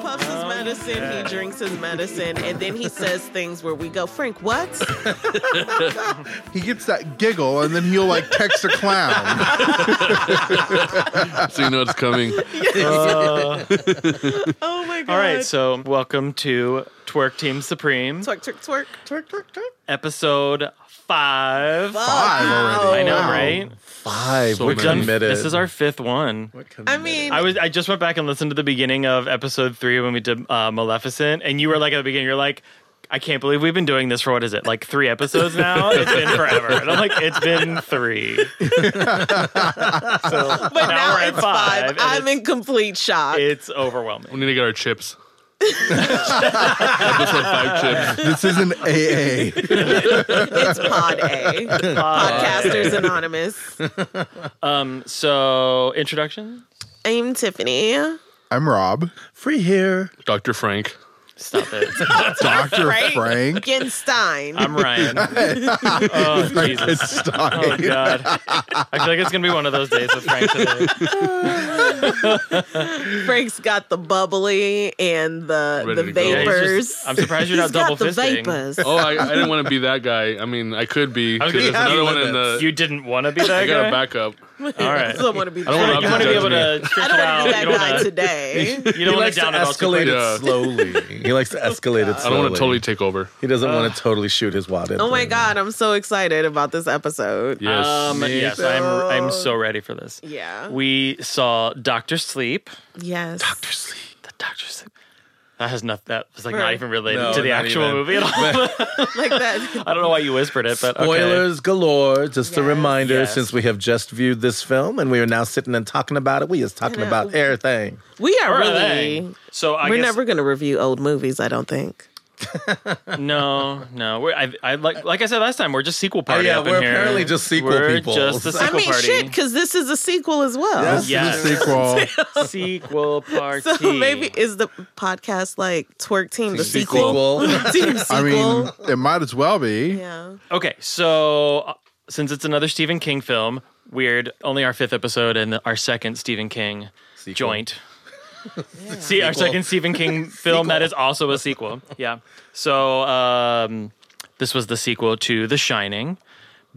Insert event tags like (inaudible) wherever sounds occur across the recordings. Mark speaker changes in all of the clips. Speaker 1: Oh,
Speaker 2: then he drinks his medicine, and then he says things where we go, Frank,
Speaker 1: (laughs)
Speaker 2: what?
Speaker 3: He gets that giggle, and then he'll like text a clown.
Speaker 4: so you know it's coming.
Speaker 2: oh my god!
Speaker 1: All right, so welcome to Twerk Team Supreme,
Speaker 2: twerk, twerk, twerk.
Speaker 3: twerk, twerk, twerk.
Speaker 1: episode five.
Speaker 3: Five already.
Speaker 1: I know,
Speaker 3: Wow.
Speaker 1: right?
Speaker 5: (laughs) Five.
Speaker 4: So
Speaker 5: We're
Speaker 4: many.
Speaker 1: Done-
Speaker 5: committed.
Speaker 1: This is our fifth one.
Speaker 2: I mean,
Speaker 1: I was I just went back and listened to the beginning of episode three when we did uh, Maleficent, and you were like at the beginning, you're like, I can't believe we've been doing this for what is it like three
Speaker 5: (laughs)
Speaker 1: episodes now? It's been forever, and I'm like, it's been three. so
Speaker 2: but now,
Speaker 1: we're at
Speaker 2: it's 5
Speaker 1: and
Speaker 2: I'm
Speaker 1: it's,
Speaker 2: in complete shock.
Speaker 1: it's overwhelming.
Speaker 4: We need to get our chips. Episode five chips.
Speaker 3: This is an AA.
Speaker 2: It's Pod
Speaker 1: (laughs)
Speaker 2: A, Podcasters Anonymous.
Speaker 1: Um, so introduction.
Speaker 2: I'm Tiffany.
Speaker 3: I'm Rob.
Speaker 5: free here.
Speaker 4: Dr. Frank.
Speaker 1: Stop it.
Speaker 2: (laughs)
Speaker 3: Dr.
Speaker 2: Frank.
Speaker 3: Frank.
Speaker 2: Genstein.
Speaker 1: I'm
Speaker 5: (laughs)
Speaker 1: Ryan. oh Jesus.
Speaker 3: It's Stein. (laughs)
Speaker 1: Oh God! I feel like it's gonna be one of those days with Frank today.
Speaker 5: (laughs)
Speaker 2: Frank's got the bubbly and the
Speaker 4: Ready
Speaker 2: the
Speaker 4: to go. Yeah, he's
Speaker 1: just-
Speaker 2: vapors.
Speaker 1: I'm surprised you're
Speaker 2: He's
Speaker 1: not double
Speaker 2: got the
Speaker 1: fisting.
Speaker 2: vapors.
Speaker 4: Oh, I, I didn't want to be that guy. I mean, I could be.
Speaker 1: I was
Speaker 4: 'cause
Speaker 1: gonna
Speaker 4: There's
Speaker 1: have
Speaker 4: another
Speaker 5: you
Speaker 4: one
Speaker 5: with
Speaker 4: in
Speaker 5: this.
Speaker 4: the.
Speaker 1: You didn't want to be that
Speaker 4: I got
Speaker 1: guy.
Speaker 4: a backup.
Speaker 1: All
Speaker 2: (laughs)
Speaker 1: right.
Speaker 2: I don't want to be.
Speaker 4: I don't wanna
Speaker 2: that
Speaker 1: you want to
Speaker 2: guy.
Speaker 1: be
Speaker 4: Judge
Speaker 1: able to strip
Speaker 2: I don't
Speaker 1: it
Speaker 2: want to be
Speaker 1: out.
Speaker 2: that
Speaker 1: you don't
Speaker 2: guy
Speaker 1: wanna- (laughs)
Speaker 2: today.
Speaker 1: You don't
Speaker 5: he
Speaker 1: want
Speaker 5: likes
Speaker 1: to
Speaker 5: to
Speaker 1: down it all too quick.
Speaker 5: escalate
Speaker 4: quick. Yeah.
Speaker 5: it slowly. He likes to escalate it slowly.
Speaker 4: I don't want to totally take over.
Speaker 5: He doesn't want to totally shoot his wad. in
Speaker 2: Oh my
Speaker 5: thing.
Speaker 2: god, I'm so excited about this episode.
Speaker 4: Yes.
Speaker 1: Um,
Speaker 4: Me
Speaker 1: yes, I'm. I'm so ready for this.
Speaker 2: Yeah.
Speaker 1: We saw Doctor Sleep.
Speaker 2: Yes.
Speaker 1: The Doctor Sleep. That has nothing. That was like
Speaker 2: Right.
Speaker 1: not even related
Speaker 5: No,
Speaker 1: to the
Speaker 5: not
Speaker 1: actual
Speaker 5: even.
Speaker 1: movie at
Speaker 5: (laughs)
Speaker 1: all.
Speaker 2: (laughs)
Speaker 1: (laughs)
Speaker 2: Like that.
Speaker 1: I don't know why you whispered it, but okay.
Speaker 5: Spoilers galore. Just a
Speaker 2: Yes.
Speaker 5: reminder,
Speaker 1: Yes.
Speaker 5: since we have just viewed this film and we are now sitting and talking about it, we is talking
Speaker 2: know.
Speaker 5: about everything.
Speaker 2: We are
Speaker 1: Or are
Speaker 2: really.
Speaker 1: they? So I
Speaker 2: we're
Speaker 1: guess
Speaker 2: never going to review old movies, I don't think.
Speaker 1: (laughs) no, no. We're, I, I like like I said last time. We're just sequel party.
Speaker 5: Oh, yeah,
Speaker 1: up in
Speaker 5: we're
Speaker 1: here.
Speaker 5: apparently just sequel
Speaker 1: We're
Speaker 5: people.
Speaker 1: Just the
Speaker 5: I
Speaker 1: sequel
Speaker 2: I mean,
Speaker 1: party.
Speaker 2: shit, because this is a sequel as well. (laughs)
Speaker 3: Yes.
Speaker 1: Yes.
Speaker 3: This is a sequel.
Speaker 1: (laughs) sequel party.
Speaker 2: So maybe is the podcast like Twerk Team the sequel?
Speaker 5: Sequel.
Speaker 2: (laughs) Team sequel.
Speaker 3: I mean, it might as well be.
Speaker 2: yeah.
Speaker 1: Okay, so uh, since it's another Stephen King film, weird, only our fifth episode and our second Stephen King joint. See, our
Speaker 5: Sequel.
Speaker 1: second Stephen
Speaker 5: (laughs)
Speaker 1: King film that is also a sequel. Yeah. So um, this was the sequel to The Shining,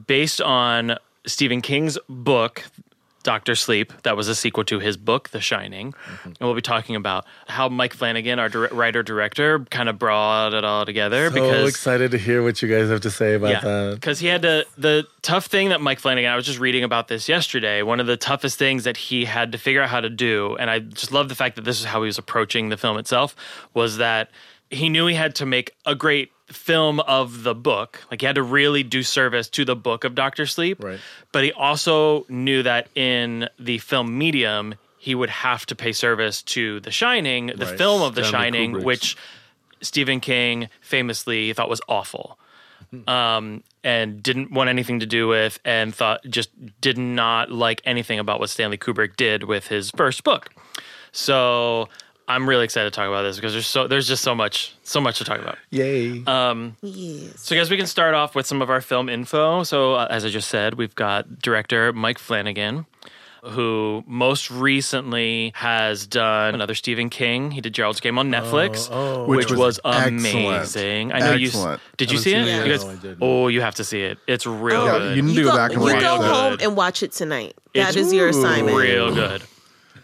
Speaker 1: based on Stephen King's book. Doctor Sleep, that was a sequel to his book, The Shining,
Speaker 5: Mm-hmm.
Speaker 1: and we'll be talking about how Mike Flanagan, our dir- writer director, kind of brought it all together.
Speaker 5: so
Speaker 1: because
Speaker 5: excited to hear what you guys have to say about
Speaker 1: yeah,
Speaker 5: that.
Speaker 1: because he had to. The tough thing that Mike Flanagan, I was just reading about this yesterday. One of the toughest things that he had to figure out how to do, and I just love the fact that this is how he was approaching the film itself, was that he knew he had to make a great film of the book. Like he had to really do service to the book of Doctor Sleep.
Speaker 5: Right.
Speaker 1: But he also knew that in the film medium, he would have to pay service to The Shining, the
Speaker 5: Right.
Speaker 1: film of The
Speaker 4: Stanley
Speaker 1: Shining,
Speaker 4: Kubrick's.
Speaker 1: which Stephen King famously thought was awful um, and didn't want anything to do with, and thought just did not like anything about what Stanley Kubrick did with his first book. So I'm really excited to talk about this because there's so there's just so much so much to talk about.
Speaker 5: Yay.
Speaker 2: Yes.
Speaker 1: So, guys, we can start off with some of our film info. So, uh, as I just said, we've got director Mike Flanagan, who most recently has done another Stephen King. He did Gerald's Game on Netflix, which,
Speaker 3: Which
Speaker 1: was,
Speaker 3: was
Speaker 1: amazing.
Speaker 3: excellent.
Speaker 1: I know you. s-
Speaker 3: Excellent.
Speaker 1: Did you
Speaker 5: Oh, Haven't
Speaker 1: see it?
Speaker 5: seen it
Speaker 1: You
Speaker 5: yet.
Speaker 1: guys-
Speaker 5: No, I didn't.
Speaker 1: oh, you have to see it. It's real
Speaker 2: Yeah,
Speaker 1: good.
Speaker 3: You need to
Speaker 2: You
Speaker 3: go
Speaker 2: go,
Speaker 3: back and
Speaker 2: you
Speaker 3: watch
Speaker 2: go
Speaker 3: that.
Speaker 2: home and watch it tonight.
Speaker 1: It's
Speaker 2: that is your assignment.
Speaker 1: real good.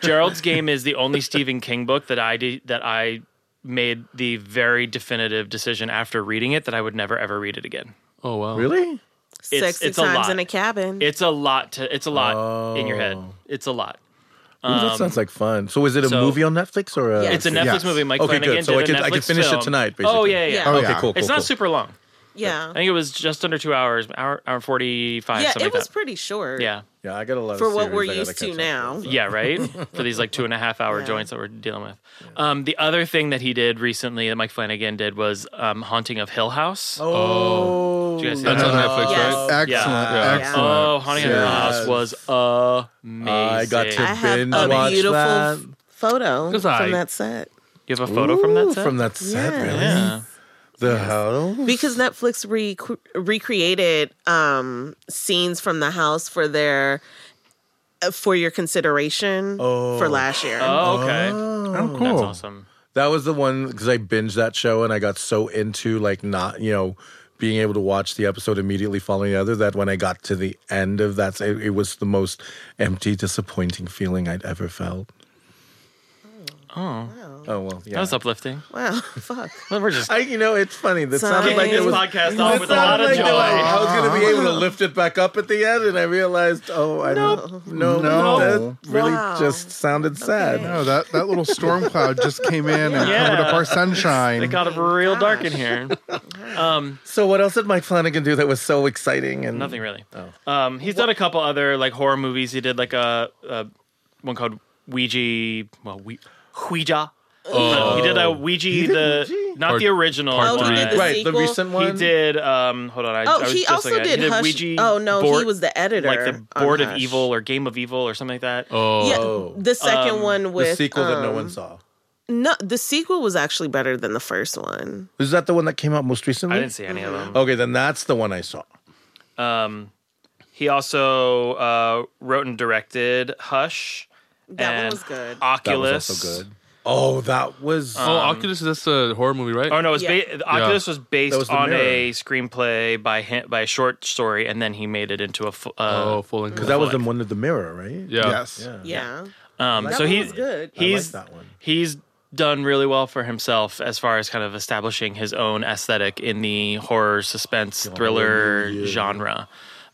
Speaker 1: Gerald's Game is the only Stephen King book that I did, that I made the very definitive decision after reading it that I would never ever read it again.
Speaker 4: Oh, wow.
Speaker 5: really?
Speaker 1: It's-
Speaker 2: Sexy
Speaker 1: it's a
Speaker 2: times
Speaker 1: lot.
Speaker 2: in a cabin.
Speaker 1: It's a lot to. It's a lot in your
Speaker 5: Oh.
Speaker 1: head. It's a lot.
Speaker 5: Ooh, that sounds like fun. So, is it a
Speaker 1: Um, so-
Speaker 5: movie on Netflix or a?
Speaker 2: Yeah.
Speaker 1: It's a Netflix
Speaker 3: Yes.
Speaker 1: movie. Mike
Speaker 5: Okay,
Speaker 1: Flanagan
Speaker 5: good. So
Speaker 1: did
Speaker 5: I
Speaker 1: a
Speaker 5: could- I
Speaker 1: Netflix
Speaker 5: could finish it
Speaker 1: film.
Speaker 5: tonight,
Speaker 1: Oh
Speaker 5: basically.
Speaker 1: yeah, yeah.
Speaker 2: Oh,
Speaker 5: Okay,
Speaker 3: yeah.
Speaker 5: cool, cool.
Speaker 1: it's not
Speaker 5: cool.
Speaker 1: super long.
Speaker 2: yeah.
Speaker 1: I think it was just under two hours, hour, hour forty five.
Speaker 2: Yeah,
Speaker 1: something
Speaker 2: it was
Speaker 1: like
Speaker 2: pretty short.
Speaker 1: that. yeah,
Speaker 5: Yeah, I got a lot
Speaker 2: For
Speaker 5: of
Speaker 2: what we're
Speaker 5: series I gotta
Speaker 2: used to
Speaker 5: catch up
Speaker 2: now.
Speaker 5: with, so.
Speaker 1: yeah, right. For these like two and a half hour
Speaker 2: Yeah.
Speaker 1: joints that we're dealing with. Um, the other thing that he did recently that Mike Flanagan did was um, Haunting of Hill House.
Speaker 5: Oh,
Speaker 1: Did you guys see
Speaker 4: That's
Speaker 1: that?
Speaker 4: on Netflix,
Speaker 2: Yes.
Speaker 4: right?
Speaker 3: Excellent.
Speaker 2: Yeah.
Speaker 3: Excellent.
Speaker 1: Oh, Haunting of Hill
Speaker 5: Yes.
Speaker 1: House was amazing.
Speaker 5: I got
Speaker 2: I
Speaker 5: to-
Speaker 2: have
Speaker 5: Binge
Speaker 2: a
Speaker 5: watch
Speaker 2: beautiful
Speaker 5: that.
Speaker 2: f- photo
Speaker 4: Because
Speaker 2: from
Speaker 4: I-
Speaker 2: that set.
Speaker 1: You have a photo from that set.
Speaker 5: From that set,
Speaker 2: Yeah.
Speaker 5: really?
Speaker 1: yeah.
Speaker 5: The hell?
Speaker 2: Because Netflix re- recreated um, scenes from the house for their uh, for your consideration
Speaker 5: Oh.
Speaker 2: for last year.
Speaker 1: Oh, okay.
Speaker 3: Oh, cool.
Speaker 1: That's awesome.
Speaker 5: That was the one because I binged that show and I got so into like not you know being able to watch the episode immediately following the other that when I got to the end of that, it, it was the most empty, disappointing feeling I'd ever felt. Oh, oh well, yeah.
Speaker 1: That was uplifting.
Speaker 2: Wow, (laughs) fuck.
Speaker 1: Well, we're just
Speaker 5: I, you know, it's funny. That sounded
Speaker 2: Kicking
Speaker 5: like
Speaker 2: this
Speaker 5: it was.
Speaker 1: podcast
Speaker 5: It
Speaker 1: off with a lot
Speaker 5: sounded
Speaker 1: of
Speaker 5: like
Speaker 1: joy.
Speaker 5: it was- I was going to be
Speaker 2: (laughs)
Speaker 5: able to lift it back up at the end, and I realized, oh, I don't. No,
Speaker 3: No.
Speaker 5: that really
Speaker 2: Wow.
Speaker 5: just sounded sad.
Speaker 2: Okay.
Speaker 3: No, that, that little storm cloud just came in and
Speaker 1: Yeah.
Speaker 3: covered up our
Speaker 1: it
Speaker 3: sunshine.
Speaker 1: got real dark in
Speaker 5: (laughs)
Speaker 1: here. Um,
Speaker 5: So, what else did Mike Flanagan do that was so exciting? And
Speaker 1: nothing really. Um, he's done a couple other like horror movies. He did like a, a one called Ouija. Well, we, Ouija.
Speaker 4: Oh.
Speaker 1: He did a Ouija,
Speaker 5: did
Speaker 1: the
Speaker 5: Ouija?
Speaker 1: not
Speaker 4: Part-
Speaker 1: the original
Speaker 4: part
Speaker 1: one.
Speaker 2: Oh, he did the
Speaker 5: Right,
Speaker 2: sequel?
Speaker 5: the recent
Speaker 1: He
Speaker 5: one.
Speaker 1: did. Um, hold on. I, I
Speaker 2: Oh,
Speaker 1: was
Speaker 2: he
Speaker 1: just
Speaker 2: also
Speaker 1: looking at it.
Speaker 2: did, Hush.
Speaker 1: Ouija.
Speaker 2: oh no,
Speaker 1: board,
Speaker 2: he was the editor,
Speaker 1: like the
Speaker 2: on
Speaker 1: board of
Speaker 2: Hush.
Speaker 1: evil or game of evil or something like that.
Speaker 4: Oh,
Speaker 5: Oh.
Speaker 2: Yeah, the second
Speaker 1: Um,
Speaker 2: one
Speaker 5: the
Speaker 2: with
Speaker 5: sequel that no
Speaker 2: um,
Speaker 5: one saw.
Speaker 2: No, the sequel was actually better than the first one.
Speaker 5: Is that the one that came out most recently?
Speaker 1: I didn't see any of them.
Speaker 5: Okay, then that's the one I saw.
Speaker 1: Um, he also uh, wrote and directed Hush.
Speaker 2: That one
Speaker 1: and
Speaker 2: was good.
Speaker 5: That
Speaker 1: Oculus.
Speaker 5: was also good. Oh, that was.
Speaker 1: Um,
Speaker 4: oh, Oculus. That's a horror movie, right?
Speaker 1: Oh no, it was
Speaker 2: Yeah.
Speaker 1: ba- the Oculus was based
Speaker 5: That was the
Speaker 1: on a
Speaker 5: mirror.
Speaker 1: screenplay by him, by a short story, and then he made it into a. Fu-
Speaker 4: Oh,
Speaker 1: uh,
Speaker 4: full length.
Speaker 5: Because that was the one with the mirror, right?
Speaker 4: yeah.
Speaker 3: Yes.
Speaker 2: Yeah,
Speaker 5: Oh.
Speaker 1: um,
Speaker 2: That
Speaker 1: so
Speaker 2: one
Speaker 1: he
Speaker 2: was good. I
Speaker 5: I
Speaker 1: he's
Speaker 5: like that one.
Speaker 1: he's done really well for himself as far as kind of establishing his own aesthetic in the horror suspense thriller genre.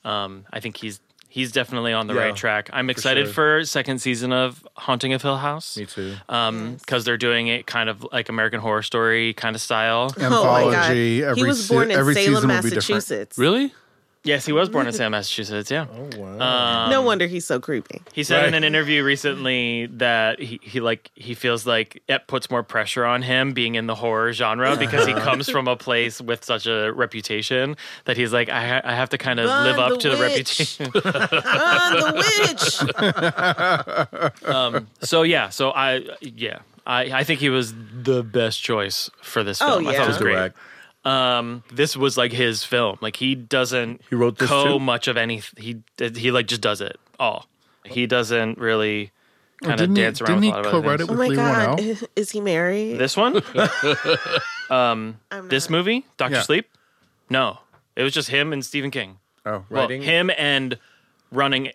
Speaker 1: Um, I think he's he's definitely on the
Speaker 5: Yeah,
Speaker 1: right track. I'm excited for, second season of Haunting of Hill House.
Speaker 5: Me too.
Speaker 1: Um, because they're doing it kind of like American Horror Story kind of style.
Speaker 3: Anthology.
Speaker 2: Oh my god,
Speaker 3: Every
Speaker 2: he was born
Speaker 3: se-
Speaker 2: in
Speaker 3: every
Speaker 2: Salem,
Speaker 3: season will be different.
Speaker 2: Massachusetts.
Speaker 4: Really?
Speaker 1: Yes, he was born in Salem, Massachusetts. Yeah.
Speaker 2: Oh,
Speaker 5: Wow.
Speaker 2: No
Speaker 1: Um,
Speaker 2: wonder he's so creepy. (laughs)
Speaker 1: He said in
Speaker 5: Right.
Speaker 1: an interview recently that he, he like he feels like it puts more pressure on him being in the horror genre
Speaker 2: (laughs)
Speaker 1: because he comes from a place with such a reputation that he's like I, ha- I have to kind of
Speaker 2: Burn
Speaker 1: live up
Speaker 2: the
Speaker 1: to the
Speaker 2: witch."
Speaker 1: reputation.
Speaker 2: Burn Uh,
Speaker 1: (laughs)
Speaker 2: the witch.
Speaker 1: um, so yeah, so I yeah I I think he was the best choice for this
Speaker 2: Oh,
Speaker 1: film. I thought
Speaker 2: yeah.
Speaker 1: it was
Speaker 2: Just
Speaker 1: great.
Speaker 5: Correct.
Speaker 1: Um, this was like his film. Like he doesn't
Speaker 5: He wrote this
Speaker 1: co
Speaker 5: too?
Speaker 1: much of any. He he like just does it all. He doesn't really kind of
Speaker 3: didn't he-
Speaker 1: dance around.
Speaker 3: didn't
Speaker 1: with
Speaker 3: he
Speaker 1: a lot of
Speaker 3: co-write
Speaker 1: other
Speaker 3: it
Speaker 1: things.
Speaker 2: Oh
Speaker 3: With
Speaker 2: my
Speaker 3: Lee
Speaker 2: god, (laughs) is he married?
Speaker 1: This one? um,
Speaker 2: I'm
Speaker 1: this
Speaker 2: not-
Speaker 1: movie, Doctor
Speaker 3: Yeah.
Speaker 1: Sleep? No, it was just him and Stephen King.
Speaker 5: Oh,
Speaker 1: Well,
Speaker 5: writing.
Speaker 1: him and running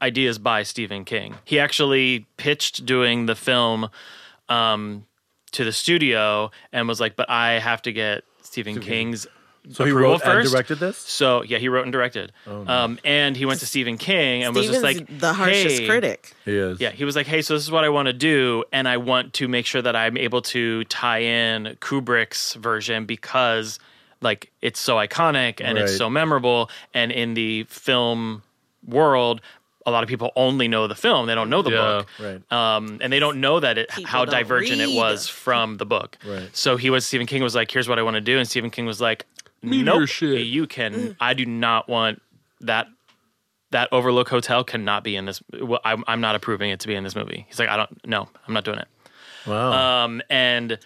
Speaker 1: ideas by Stephen King. He actually pitched doing the film um, to the studio and was like, "But I have to get Stephen King's."
Speaker 5: so he
Speaker 1: approval
Speaker 5: wrote and
Speaker 1: first.
Speaker 5: directed this.
Speaker 1: So yeah, he wrote and directed, um, and he went to Stephen King and
Speaker 2: Steven's
Speaker 1: was just like
Speaker 2: the harshest
Speaker 1: "Hey,
Speaker 2: critic.
Speaker 5: He is.
Speaker 1: yeah, he was like, "Hey, so this is what I want to do, and I want to make sure that I'm able to tie in Kubrick's version because, like, it's so iconic and it's
Speaker 5: Right.
Speaker 1: so memorable, and in the film world." A lot of people only know the film; they don't know the
Speaker 4: Yeah.
Speaker 1: book,
Speaker 5: Right.
Speaker 1: um, and they don't know that it,
Speaker 2: People
Speaker 1: how
Speaker 2: don't
Speaker 1: divergent it
Speaker 2: read.
Speaker 1: was from
Speaker 4: (laughs)
Speaker 1: the book.
Speaker 5: Right.
Speaker 1: So he was Stephen King was like, "Here's what I want to do," and Stephen King was like,
Speaker 4: Meteor
Speaker 1: "Nope,
Speaker 4: shit."
Speaker 1: you
Speaker 2: Mm.
Speaker 1: can. I do not want that that Overlook Hotel cannot be in this. Well, I'm, I'm not approving it to be in this movie. He's like, I don't, no, I'm not doing it.
Speaker 5: Wow.
Speaker 1: Um, and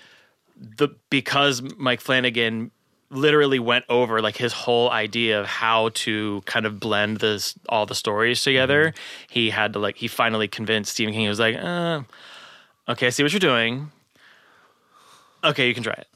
Speaker 1: the because Mike Flanagan literally went over like his whole idea of how to kind of blend this all the stories together. He had to like he finally convinced Stephen King. He was like, uh, okay, I see what you're doing. Okay, you can try it.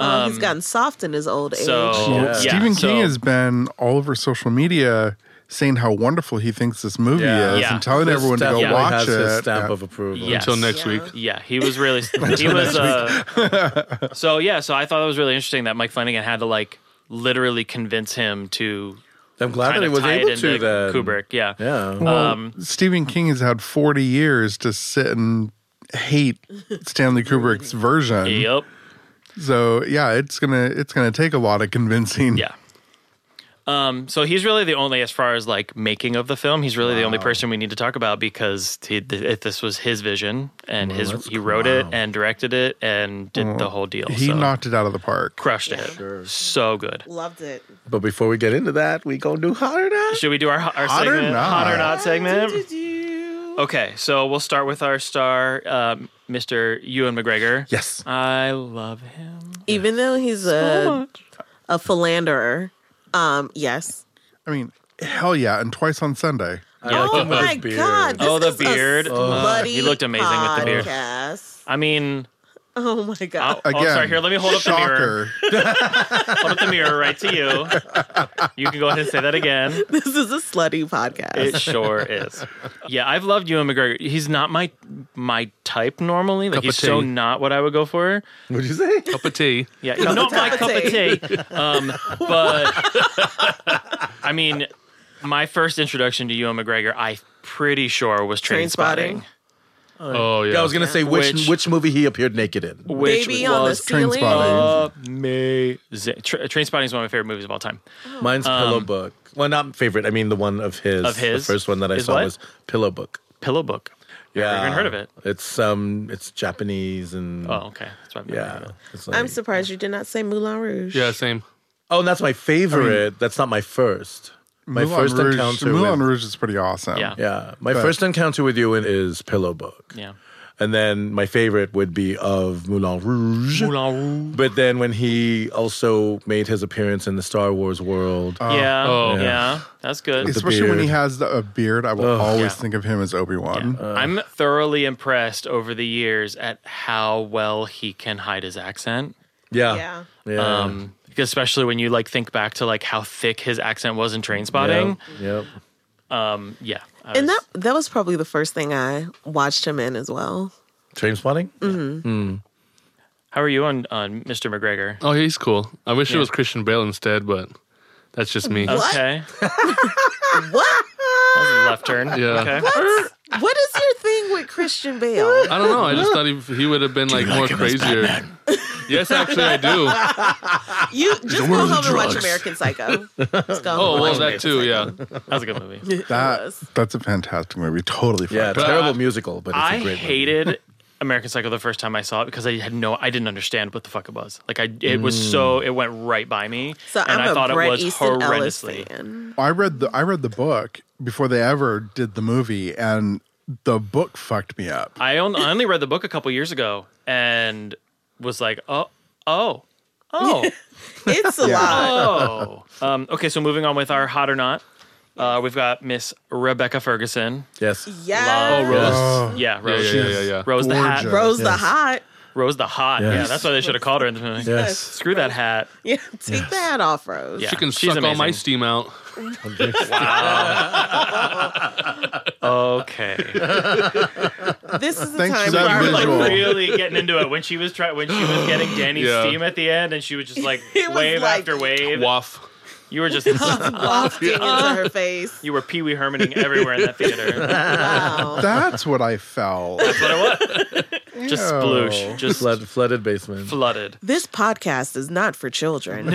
Speaker 2: Oh, he's gotten soft in his old age.
Speaker 1: um, So
Speaker 3: Well,
Speaker 1: yeah,
Speaker 3: Stephen
Speaker 1: so-
Speaker 3: King has been all over social media saying how wonderful he thinks this movie
Speaker 5: Yeah.
Speaker 3: is
Speaker 1: Yeah.
Speaker 3: and telling
Speaker 5: This
Speaker 3: everyone to go
Speaker 5: definitely
Speaker 3: watch
Speaker 5: has
Speaker 3: it.
Speaker 5: His stamp
Speaker 3: Yeah.
Speaker 5: of approval.
Speaker 1: Yeah.
Speaker 4: Until next
Speaker 2: Yeah.
Speaker 4: week.
Speaker 1: Yeah, he was really he was uh, so yeah, so I thought it was really interesting that Mike Flanagan had to like literally convince him to
Speaker 5: I'm glad
Speaker 1: kind
Speaker 5: that he
Speaker 1: of
Speaker 5: was
Speaker 1: tie
Speaker 5: able
Speaker 1: it
Speaker 5: to.
Speaker 1: into
Speaker 5: Then.
Speaker 1: Kubrick. Uh, Yeah.
Speaker 5: Yeah.
Speaker 3: Well,
Speaker 1: Um,
Speaker 3: Stephen King has had 40 years to sit and hate Stanley Kubrick's version.
Speaker 1: Yep.
Speaker 3: So yeah, it's gonna it's gonna take a lot of convincing.
Speaker 1: Yeah. Um, so he's really the only, as far as like making of the film, he's really the only person we need to talk about because he, th- it- this was his vision and his he wrote it and directed it and did the whole deal.
Speaker 3: he
Speaker 1: so
Speaker 3: knocked it out of the park.
Speaker 1: crushed it. So good.
Speaker 2: loved it.
Speaker 5: But before we get into that, we gonna do hotter now.
Speaker 1: Should we do our our
Speaker 3: Hot or
Speaker 1: segment,
Speaker 3: not?
Speaker 1: hot or not (laughs) segment?
Speaker 2: Do-do-do.
Speaker 1: Okay, so we'll start with our star, um, Mr. Ewan McGregor.
Speaker 5: Yes.
Speaker 1: I love him.
Speaker 2: Even though he's a a philanderer, um, yes.
Speaker 3: I mean, hell yeah, and twice on Sunday.
Speaker 5: I like
Speaker 2: oh
Speaker 5: him with
Speaker 2: my
Speaker 5: his beard.
Speaker 2: god! This
Speaker 1: Oh, the
Speaker 2: is a
Speaker 1: beard.
Speaker 2: bloody
Speaker 1: He looked amazing with the beard.
Speaker 2: podcast.
Speaker 1: I mean,
Speaker 2: Oh my god.
Speaker 1: Oh, oh, sorry. Here, let me hold up the mirror.
Speaker 3: Shocker.
Speaker 1: Hold up the mirror right to you. You can go ahead and say that again.
Speaker 2: (laughs) This is a slutty podcast.
Speaker 1: It sure is. Yeah, I've loved Ewan McGregor. He's not my my type normally. Like
Speaker 4: Cup of
Speaker 1: he's so
Speaker 4: tea.
Speaker 1: not what I would go for.
Speaker 5: What'd you say?
Speaker 4: Cup of tea.
Speaker 1: Yeah, he's not my
Speaker 2: of
Speaker 1: cup of tea. Um, (laughs) but I mean, my first introduction to Ewan McGregor, I pretty sure was Train Spotting,
Speaker 2: Trainspotting.
Speaker 4: Oh yeah.
Speaker 5: Yeah, I was gonna say which,
Speaker 1: Which- Oh.
Speaker 5: which movie he appeared naked in.
Speaker 1: which
Speaker 2: Baby on the
Speaker 1: was
Speaker 2: ceiling.
Speaker 3: Trainspotting.
Speaker 1: Uh, amazing. Train Spotting is one of my favorite movies of all time.
Speaker 5: Mine's Pillow Book. Well, not favorite. I mean the one of his.
Speaker 1: Um, Of his?
Speaker 5: The first one that I
Speaker 1: His
Speaker 5: saw
Speaker 1: what?
Speaker 5: was Pillow Book.
Speaker 1: Pillow Book.
Speaker 5: Yeah,
Speaker 1: even heard of it.
Speaker 5: It's um, it's Japanese and
Speaker 1: Oh, okay. That's what I'm
Speaker 5: yeah.
Speaker 1: thinking of.
Speaker 5: It's
Speaker 2: I'm
Speaker 5: like-
Speaker 2: surprised you did not say Moulin Rouge.
Speaker 4: Yeah, same.
Speaker 5: Oh, and that's my favorite. that's not my first. My
Speaker 3: Moulin
Speaker 5: first
Speaker 3: Rouge,
Speaker 5: encounter.
Speaker 3: Moulin
Speaker 5: with,
Speaker 3: Rouge is pretty awesome.
Speaker 1: Yeah.
Speaker 5: Yeah, my
Speaker 3: But-
Speaker 5: first encounter with Ewan is Pillow Book.
Speaker 1: Yeah.
Speaker 5: And then my favorite would be of Moulin Rouge.
Speaker 1: Moulin Rouge.
Speaker 5: But then when he also made his appearance in the Star Wars world,
Speaker 1: yeah,
Speaker 4: Oh.
Speaker 1: yeah, That's good.
Speaker 5: the
Speaker 3: Especially when he
Speaker 5: beard.
Speaker 3: has the, a beard, I will always
Speaker 1: Yeah.
Speaker 3: think of him as Obi Wan.
Speaker 1: I'm thoroughly impressed over the years at how well he can hide his accent.
Speaker 5: yeah,
Speaker 2: Yeah.
Speaker 5: yeah.
Speaker 1: Um, especially when you like think back to like how thick his accent was in Train Spotting.
Speaker 5: Yep.
Speaker 1: Yeah, I
Speaker 2: And
Speaker 1: was-
Speaker 2: that that was probably the first thing I watched him in as well.
Speaker 5: Train spotting?
Speaker 1: How are you on on Mr. McGregor?
Speaker 4: Oh, he's cool. I wish it was Christian Bale instead, but that's just me.
Speaker 2: What?
Speaker 1: Okay, (laughs) that
Speaker 2: What? (laughs)
Speaker 1: was a left turn.
Speaker 4: Yeah.
Speaker 1: Okay.
Speaker 2: What is your thing with Christian Bale?
Speaker 4: (laughs) I don't know. I just thought he, he would have been like more crazier. Yes, actually, I
Speaker 1: (laughs)
Speaker 4: do.
Speaker 2: You just go home and watch
Speaker 5: drugs.
Speaker 2: American Psycho. Just go home
Speaker 4: Oh,
Speaker 2: and
Speaker 4: well,
Speaker 2: watch American
Speaker 4: that
Speaker 2: Psycho.
Speaker 4: too. Yeah.
Speaker 1: That was a good movie.
Speaker 3: That that's a fantastic movie. Totally fun.
Speaker 5: Yeah,
Speaker 3: Yeah,
Speaker 5: terrible
Speaker 4: I-
Speaker 5: musical, but it's
Speaker 1: I
Speaker 5: a great
Speaker 1: hated American Psycho the first time I saw it because I had no, I didn't understand what the fuck it was. Like I, it was so, it went right by me,
Speaker 2: So
Speaker 1: and
Speaker 2: I'm
Speaker 1: I
Speaker 2: a
Speaker 1: thought
Speaker 2: Bret
Speaker 1: it was
Speaker 2: Easton Ellis
Speaker 3: (laughs)
Speaker 1: horrendously.
Speaker 2: fan.
Speaker 3: I read the I read the book before they ever did the movie, and the book fucked me up.
Speaker 1: I, on, I only read the book a couple years ago and was like, oh, oh, oh,
Speaker 2: It's a lot.
Speaker 1: oh. Um, okay, so moving on with our hot or not, uh, we've got Miss Rebecca Ferguson.
Speaker 5: movie. Yes.
Speaker 2: Yeah.
Speaker 4: Oh, Rose.
Speaker 3: Oh.
Speaker 1: Yeah,
Speaker 4: Yeah,
Speaker 1: Rose.
Speaker 4: yeah, yeah, yeah, yeah.
Speaker 1: Rose the hat.
Speaker 3: Gorgeous.
Speaker 2: Rose the
Speaker 5: Yes.
Speaker 2: hot.
Speaker 1: Rose the hot. Yeah,
Speaker 5: Yes.
Speaker 1: that's why they should have called her in the movie.
Speaker 5: (laughs) Yes.
Speaker 1: Screw that hat.
Speaker 2: Yeah, take the that off, Rose.
Speaker 1: Yeah.
Speaker 4: She can
Speaker 1: She's
Speaker 4: suck all my
Speaker 1: amazing.
Speaker 4: steam out.
Speaker 1: Okay.
Speaker 2: This is the
Speaker 3: Thanks
Speaker 2: time
Speaker 3: for that
Speaker 2: where
Speaker 1: Like
Speaker 3: visual.
Speaker 1: really getting into it when she was trying when she was getting Danny's
Speaker 4: Yeah.
Speaker 1: steam at the end and she was just like
Speaker 2: It was
Speaker 1: wave
Speaker 2: like-
Speaker 1: after wave.
Speaker 4: Waff.
Speaker 1: You were just
Speaker 2: wafting into her face.
Speaker 1: you were Pee Wee Hermaning everywhere in that theater.
Speaker 2: (laughs) Wow.
Speaker 3: That's what I
Speaker 1: (laughs)
Speaker 3: felt.
Speaker 1: Just sploosh. Just
Speaker 5: Flood, flooded basement.
Speaker 1: flooded.
Speaker 2: This podcast is not for children.
Speaker 5: (laughs)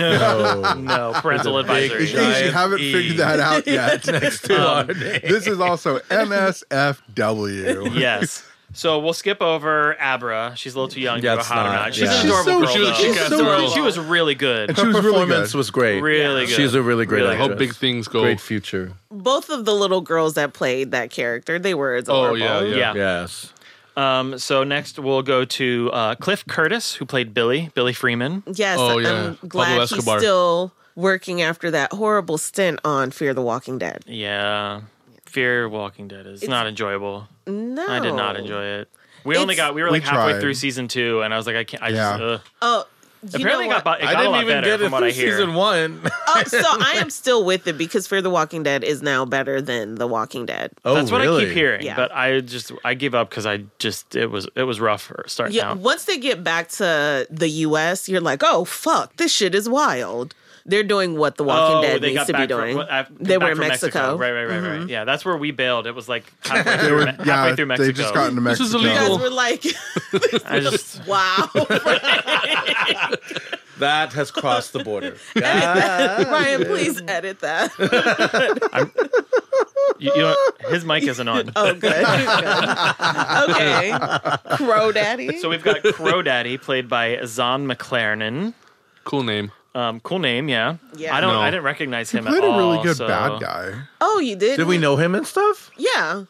Speaker 1: (laughs)
Speaker 5: Oh.
Speaker 1: No parental
Speaker 3: In
Speaker 1: advisory.
Speaker 3: case you haven't
Speaker 5: E.
Speaker 3: figured that out
Speaker 1: (laughs)
Speaker 3: yet,
Speaker 5: Um,
Speaker 1: E.
Speaker 3: this is also MSFW.
Speaker 1: Yes. So we'll skip over Abra. She's a little too young to
Speaker 5: Yeah,
Speaker 1: do a
Speaker 5: it's
Speaker 1: hot or
Speaker 5: not.
Speaker 1: not. She's
Speaker 5: Yeah.
Speaker 1: an
Speaker 5: She's
Speaker 1: adorable
Speaker 3: so-
Speaker 1: girl.
Speaker 4: she was
Speaker 1: though.
Speaker 4: a kick-ass
Speaker 3: so
Speaker 4: girl.
Speaker 3: adorable.
Speaker 1: she was really good.
Speaker 3: She
Speaker 5: Her
Speaker 3: was really
Speaker 5: performance
Speaker 3: good.
Speaker 5: was great.
Speaker 1: Really good.
Speaker 5: She's a really great
Speaker 1: Really
Speaker 4: I hope
Speaker 5: actress.
Speaker 4: big things go.
Speaker 5: Great future.
Speaker 2: Both of the little girls that played that character, they were adorable.
Speaker 4: Oh, yeah, yeah.
Speaker 1: Yeah.
Speaker 5: Yes.
Speaker 1: Um, so next we'll go to uh, Cliff Curtis, who played Billy, Billy Freeman.
Speaker 2: Yes,
Speaker 4: Oh, yeah.
Speaker 2: I'm glad
Speaker 4: Pablo
Speaker 2: he's
Speaker 4: Escobar.
Speaker 2: still working after that horrible stint on Fear the Walking Dead.
Speaker 1: Yeah. Fear Walking Dead is not enjoyable.
Speaker 2: No,
Speaker 1: I did not enjoy it. We only
Speaker 2: It's-
Speaker 1: got we were
Speaker 3: We
Speaker 1: like halfway
Speaker 3: tried.
Speaker 1: through season two, and I was like, I can't. I just
Speaker 3: Yeah.
Speaker 1: ugh.
Speaker 2: Oh, you
Speaker 1: apparently it
Speaker 2: know
Speaker 1: got,
Speaker 2: what?
Speaker 1: bu- it
Speaker 5: I
Speaker 1: got a
Speaker 5: didn't
Speaker 1: lot
Speaker 5: even
Speaker 1: better
Speaker 5: get it
Speaker 1: from what I
Speaker 5: through
Speaker 1: hear.
Speaker 5: season one.
Speaker 2: Oh,
Speaker 1: (laughs)
Speaker 2: so I am still with it because Fear the Walking Dead is now better than The Walking Dead.
Speaker 5: Oh,
Speaker 1: That's what I
Speaker 5: really?
Speaker 1: keep hearing,
Speaker 2: Yeah.
Speaker 1: but I just I give up because I just it was it was rough starting
Speaker 2: Yeah,
Speaker 1: out.
Speaker 2: once they get back to the U.S., you're like, oh fuck, this shit is wild. They're doing what The Walking
Speaker 1: Oh,
Speaker 2: Dead
Speaker 1: they
Speaker 2: needs
Speaker 1: got
Speaker 2: to be
Speaker 1: back from-
Speaker 2: doing.
Speaker 1: what- I-
Speaker 2: they
Speaker 1: back
Speaker 2: were in
Speaker 1: from
Speaker 2: uh, Mexico. Mm-hmm.
Speaker 1: Right, right, right, right. Yeah, that's where we bailed. It was like halfway
Speaker 3: They
Speaker 1: through,
Speaker 3: were,
Speaker 1: Me- halfway
Speaker 3: yeah,
Speaker 1: through Mexico.
Speaker 3: they just got into
Speaker 4: This
Speaker 3: Mexico.
Speaker 4: is
Speaker 2: You guys
Speaker 4: illegal.
Speaker 2: were like, (laughs)
Speaker 1: I just
Speaker 2: wow.
Speaker 1: (laughs)
Speaker 5: That has crossed the border.
Speaker 2: (laughs)
Speaker 1: (laughs)
Speaker 2: Ryan, please edit that.
Speaker 1: you, you know,
Speaker 2: (laughs)
Speaker 1: his mic isn't on.
Speaker 2: Oh, good. (laughs) good. Okay. Crow Daddy.
Speaker 1: So we've got Crow Daddy played by Zon McLaren.
Speaker 4: Cool name.
Speaker 1: Um, cool name, yeah.
Speaker 2: Yeah.
Speaker 1: I don't.
Speaker 4: No.
Speaker 1: I didn't recognize him
Speaker 3: Played
Speaker 1: at
Speaker 3: a
Speaker 1: all.
Speaker 3: really good
Speaker 1: so
Speaker 3: bad guy.
Speaker 2: oh, you did?
Speaker 5: (laughs) Did we know him and stuff?
Speaker 2: Yeah.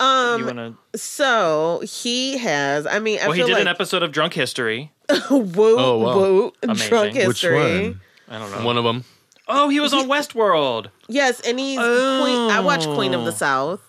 Speaker 2: Um,
Speaker 1: you wanna?
Speaker 2: So he has, I mean, I
Speaker 1: Well, he
Speaker 2: feel
Speaker 1: did
Speaker 2: like
Speaker 1: an episode of Drunk History.
Speaker 2: woo,
Speaker 4: Oh, wow.
Speaker 2: woo,
Speaker 1: Amazing.
Speaker 2: drunk
Speaker 1: Which
Speaker 2: history.
Speaker 5: one?
Speaker 1: I don't know.
Speaker 4: One of them.
Speaker 1: Oh, he was on Westworld. Oh.
Speaker 2: Yes, and he's Queen. I watched Queen of the South.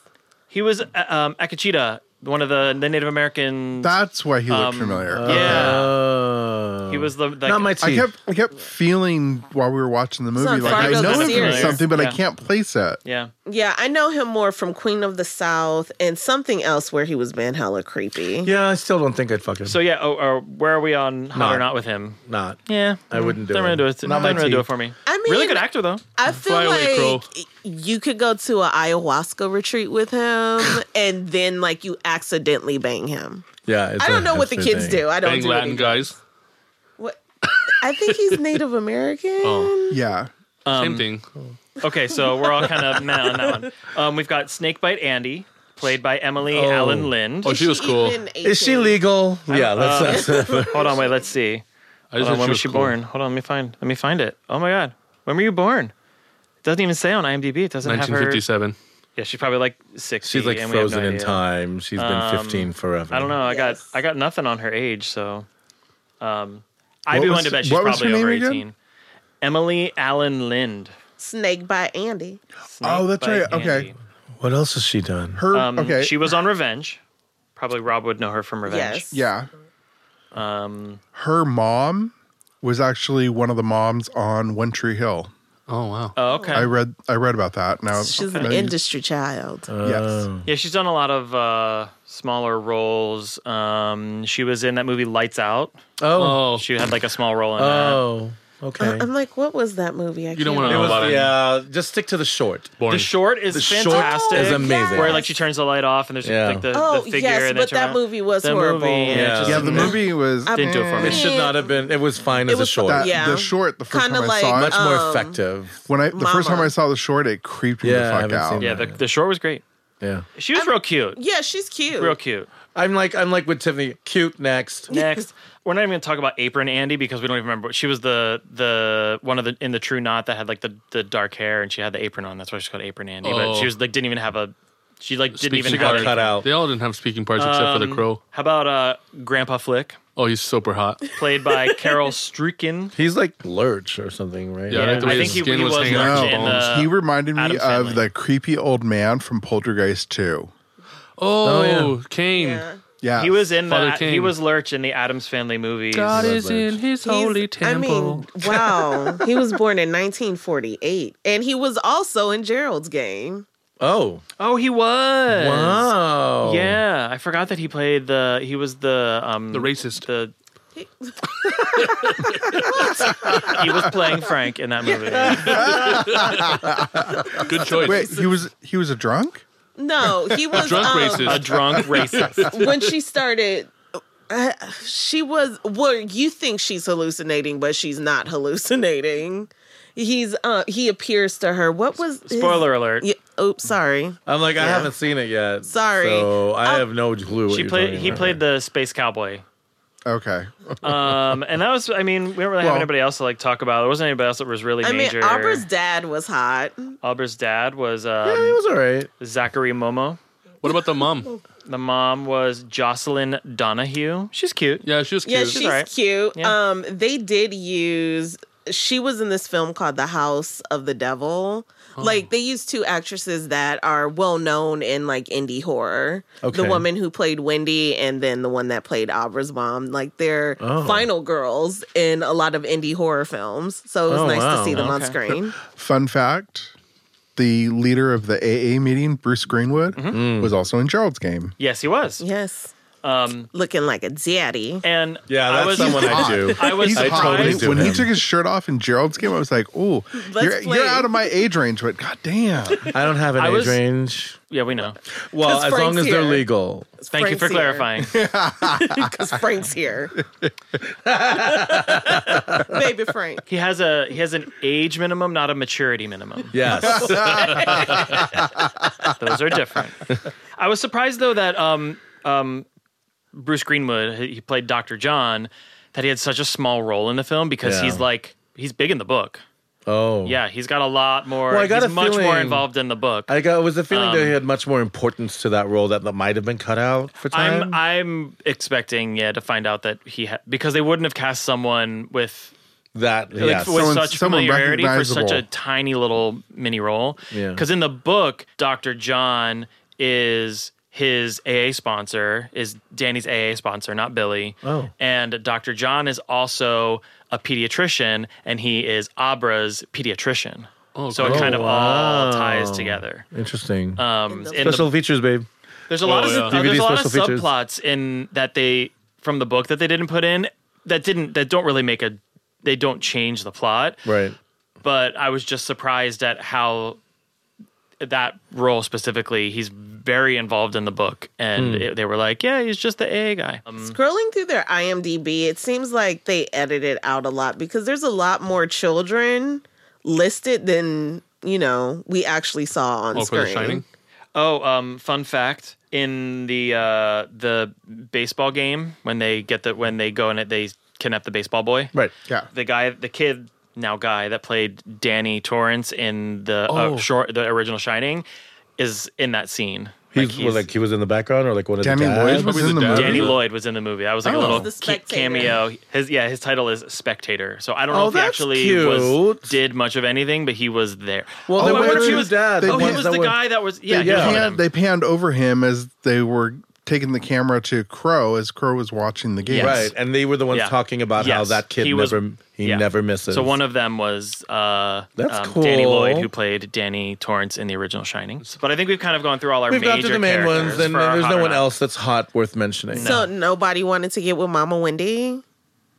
Speaker 1: He was uh, um, Akachita one of the, the Native American.
Speaker 3: That's why he looked
Speaker 1: um,
Speaker 3: familiar.
Speaker 1: Yeah,
Speaker 5: Oh.
Speaker 1: he was the like,
Speaker 5: not my
Speaker 3: I
Speaker 5: team.
Speaker 3: kept I kept feeling while we were watching the
Speaker 2: not
Speaker 3: movie like
Speaker 2: Fargo,
Speaker 3: I know
Speaker 2: the
Speaker 3: him from
Speaker 2: series.
Speaker 3: something, but
Speaker 1: Yeah.
Speaker 3: I can't place it.
Speaker 1: yeah.
Speaker 2: Yeah, I know him more from Queen of the South and something else where he was man hella creepy.
Speaker 5: yeah, I still don't think I'd fuck him.
Speaker 1: So yeah, oh, or where are we on hot
Speaker 5: No.
Speaker 1: or not with him?
Speaker 5: not.
Speaker 1: Yeah,
Speaker 5: I wouldn't do
Speaker 1: Don't really
Speaker 5: it.
Speaker 1: do it.
Speaker 5: Not my
Speaker 1: Don't really
Speaker 5: team.
Speaker 1: do it for me.
Speaker 2: I mean,
Speaker 1: really good actor though.
Speaker 2: I feel
Speaker 4: Fly away,
Speaker 2: like
Speaker 4: crow.
Speaker 2: you could go to a ayahuasca retreat with him
Speaker 4: (laughs)
Speaker 2: and then like you accidentally bang him.
Speaker 5: Yeah, it's
Speaker 2: I don't
Speaker 5: a
Speaker 2: know what the
Speaker 5: hipster
Speaker 2: kids
Speaker 5: thing.
Speaker 2: do. I don't
Speaker 4: Bang
Speaker 2: do
Speaker 4: Latin
Speaker 2: anything.
Speaker 4: guys.
Speaker 2: What? I think he's Native American.
Speaker 4: Oh.
Speaker 3: Yeah.
Speaker 4: Same
Speaker 1: Um,
Speaker 4: thing.
Speaker 1: Okay, so we're all kind of (laughs) meh on that one. Um, we've got Snakebite Andy, played by Emily Allen Lind.
Speaker 4: Oh, she was cool.
Speaker 2: even
Speaker 5: Is she
Speaker 2: 18?
Speaker 5: legal? Yeah, that's, (laughs) that's
Speaker 1: Hold on, wait, let's see.
Speaker 4: I just
Speaker 1: Hold on,
Speaker 4: thought
Speaker 1: when was
Speaker 4: was
Speaker 1: she
Speaker 4: cool.
Speaker 1: born? Hold on, let me find. Let me find it. Oh my god, when were you born? It doesn't even say on IMDb. It doesn't have her.
Speaker 4: 1957.
Speaker 1: Yeah, she's probably like sixty.
Speaker 5: she's like
Speaker 1: and we have no
Speaker 5: frozen in
Speaker 1: idea.
Speaker 5: time. She's been 15 forever.
Speaker 1: I don't know. I got
Speaker 2: Yes.
Speaker 1: I got nothing on her age, so um, I'd be
Speaker 3: What
Speaker 1: willing
Speaker 3: was-
Speaker 1: to bet she's
Speaker 3: what was her
Speaker 1: probably over
Speaker 3: name again?
Speaker 1: eighteen. Emily Allen Lind.
Speaker 2: Snake by Andy.
Speaker 1: Snake
Speaker 3: Oh, that's
Speaker 1: by
Speaker 3: right. Okay.
Speaker 1: Andy.
Speaker 5: What else has she done?
Speaker 3: Her
Speaker 1: Um,
Speaker 3: okay.
Speaker 1: She was on Revenge. Probably Rob would know her from Revenge.
Speaker 2: Yes.
Speaker 3: yeah.
Speaker 1: Um,
Speaker 3: Her mom was actually one of the moms on One Tree Hill.
Speaker 4: Oh wow.
Speaker 1: oh, okay.
Speaker 3: I read I read about that. Now
Speaker 2: She's
Speaker 3: now
Speaker 2: an
Speaker 3: you-
Speaker 2: industry child.
Speaker 3: Yes.
Speaker 1: yeah, she's done a lot of uh, smaller roles. Um, she was in that movie Lights Out.
Speaker 5: Oh.
Speaker 4: Oh,
Speaker 1: She had like a small role in that.
Speaker 5: Oh. Okay.
Speaker 2: I'm like, what was that movie? I
Speaker 4: you don't
Speaker 2: can't
Speaker 4: want to
Speaker 5: It
Speaker 4: know
Speaker 5: was-
Speaker 4: about it.
Speaker 5: yeah, just stick to the short.
Speaker 4: Boring.
Speaker 1: The short is
Speaker 5: The short
Speaker 1: fantastic.
Speaker 5: is amazing.
Speaker 1: Where like she turns the light off and there's
Speaker 5: Yeah.
Speaker 1: like the,
Speaker 2: Oh,
Speaker 1: the figure
Speaker 2: yes,
Speaker 1: and then
Speaker 2: but
Speaker 1: turn
Speaker 2: that
Speaker 1: around.
Speaker 2: movie was
Speaker 1: The
Speaker 2: horrible.
Speaker 1: movie, and it
Speaker 5: Yeah.
Speaker 1: just-
Speaker 3: Yeah, the movie was
Speaker 1: Didn't do it for me.
Speaker 5: It should not have been. It was fine as
Speaker 2: was
Speaker 5: a short.
Speaker 3: that,
Speaker 2: Yeah.
Speaker 3: the short the first
Speaker 2: Kinda
Speaker 3: time
Speaker 2: like-
Speaker 3: I saw it.
Speaker 5: Much more
Speaker 2: Um,
Speaker 5: effective.
Speaker 3: when I the first time
Speaker 2: Mama.
Speaker 3: I saw the short, it creeped me
Speaker 5: Yeah, I
Speaker 3: the fuck
Speaker 5: haven't
Speaker 3: out.
Speaker 5: seen
Speaker 1: Yeah, the, the short was great.
Speaker 5: Yeah.
Speaker 1: She was real cute.
Speaker 2: Yeah, she's cute.
Speaker 1: Real cute.
Speaker 5: I'm like I'm like with Tiffany. Cute next.
Speaker 1: Next, we're not even going to talk about Apron Andy because we don't even remember. She was the the one of the in the True Knot that had like the the dark hair and she had the apron on. That's why she's called Apron Andy. But
Speaker 4: Oh.
Speaker 1: she was like didn't even have a. She like didn't
Speaker 4: Speaking
Speaker 1: even
Speaker 4: part.
Speaker 1: have.
Speaker 5: cut
Speaker 1: any-
Speaker 5: out.
Speaker 4: They all didn't have speaking parts except for
Speaker 1: Um,
Speaker 4: the crow.
Speaker 1: How about uh, Grandpa Flick,
Speaker 4: Oh, he's super hot.
Speaker 1: played by Carol Streakin?
Speaker 5: He's like Lurch or something, right?
Speaker 4: Yeah, I like the
Speaker 1: I
Speaker 4: way
Speaker 1: think
Speaker 4: his
Speaker 1: he-
Speaker 4: skin
Speaker 1: he
Speaker 4: was
Speaker 1: was
Speaker 4: hanging
Speaker 1: large
Speaker 4: out.
Speaker 1: and,
Speaker 4: bones.
Speaker 1: uh,
Speaker 3: oh, he reminded me
Speaker 1: Adam Sandler.
Speaker 3: of the creepy old man from Poltergeist 2.
Speaker 4: oh,
Speaker 5: yeah.
Speaker 4: Kane.
Speaker 2: Yeah.
Speaker 3: Yeah.
Speaker 1: He was in
Speaker 4: Father
Speaker 1: the
Speaker 4: King.
Speaker 1: he was Lurch in the Adams Family movies.
Speaker 4: God
Speaker 5: Love
Speaker 4: is in
Speaker 5: Lurch.
Speaker 2: He's-
Speaker 4: His holy
Speaker 2: I
Speaker 4: temple.
Speaker 2: mean,
Speaker 4: (laughs)
Speaker 2: wow. he was born in 1948, and he was also in Gerald's Game.
Speaker 5: Oh.
Speaker 1: Oh, he was.
Speaker 5: Wow.
Speaker 1: Yeah, I forgot that he played the. He was the um
Speaker 4: The racist.
Speaker 1: The he was playing Frank in that movie.
Speaker 4: Good choice.
Speaker 3: Wait, he was he was a drunk?
Speaker 2: No,
Speaker 1: (laughs)
Speaker 2: he was
Speaker 4: Drunk
Speaker 2: um,
Speaker 4: racist.
Speaker 1: A
Speaker 5: (laughs)
Speaker 1: drunk racist.
Speaker 2: when she started. Uh, she was well. You think she's hallucinating, but she's not hallucinating. He's uh he appears to her. What was his-
Speaker 1: Spoiler alert.
Speaker 2: Yeah, oops, sorry.
Speaker 5: I'm like I haven't seen it yet.
Speaker 2: Sorry.
Speaker 5: So I
Speaker 2: Um,
Speaker 5: have no clue. What
Speaker 1: She
Speaker 5: you're
Speaker 1: played.
Speaker 5: talking
Speaker 1: He
Speaker 5: about.
Speaker 1: played the space cowboy.
Speaker 3: Okay.
Speaker 1: Um, and that was. I mean, we don't really have
Speaker 3: Well-
Speaker 1: anybody else to like talk about. There wasn't anybody else that was really
Speaker 2: I mean,
Speaker 1: major.
Speaker 2: Aubrey's dad was hot.
Speaker 1: Aubrey's dad was
Speaker 5: Yeah,
Speaker 1: um,
Speaker 5: it was all right.
Speaker 1: Zachary Momo.
Speaker 4: What about the mom?
Speaker 1: The mom was Jocelyn Donahue. She's cute.
Speaker 4: Yeah, she was cute.
Speaker 2: Yeah, she's
Speaker 1: alright.
Speaker 2: cute.
Speaker 1: Yeah.
Speaker 2: Um, they did use. She was in this film called The House of the Devil. Like they used two actresses that are well known in like indie horror.
Speaker 5: Okay.
Speaker 2: The woman who played Wendy, and then the one that played Aubrey's mom. Like they're
Speaker 5: Oh.
Speaker 2: final girls in a lot of indie horror films. So it was
Speaker 5: Oh,
Speaker 2: nice
Speaker 5: wow.
Speaker 2: to see them on
Speaker 1: Okay. (laughs)
Speaker 2: screen.
Speaker 3: Fun fact, the leader of the AA meeting, Bruce Greenwood,
Speaker 1: Mm.
Speaker 3: was also in Gerald's game.
Speaker 1: Yes, he was.
Speaker 2: Yes,
Speaker 1: Um,
Speaker 2: looking like a daddy.
Speaker 1: and
Speaker 5: Yeah, that's
Speaker 1: I was,
Speaker 5: someone I (laughs)
Speaker 3: hot.
Speaker 5: do.
Speaker 1: (laughs) I was
Speaker 5: I
Speaker 3: hot.
Speaker 5: totally
Speaker 1: surprised.
Speaker 5: do
Speaker 3: when he
Speaker 5: him.
Speaker 3: took his shirt off in Gerald's game, I was like, "Oh, you're,
Speaker 2: play.
Speaker 3: you're out of my age range." But god damn,
Speaker 5: I don't have an
Speaker 1: I
Speaker 5: age
Speaker 1: was-
Speaker 5: range.
Speaker 1: Yeah, we know.
Speaker 5: Well,
Speaker 2: 'Cause
Speaker 5: as long
Speaker 2: Frank's
Speaker 5: as they're
Speaker 2: here. (laughs)
Speaker 5: legal.
Speaker 1: Thank you for clarifying.
Speaker 2: Because (laughs) Frank's here,
Speaker 1: (laughs)
Speaker 2: baby Frank.
Speaker 1: He has a he has an age minimum, not a maturity minimum.
Speaker 5: Yes.
Speaker 1: Those are different. I was surprised though that um um Bruce Greenwood, he he played Dr. John, that he had such a small role in the film because
Speaker 5: Yeah.
Speaker 1: he's like he's big in the book.
Speaker 5: oh.
Speaker 1: Yeah, he's got a lot more
Speaker 5: Well, I got
Speaker 1: he's
Speaker 5: a
Speaker 1: much more
Speaker 5: feeling-
Speaker 1: involved in the book.
Speaker 5: I got it was the feeling that he had much more importance to that role that that might have been cut out for
Speaker 1: I'm
Speaker 5: time.
Speaker 1: I'm expecting yeah to find out that he ha- because they wouldn't have cast someone with
Speaker 5: that
Speaker 1: like,
Speaker 5: yes.
Speaker 1: with
Speaker 3: Someone-
Speaker 1: such
Speaker 3: someone
Speaker 1: familiarity for such a
Speaker 3: recognizable.
Speaker 1: tiny little mini role.
Speaker 5: Yeah.
Speaker 1: Because in the book, Doctor John is his AA sponsor is Danny's AA sponsor, not Billy.
Speaker 5: Oh.
Speaker 1: And Dr. John is also a pediatrician and he is Abra's pediatrician.
Speaker 4: Oh,
Speaker 1: so
Speaker 4: cool.
Speaker 1: it kind of all ties
Speaker 5: Wow.
Speaker 1: together.
Speaker 5: Interesting.
Speaker 1: Um, in the-
Speaker 5: Special features, babe.
Speaker 1: there's a lot
Speaker 4: Oh,
Speaker 1: of
Speaker 4: yeah.
Speaker 1: uh, there's
Speaker 5: DVD
Speaker 1: a lot of
Speaker 5: special features.
Speaker 1: subplots in that they from the book that they didn't put in that didn't that don't really make a they don't change the plot.
Speaker 5: Right.
Speaker 1: But I was just surprised at how that role specifically he's very involved in the book and
Speaker 5: Hmm.
Speaker 1: it- they were like yeah he's just the AA guy. Um,
Speaker 2: Scrolling through their IMDb, it seems like they edited out a lot because there's a lot more children listed than you know we actually saw on
Speaker 4: Oh, for
Speaker 2: screen.
Speaker 4: The Shining.
Speaker 1: oh, um, fun fact in the uh, the baseball game when they get the when they go and they kidnap the baseball boy.
Speaker 5: Right.
Speaker 3: Yeah.
Speaker 1: the guy, the kid, now guy that played Danny Torrance in the uh,
Speaker 4: Oh.
Speaker 1: short, the original Shining, is in that scene.
Speaker 5: He's well, like, he was in the background or like one of
Speaker 3: Danny
Speaker 5: the
Speaker 3: Lloyd
Speaker 5: dads?
Speaker 3: was
Speaker 4: Probably the
Speaker 3: in the
Speaker 4: dad.
Speaker 3: movie.
Speaker 1: Danny Lloyd was in the movie. That was like
Speaker 3: Oh.
Speaker 1: a little
Speaker 2: The
Speaker 1: ca-
Speaker 2: spectator.
Speaker 1: cameo. His yeah, his title is spectator. So I don't know
Speaker 5: Oh,
Speaker 1: if he
Speaker 5: that's
Speaker 1: actually
Speaker 5: cute.
Speaker 1: was did much of anything, but he was there.
Speaker 5: Well,
Speaker 1: oh,
Speaker 5: they
Speaker 1: I wonder
Speaker 5: went
Speaker 1: if he
Speaker 5: to
Speaker 1: was.
Speaker 5: dad, the
Speaker 1: oh, he
Speaker 5: ones
Speaker 1: was
Speaker 5: that
Speaker 1: the
Speaker 5: were-
Speaker 1: guy that was. Yeah,
Speaker 5: yeah.
Speaker 1: He was one of
Speaker 3: Panned-
Speaker 1: them.
Speaker 3: they panned over him as they were taking the camera to Crow as Crow was watching the game.
Speaker 1: Yes.
Speaker 5: Right. And they were the ones
Speaker 1: Yeah.
Speaker 5: talking about how
Speaker 1: Yes.
Speaker 5: that kid
Speaker 1: He was-
Speaker 5: never he
Speaker 1: yeah.
Speaker 5: never misses.
Speaker 1: So one of them was uh,
Speaker 5: That's
Speaker 1: um, Danny
Speaker 5: cool.
Speaker 1: Lloyd, who played Danny Torrance in the original Shining. But I think we've kind of gone through all our
Speaker 5: We've
Speaker 1: major
Speaker 5: gone to the main
Speaker 1: characters
Speaker 5: ones, and
Speaker 1: for our
Speaker 5: there's
Speaker 1: hot
Speaker 5: no
Speaker 1: or
Speaker 5: one
Speaker 1: not.
Speaker 5: else that's hot worth mentioning.
Speaker 2: So nobody wanted to get with Mama Wendy.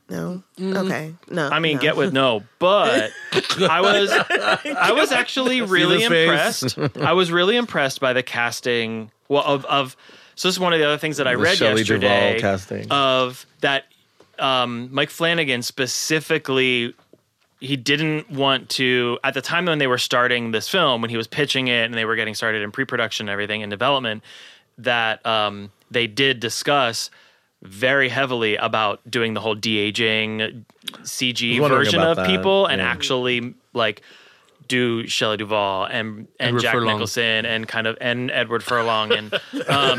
Speaker 2: No. Okay. No.
Speaker 1: I mean,
Speaker 2: no.
Speaker 1: get with no, but I
Speaker 5: (laughs)
Speaker 1: was I was actually really
Speaker 5: this face?
Speaker 1: impressed. I was really impressed by the casting. Well, of of so this is one of the other things that I
Speaker 5: The
Speaker 1: read
Speaker 5: Shelley Duvall
Speaker 1: yesterday
Speaker 5: casting.
Speaker 1: of that um, Mike Flanagan specifically. He didn't want to at the time when they were starting this film, when he was pitching it and they were getting started in pre-production and everything in development, that um, they did discuss very heavily about doing the whole de-aging CG
Speaker 5: was wondering
Speaker 1: version
Speaker 5: about
Speaker 1: of
Speaker 5: that,
Speaker 1: people and
Speaker 5: yeah.
Speaker 1: actually like do Shelley Duvall and and
Speaker 4: Edward
Speaker 1: Jack
Speaker 4: Furlong.
Speaker 1: Nicholson and kind of and Edward Furlong and
Speaker 5: (laughs)
Speaker 1: um,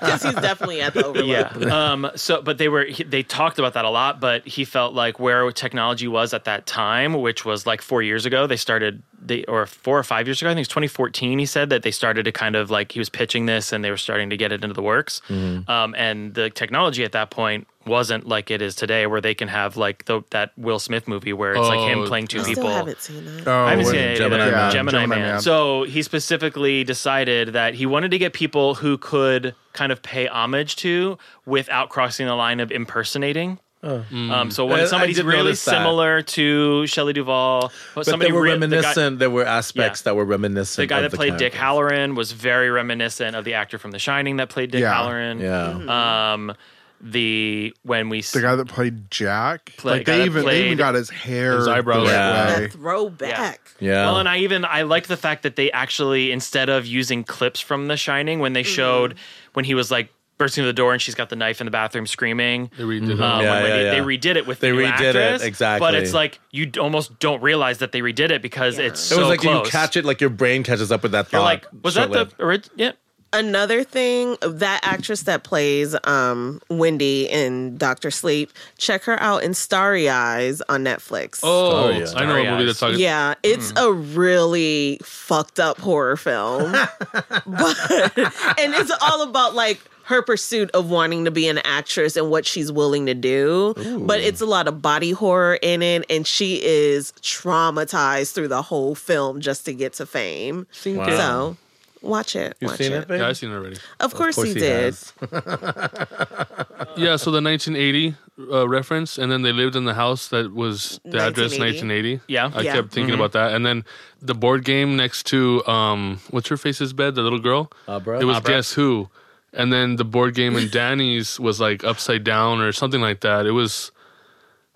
Speaker 2: because he's definitely at the overlook.
Speaker 1: yeah. Um, so, but they were he- they talked about that a lot. But he felt like where technology was at that time, which was like four years ago, they started they or four or five years ago. I think it's 2014. He said that they started to kind of like he was pitching this and they were starting to get it into the works. Um, and the technology at that point wasn't like it is today, where they can have like the, that Will Smith movie where it's like him
Speaker 4: Oh,
Speaker 1: playing two
Speaker 2: I
Speaker 1: people.
Speaker 2: still haven't seen it.
Speaker 3: Oh,
Speaker 1: I haven't
Speaker 3: and
Speaker 1: seen it either.
Speaker 5: Gemini
Speaker 3: Man.
Speaker 1: Gemini, Man.
Speaker 3: Gemini Man.
Speaker 1: So he specifically decided that he wanted to get people who could kind of pay homage to without crossing the line of impersonating. Um, so
Speaker 5: I- I
Speaker 1: when somebody's
Speaker 5: did
Speaker 1: really
Speaker 5: notice that.
Speaker 1: similar to Shelley Duvall, but
Speaker 5: but they
Speaker 1: somebody
Speaker 5: were
Speaker 1: re- the guy-
Speaker 5: reminiscent. there were aspects
Speaker 1: Yeah.
Speaker 5: that were reminiscent.
Speaker 1: The guy
Speaker 5: of
Speaker 1: that played Dick
Speaker 5: characters.
Speaker 1: Halloran was very reminiscent of the actor from The Shining that played Dick
Speaker 3: Yeah.
Speaker 1: Halloran.
Speaker 5: Yeah.
Speaker 1: Um, the when we
Speaker 3: The guy that played Jack.
Speaker 1: Play-
Speaker 3: like
Speaker 1: guy
Speaker 3: they
Speaker 1: that
Speaker 3: even they even
Speaker 1: played-
Speaker 3: got his hair,
Speaker 4: His eyebrows.
Speaker 3: the
Speaker 5: Yeah.
Speaker 3: right
Speaker 2: That throwback.
Speaker 5: Yeah.
Speaker 1: Well, and I even I like the fact that they actually instead of using clips from The Shining when they showed when he was like bursting through the door and she's got the knife in the bathroom screaming.
Speaker 4: They redid it.
Speaker 1: Um,
Speaker 5: Yeah,
Speaker 1: when
Speaker 5: yeah,
Speaker 1: they, they
Speaker 5: yeah.
Speaker 1: redid it with
Speaker 5: They
Speaker 1: the new
Speaker 5: redid it,
Speaker 1: actress, But
Speaker 5: exactly.
Speaker 1: it's like you d- almost don't realize that they redid it because it's
Speaker 5: it
Speaker 1: so
Speaker 5: was like
Speaker 1: close.
Speaker 5: you catch it, like your brain catches up with that
Speaker 1: You're
Speaker 5: thought.
Speaker 1: like, was that the
Speaker 5: shortly.
Speaker 1: original? Yeah.
Speaker 2: Another thing, that actress that plays um, Wendy in Doctor Sleep, check her out in Starry Eyes on Netflix.
Speaker 4: Oh,
Speaker 5: Oh, yeah.
Speaker 4: I know a movie
Speaker 1: Eyes.
Speaker 4: that's talking.
Speaker 2: Yeah, it's
Speaker 4: Hmm.
Speaker 2: a really fucked up horror
Speaker 4: (laughs)
Speaker 2: film. but and it's all about like her pursuit of wanting to be an actress and what she's willing to do. But it's a lot of body horror in it and she is traumatized through the whole film just to get to fame.
Speaker 5: Wow.
Speaker 2: So, watch it.
Speaker 5: You've
Speaker 2: watch
Speaker 5: seen it, babe?
Speaker 4: Yeah, I've seen it already.
Speaker 2: Of course, he, did.
Speaker 5: has.
Speaker 4: Yeah, so the 1980 uh, reference, and then they lived in the house that was the address
Speaker 2: 1980.
Speaker 4: 1980.
Speaker 1: Yeah.
Speaker 4: I
Speaker 2: Yeah.
Speaker 4: kept thinking
Speaker 5: Mm-hmm.
Speaker 4: about that, and then the board game next to um, what's her face's bed, the little girl.
Speaker 5: Abra?
Speaker 4: It was
Speaker 5: Abra.
Speaker 4: Guess Who, and then the board game in Danny's was like upside down or something like that. It was.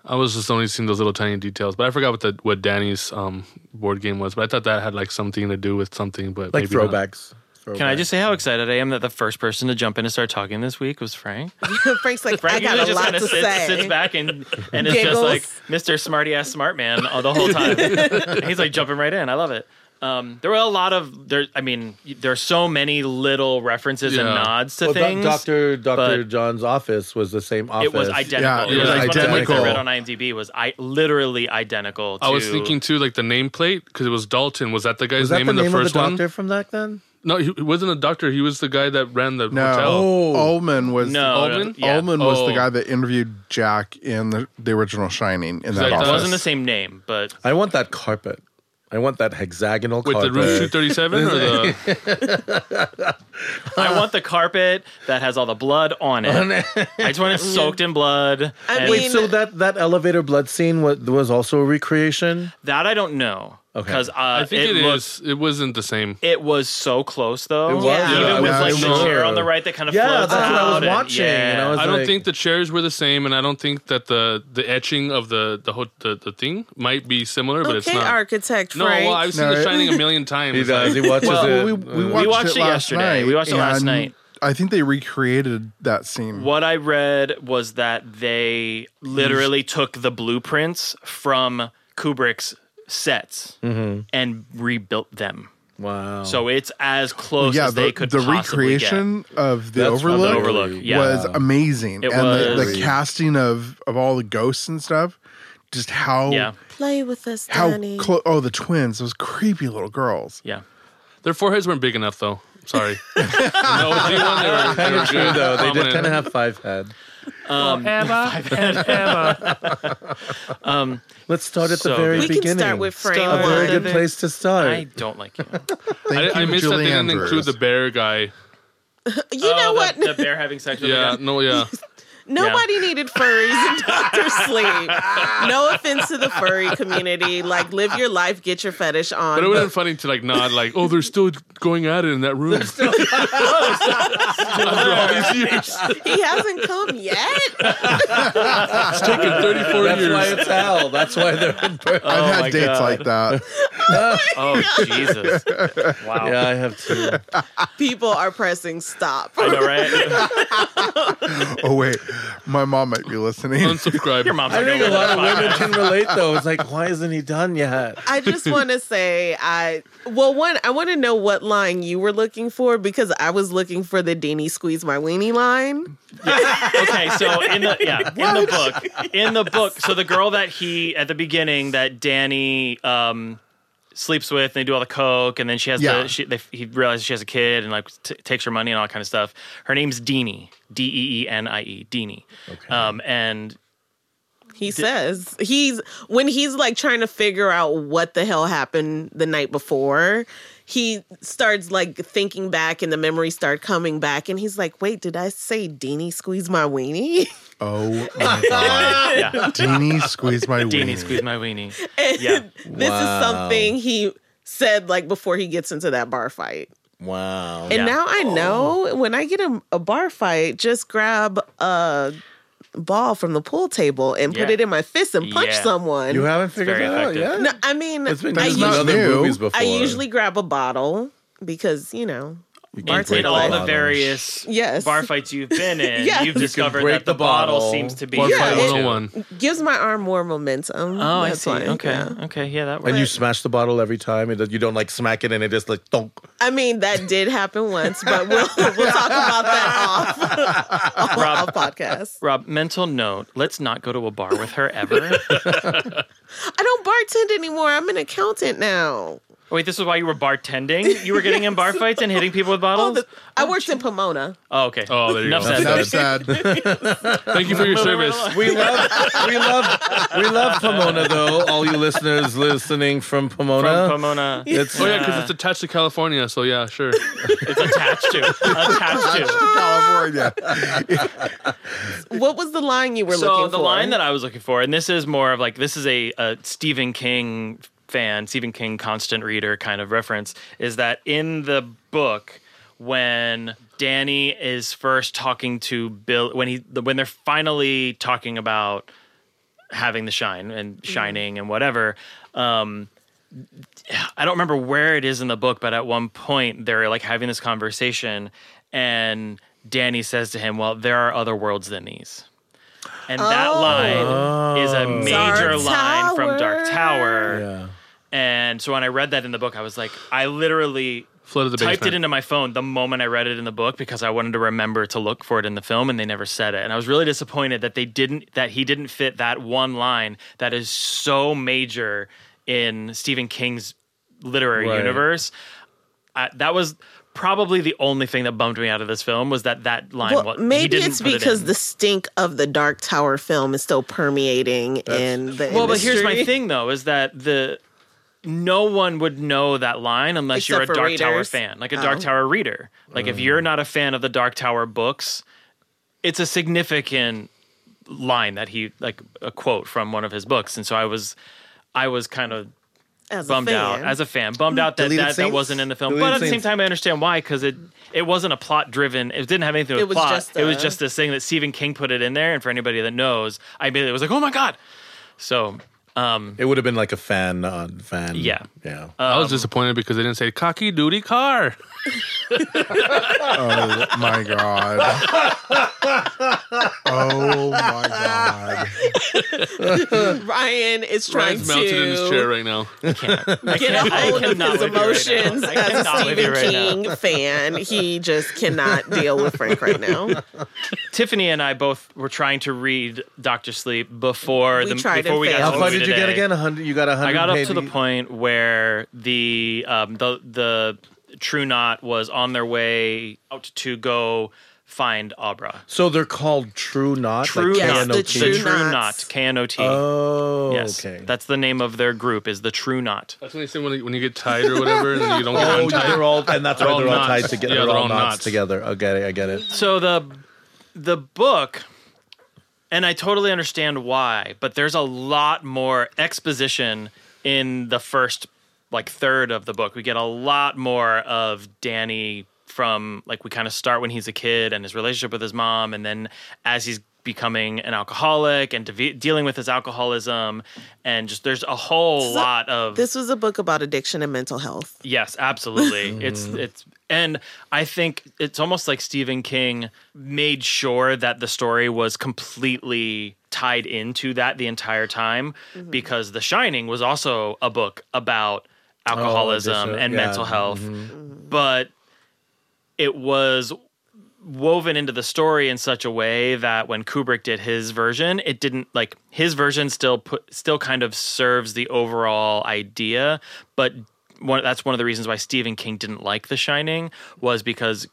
Speaker 4: I was just only seeing those little tiny details, but I forgot what the what Danny's um, board game was. But I thought that had like something to do with something, but
Speaker 5: like
Speaker 4: maybe not.
Speaker 5: throwbacks.
Speaker 1: Can I just say how excited I am that the first person to jump in and start talking this week was Frank?
Speaker 2: (laughs) Frank's like, I
Speaker 1: Frank
Speaker 2: got
Speaker 1: usually
Speaker 2: a
Speaker 1: just
Speaker 2: lot
Speaker 1: kind
Speaker 2: to
Speaker 1: of sits,
Speaker 2: say.
Speaker 1: sits back and, and is just
Speaker 2: Giggles.
Speaker 1: like Mr. Smarty Ass Smart Man all- the
Speaker 2: (laughs)
Speaker 1: whole time. And he's like jumping right in. I love it. Um, there were a lot of there. I mean, there are so many little references and
Speaker 4: Yeah.
Speaker 1: nods to
Speaker 5: Well,
Speaker 1: things.
Speaker 5: Doctor Doctor
Speaker 1: but-
Speaker 5: John's office was the same office.
Speaker 1: it was identical.
Speaker 3: Yeah,
Speaker 1: it was
Speaker 4: yeah,
Speaker 1: like one of the things I read
Speaker 3: identical.
Speaker 1: on IMDb was I literally identical. To,
Speaker 4: I was thinking too, like the nameplate, because it was Dalton. Was that the guy's
Speaker 5: Was that
Speaker 4: name
Speaker 5: the
Speaker 4: in the
Speaker 5: name of the
Speaker 4: first one?
Speaker 5: doctor from back then?
Speaker 4: No, he he wasn't a doctor. He was the guy that ran the
Speaker 3: No,
Speaker 4: hotel.
Speaker 3: Ullman was
Speaker 1: No,
Speaker 4: Ullman?
Speaker 1: yeah.
Speaker 3: Ullman was the
Speaker 4: Oh.
Speaker 3: guy that interviewed Jack in the, the original Shining in that
Speaker 4: that-
Speaker 3: office.
Speaker 1: It wasn't the same name, but
Speaker 5: I want that carpet. I want that hexagonal
Speaker 4: With the
Speaker 5: carpet.
Speaker 4: room 237 or the
Speaker 1: I want the carpet that has all the blood on it. I just want it soaked in blood.
Speaker 2: I
Speaker 1: and-
Speaker 2: mean-
Speaker 5: Wait, so that that elevator blood scene was, was also a recreation.
Speaker 1: that I don't know
Speaker 5: Okay.
Speaker 1: because uh,
Speaker 4: I think
Speaker 1: it,
Speaker 4: it
Speaker 1: looked-
Speaker 4: is. It wasn't the same.
Speaker 1: It was so close though.
Speaker 5: It was?
Speaker 2: Yeah.
Speaker 1: Even
Speaker 2: Yeah,
Speaker 1: with
Speaker 3: I
Speaker 1: like
Speaker 3: was
Speaker 1: the chair
Speaker 5: sure.
Speaker 1: on the right that kind of
Speaker 5: Yeah,
Speaker 1: floats
Speaker 5: that's what I was
Speaker 1: out and-
Speaker 5: watching, and I was
Speaker 4: I don't
Speaker 5: like-
Speaker 4: think the chairs were the same, and I don't think that the the etching of the the ho- the, the thing might be similar, but it's
Speaker 2: okay,
Speaker 4: not.
Speaker 2: architect
Speaker 4: no,
Speaker 2: Frank.
Speaker 4: well, I've seen
Speaker 3: No,
Speaker 4: The
Speaker 3: it-
Speaker 4: Shining a million times.
Speaker 5: He does. He
Speaker 4: Like,
Speaker 5: watches
Speaker 1: Well,
Speaker 5: it.
Speaker 3: we, we
Speaker 5: Uh,
Speaker 3: watched,
Speaker 1: watched
Speaker 3: it
Speaker 1: it
Speaker 3: last
Speaker 1: yesterday.
Speaker 3: Night,
Speaker 1: We watched it last
Speaker 3: and
Speaker 1: night.
Speaker 3: I think they recreated that scene.
Speaker 1: What I read was that they literally took the blueprints from Kubrick's sets
Speaker 5: Mm-hmm.
Speaker 1: and rebuilt them.
Speaker 5: wow.
Speaker 1: So it's as close
Speaker 3: yeah,
Speaker 1: as
Speaker 3: the,
Speaker 1: they could
Speaker 3: the
Speaker 1: possibly
Speaker 3: recreation of the
Speaker 5: That's
Speaker 3: overlook,
Speaker 1: get. Overlook, yeah.
Speaker 3: was amazing,
Speaker 1: It
Speaker 3: and The,
Speaker 1: was.
Speaker 3: the casting of of all the ghosts and stuff, just how
Speaker 1: yeah,
Speaker 2: Play with us,
Speaker 3: how
Speaker 2: Danny.
Speaker 3: close. Oh, the twins, those creepy little girls.
Speaker 1: yeah.
Speaker 4: Their foreheads weren't big enough, though. Sorry. no, they were, they were good.
Speaker 5: though they did
Speaker 4: Prominent.
Speaker 5: kind of have five head.
Speaker 2: Oh, (laughs)
Speaker 5: Let's start at
Speaker 1: So
Speaker 5: the very
Speaker 1: good.
Speaker 2: we
Speaker 5: beginning.
Speaker 2: can start with Frank.
Speaker 5: a very
Speaker 2: one.
Speaker 5: good place to start.
Speaker 1: I don't like you.
Speaker 4: I,
Speaker 3: Thank
Speaker 4: I
Speaker 3: you,
Speaker 4: missed that
Speaker 3: Julie
Speaker 4: they didn't
Speaker 3: Andrews.
Speaker 4: include the bear guy.
Speaker 2: (laughs) You know
Speaker 1: Oh,
Speaker 2: what?
Speaker 1: The, the bear having sex with the
Speaker 4: Yeah,
Speaker 1: guy.
Speaker 4: no, yeah.
Speaker 2: Nobody needed furries
Speaker 1: (laughs)
Speaker 2: in Doctor Sleep. No offense to the furry community. Like, live your life, get your fetish on.
Speaker 4: But it would have been funny to like nod, like, oh, they're still going at it in that room. After all these years,
Speaker 2: he hasn't come yet.
Speaker 4: it's taken
Speaker 1: (laughs)
Speaker 4: 34
Speaker 5: That's
Speaker 4: years.
Speaker 5: why it's hell. That's why they're in
Speaker 3: I've
Speaker 5: birth.
Speaker 1: Oh my
Speaker 3: had dates
Speaker 1: God.
Speaker 3: like that.
Speaker 1: Oh Jesus! Wow.
Speaker 5: (laughs) Yeah, I have two.
Speaker 2: People are pressing stop.
Speaker 1: I know,
Speaker 5: (laughs)
Speaker 1: right? (laughs)
Speaker 3: Oh wait, my mom might be listening.
Speaker 4: Unsubscribe.
Speaker 1: Your mom's
Speaker 5: I
Speaker 1: like,
Speaker 5: think a lot of
Speaker 1: "Oh,
Speaker 5: women can relate though. It's like, why isn't he done yet?
Speaker 2: I just want to say, I well, one, I want to know what line you were looking for because I was looking for the Deanie squeeze my weenie line.
Speaker 1: okay, so in the yeah, in the book, in the book, so the girl that he at the beginning that Danny um sleeps with, and they do all the coke, and then she has
Speaker 3: Yeah.
Speaker 1: the she, they, he realizes she has a kid, and like t- takes her money and all that kind of stuff. Her name's Deanie, D E E N I E, Deanie, um, and
Speaker 2: He says he's when he's like trying to figure out what the hell happened the night before. He starts like thinking back, and the memories start coming back, and he's like, "Wait, did I say Deanie squeeze my weenie?" (laughs)
Speaker 3: Oh my god, (laughs)
Speaker 1: yeah,
Speaker 3: Deanie squeezed my
Speaker 1: Deanie,
Speaker 3: weenie.
Speaker 1: squeeze my weenie.
Speaker 2: And
Speaker 1: Yeah.
Speaker 2: this
Speaker 5: Wow.
Speaker 2: is something he said like before he gets into that bar fight.
Speaker 5: Wow.
Speaker 2: And
Speaker 1: Yeah.
Speaker 2: now I
Speaker 5: Oh.
Speaker 2: know when I get a, a bar fight, just grab a ball from the pool table and put
Speaker 1: Yeah.
Speaker 2: it in my fist and punch
Speaker 1: Yeah.
Speaker 2: someone.
Speaker 5: You haven't figured
Speaker 1: very
Speaker 5: it out
Speaker 1: effective.
Speaker 5: yet.
Speaker 2: no, I mean,
Speaker 5: It's been
Speaker 2: I,
Speaker 5: used in
Speaker 3: usually-
Speaker 2: usually,
Speaker 5: other movies
Speaker 3: I
Speaker 5: before.
Speaker 2: I usually grab a bottle because, you know,
Speaker 1: In
Speaker 2: bartender
Speaker 1: all
Speaker 2: life.
Speaker 1: the (laughs) various
Speaker 2: Yes.
Speaker 1: bar fights you've been
Speaker 2: (laughs)
Speaker 1: in,
Speaker 2: Yes. You
Speaker 1: you've
Speaker 2: can
Speaker 1: discovered
Speaker 5: break
Speaker 1: that the
Speaker 5: the
Speaker 1: bottle,
Speaker 5: bottle.
Speaker 1: seems to be
Speaker 4: One
Speaker 2: Yeah,
Speaker 4: fight
Speaker 2: it-
Speaker 4: 101.
Speaker 2: gives my arm more momentum.
Speaker 1: Oh, I
Speaker 2: That's
Speaker 1: see.
Speaker 2: why,
Speaker 1: okay,
Speaker 2: yeah.
Speaker 1: okay, yeah, that works.
Speaker 5: And you smash the bottle every time. It, you don't like smack it and it just like thunk.
Speaker 2: I mean, that did happen once, but we'll, we'll talk about that off, (laughs) off podcast.
Speaker 1: Rob, mental note: Let's not go to a bar with her ever. Oh,
Speaker 2: I don't bartend anymore. I'm an accountant now.
Speaker 1: Oh, Wait, this is why you were bartending? You were getting in bar fights and hitting people with
Speaker 2: Oh,
Speaker 1: bottles?
Speaker 2: the, I worked in Pomona.
Speaker 1: Oh, okay.
Speaker 4: Oh, there you
Speaker 1: Enough
Speaker 4: go.
Speaker 1: said.
Speaker 3: That's sad.
Speaker 1: (laughs)
Speaker 4: Thank you for your service.
Speaker 5: We love, we love, we love Pomona though. All you listeners listening from Pomona,
Speaker 1: From Pomona.
Speaker 5: it's
Speaker 4: Oh yeah, because it's attached to California, so yeah, sure.
Speaker 1: (laughs) It's attached to. Attached to.
Speaker 3: California.
Speaker 2: What was the line you were
Speaker 1: So
Speaker 2: looking
Speaker 1: the
Speaker 2: for?
Speaker 1: line that I was looking for, and this is more of like this is a, a Stephen King fan, Stephen King constant reader kind of reference, is that in the book when Danny is first talking to Bill, when he when they're finally talking about having the shine
Speaker 2: Mm-hmm.
Speaker 1: and shining and whatever. Um, I don't remember where it is in the book, but at one point they're like having this conversation, and Danny says to him, "Well, there are other worlds than these." And that line is a major
Speaker 2: Oh. Dark
Speaker 1: line from Dark
Speaker 2: Tower.
Speaker 1: Tower. And so when I read that in the book, I was like, I literally
Speaker 4: Flooded the basement.
Speaker 1: typed it into my phone the moment I read it in the book because I wanted to remember to look for it in the film and they never said it. And I was really disappointed that they didn't that he didn't fit that one line that is so major in Stephen King's literary
Speaker 5: Right.
Speaker 1: universe. I, that was probably the only thing that bumped me out of this film was that that line.
Speaker 2: Well,
Speaker 1: wa- he
Speaker 2: maybe
Speaker 1: didn't
Speaker 2: it's
Speaker 1: put it
Speaker 2: because
Speaker 1: in.
Speaker 2: the stink of the Dark Tower film is still permeating in the
Speaker 1: Well, but here's my
Speaker 2: industry.
Speaker 1: thing though: is that the no one would know that line unless you're a
Speaker 2: Except for
Speaker 1: Dark Tower
Speaker 2: readers. Oh.
Speaker 1: fan, like a Dark Tower reader. Like
Speaker 5: Mm.
Speaker 1: if you're not a fan of the Dark Tower books, it's a significant line that he like a quote from one of his books, and so I was, I was kind of
Speaker 2: As
Speaker 1: bummed
Speaker 2: a
Speaker 1: out
Speaker 2: fan.
Speaker 1: as a fan, bummed out that
Speaker 5: Deleted
Speaker 1: that, that
Speaker 5: scenes?
Speaker 1: wasn't in the film.
Speaker 5: Deleted
Speaker 1: but at the same
Speaker 5: scenes.
Speaker 1: time, I understand why because it it wasn't a plot driven. It didn't have anything to do
Speaker 2: It
Speaker 1: with
Speaker 2: was
Speaker 1: plot.
Speaker 2: just
Speaker 1: it was
Speaker 2: a-
Speaker 1: just this thing that Stephen King put it in there, and for anybody that knows, I immediately was like, oh my god. So
Speaker 5: It would have been like a fan on fan.
Speaker 1: Yeah. Uh,
Speaker 5: Yeah.
Speaker 4: I
Speaker 1: um,
Speaker 4: was disappointed because they didn't say cocky duty car.
Speaker 3: Oh my
Speaker 1: (laughs)
Speaker 3: god. oh my god.
Speaker 2: Ryan is trying
Speaker 4: Ryan's melted in his chair
Speaker 2: to
Speaker 4: right
Speaker 1: (laughs)
Speaker 4: now.
Speaker 2: get a
Speaker 1: I
Speaker 2: hold of
Speaker 1: cannot
Speaker 2: his
Speaker 1: with you right now.
Speaker 2: emotions
Speaker 1: I
Speaker 2: as a
Speaker 1: cannot with you
Speaker 2: Stephen
Speaker 1: right now.
Speaker 2: King fan. He just cannot deal with Frank right now.
Speaker 1: Tiffany and I both were trying to read Doctor Sleep before
Speaker 2: We
Speaker 1: the
Speaker 2: tried
Speaker 1: before
Speaker 2: and
Speaker 1: we got
Speaker 2: failed.
Speaker 1: to
Speaker 5: How
Speaker 1: the
Speaker 5: far
Speaker 1: movie
Speaker 5: did you get
Speaker 1: today.
Speaker 5: again? A hundred. You got a hundred.
Speaker 1: I got up to the
Speaker 5: maybe?
Speaker 1: point where the um, the the True Knot was on their way out to go find Abra.
Speaker 5: So they're called True Knot.
Speaker 1: True
Speaker 2: Yes,
Speaker 1: Knot,
Speaker 2: the
Speaker 5: K-N-O-T?
Speaker 1: the
Speaker 2: True
Speaker 1: True Knot,
Speaker 2: Knots.
Speaker 1: K N O T.
Speaker 5: Oh,
Speaker 1: Yes,
Speaker 5: okay.
Speaker 1: that's the name of their group. Is the True Knot.
Speaker 4: That's when they say when, when you get tied or whatever, and then you don't get
Speaker 5: Oh,
Speaker 4: untied.
Speaker 5: they're all and that's
Speaker 4: They're
Speaker 5: why
Speaker 4: all
Speaker 5: they're all
Speaker 4: knots.
Speaker 5: tied together.
Speaker 4: Yeah,
Speaker 5: they're all knots,
Speaker 4: knots.
Speaker 5: together. I get it. I get
Speaker 1: (laughs)
Speaker 5: it.
Speaker 1: So the the book, and I totally understand why, but there's a lot more exposition in the first like third of the book. We get a lot more of Danny from like we kind of start when he's a kid and his relationship with his mom, and then as he's becoming an alcoholic and deve- dealing with his alcoholism, and just there's a whole
Speaker 2: So
Speaker 1: lot of
Speaker 2: This was a book about addiction and mental health.
Speaker 1: Yes, absolutely. it's it's and I think it's almost like Stephen King made sure that the story was completely tied into that the entire time because The Shining was also a book about alcoholism
Speaker 5: addiction,
Speaker 1: and
Speaker 5: yeah.
Speaker 1: mental health. But it was woven into the story in such a way that when Kubrick did his version, it didn't like his version still put still kind of serves the overall idea, but one that's one of the reasons why Stephen King didn't like The Shining was because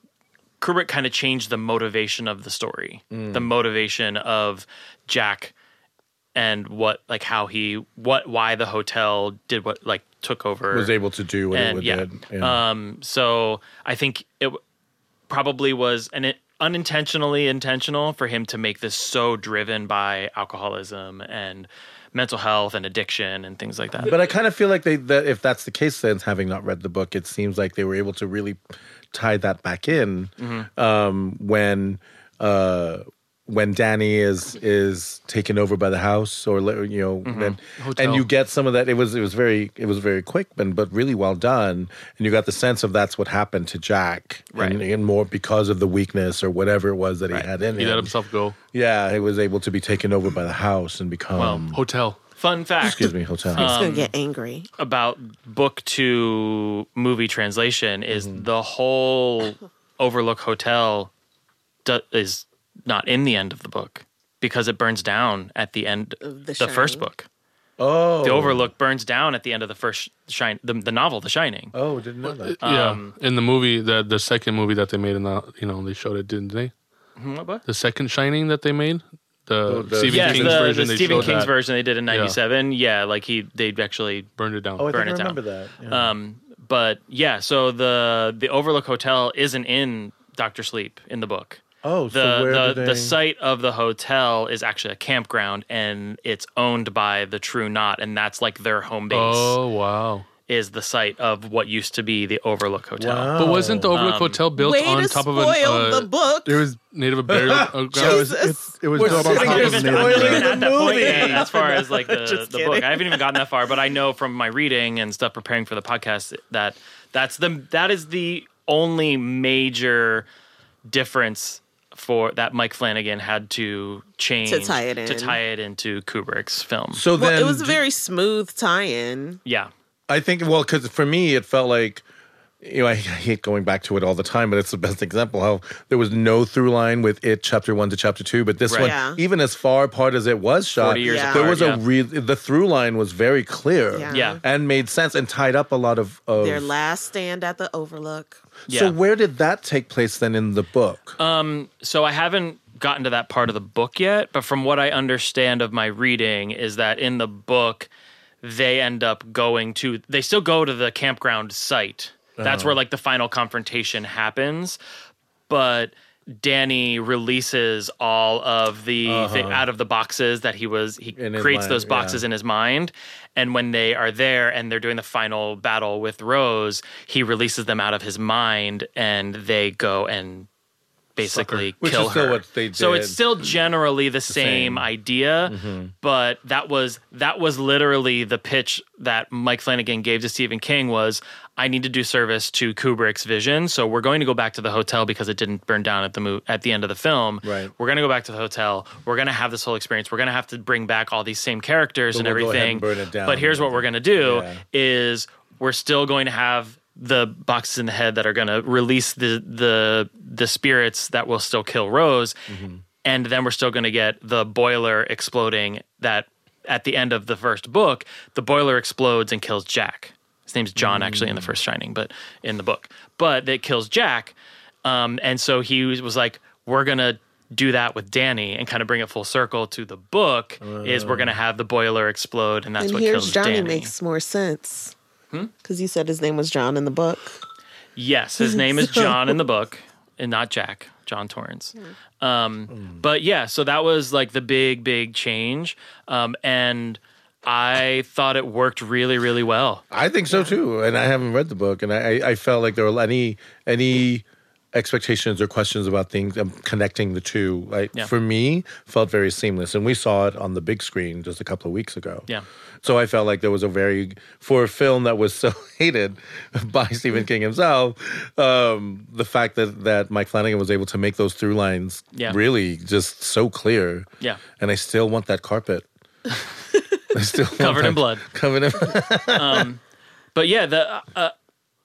Speaker 1: Kubrick kind of changed the motivation of the story,
Speaker 5: Mm.
Speaker 1: the motivation of Jack and what like how he what why the hotel did what like took over
Speaker 5: Was able to do what
Speaker 1: and
Speaker 5: it
Speaker 1: yeah.
Speaker 5: did. Yeah.
Speaker 1: Um, so I think it w- probably was an it, unintentionally intentional for him to make this so driven by alcoholism and mental health and addiction and things like that.
Speaker 5: but I kind of feel like they that if that's the case, then having not read the book, it seems like they were able to really tie that back in um, when uh, when Danny is is taken over by the house or li- you know and, and you get some of that. It was it was very it was very quick and but really well done, and you got the sense of that's what happened to Jack,
Speaker 1: Right.
Speaker 5: And, and more because of the weakness or whatever it was that he had in
Speaker 4: He let
Speaker 5: him.
Speaker 4: himself go.
Speaker 5: Yeah, he was able to be taken over by the house and become.
Speaker 4: Hotel.
Speaker 1: Fun fact
Speaker 5: excuse me, hotel.
Speaker 2: He's gonna get angry.
Speaker 1: about book to movie translation is
Speaker 5: Mm-hmm.
Speaker 1: the whole Overlook Hotel do- is not in the end of the book because it burns down at the end of
Speaker 2: The
Speaker 1: the first
Speaker 2: Shining.
Speaker 1: book.
Speaker 5: oh,
Speaker 1: the Overlook burns down at the end of the first shine, the, the novel, The Shining.
Speaker 5: oh, didn't know that.
Speaker 1: Um,
Speaker 4: yeah. In the movie, the the second movie that they made, in the you know they showed it, didn't they?
Speaker 1: What, what?
Speaker 4: The second Shining that they made, the,
Speaker 5: Oh, the-
Speaker 4: Stephen
Speaker 1: Yes,
Speaker 4: King's
Speaker 1: the,
Speaker 4: version.
Speaker 1: the
Speaker 4: they
Speaker 1: Stephen
Speaker 4: showed
Speaker 1: King's
Speaker 4: that,
Speaker 1: version they did in '97. Yeah. like he they actually.
Speaker 4: burned it down.
Speaker 5: Oh, I
Speaker 1: Burn
Speaker 5: think I
Speaker 1: it down.
Speaker 5: remember that. Yeah.
Speaker 1: Um, but yeah, so the the Overlook Hotel isn't in Doctor Sleep in the book.
Speaker 5: oh, so where
Speaker 1: the,
Speaker 5: did
Speaker 1: the,
Speaker 5: they...
Speaker 1: the site of the hotel is actually a campground and it's owned by the True Knot, and that's like their home base.
Speaker 4: oh wow!
Speaker 1: Is the site of what used to be the Overlook Hotel.
Speaker 5: Wow.
Speaker 4: But wasn't the
Speaker 1: Oh,
Speaker 4: Overlook
Speaker 1: um,
Speaker 4: Hotel built
Speaker 2: Way
Speaker 4: on
Speaker 2: to
Speaker 4: top
Speaker 2: spoil
Speaker 4: of an, uh,
Speaker 2: the book.
Speaker 3: It was
Speaker 4: Native
Speaker 1: (laughs)
Speaker 4: burial uh,
Speaker 3: it was,
Speaker 4: ground?
Speaker 3: it's, it was
Speaker 5: We're
Speaker 3: built on
Speaker 5: sitting
Speaker 3: top
Speaker 5: here
Speaker 3: of
Speaker 1: even-
Speaker 3: native
Speaker 5: spoiling
Speaker 3: ground.
Speaker 5: it.
Speaker 1: even at that point
Speaker 5: movie.
Speaker 1: yet, as far as
Speaker 5: (laughs)
Speaker 1: like the,
Speaker 2: Just
Speaker 1: the book.
Speaker 2: kidding.
Speaker 1: I haven't even gotten that far, but I know from my reading and stuff preparing for the podcast that that's the that is the only major difference for that Mike Flanagan had to change
Speaker 2: To tie it
Speaker 1: to
Speaker 2: in.
Speaker 1: tie it into Kubrick's film.
Speaker 5: So
Speaker 2: well,
Speaker 5: then
Speaker 2: it was a very smooth tie-in.
Speaker 1: yeah.
Speaker 5: I think well because for me it felt like you know, I hate going back to it all the time, but it's the best example how there was no through line with it chapter one to chapter two. But this
Speaker 1: Right.
Speaker 5: one,
Speaker 2: Yeah.
Speaker 5: even as far apart as it was shot,
Speaker 1: 40 years
Speaker 2: Yeah.
Speaker 5: there was a
Speaker 1: apart,
Speaker 5: real the through line was very clear
Speaker 2: Yeah.
Speaker 1: Yeah.
Speaker 5: and made sense and tied up a lot of. of
Speaker 2: Their last stand at the Overlook.
Speaker 5: so
Speaker 1: Yeah.
Speaker 5: where did that take place then in the book?
Speaker 1: so I haven't gotten to that part of the book yet, but from what I understand of my reading is that in the book they end up going to they still go to the campground site. That's
Speaker 5: Uh-huh.
Speaker 1: where like the final confrontation happens, but Danny releases all of the thi- out of the boxes that he was he
Speaker 5: Uh-huh. In his
Speaker 1: creates
Speaker 5: mind,
Speaker 1: those boxes
Speaker 5: yeah.
Speaker 1: in his mind and when they are there and they're doing the final battle with Rose, he releases them out of his mind and they go and basically
Speaker 5: Which
Speaker 1: kill
Speaker 5: is still
Speaker 1: her.
Speaker 5: what they
Speaker 1: So
Speaker 5: did.
Speaker 1: it's still generally the, same,
Speaker 5: same.
Speaker 1: idea, but that was that was literally the pitch that Mike Flanagan gave to Stephen King was I need to do service to Kubrick's vision, so we're going to go back to the hotel because it didn't burn down at the mo- at the end of the film.
Speaker 5: Right.
Speaker 1: We're going to go back to the hotel. We're going to have this whole experience. We're going to have to bring back all these same characters and
Speaker 5: we'll go ahead
Speaker 1: everything.
Speaker 5: and burn it down.
Speaker 1: But here's what we're going to do
Speaker 5: Yeah.
Speaker 1: is we're still going to have the boxes in the head that are going to release the the the spirits that will still kill Rose, and then we're still going to get the boiler exploding. That at the end of the first book, the boiler explodes and kills Jack. His name's John, actually, in the first Shining, but in the book, but it kills Jack, um, and so he was, was like, "We're gonna." Do that with Danny and kind of bring it full circle to the book. is we're gonna have the boiler explode, and that's
Speaker 2: and
Speaker 1: what
Speaker 2: here's
Speaker 1: kills
Speaker 2: Johnny
Speaker 1: Danny.
Speaker 2: makes more sense. Because you said his name was John in the book. (laughs)
Speaker 1: Yes, his name is John in the book, and not Jack. John Torrance.
Speaker 2: Hmm.
Speaker 1: Um, but yeah, so that was like the big, big change, um, and I thought it worked really, really well.
Speaker 5: I think so too, and I haven't read the book, and I, I I felt like there were any any expectations or questions about things um, connecting the two. Like
Speaker 1: Yeah.
Speaker 5: for me, felt very seamless, and we saw it on the big screen just a couple of weeks ago.
Speaker 1: Yeah.
Speaker 5: so I felt like there was a very for a film that was (laughs) so hated by Stephen King himself, um, the fact that that Mike Flanagan was able to make those through lines
Speaker 1: Yeah.
Speaker 5: really just so clear.
Speaker 1: Yeah.
Speaker 5: and I still want
Speaker 1: (laughs)
Speaker 5: that carpet. I still want
Speaker 1: Covered in
Speaker 5: that-
Speaker 1: blood.
Speaker 5: Covered in
Speaker 1: But yeah, the uh,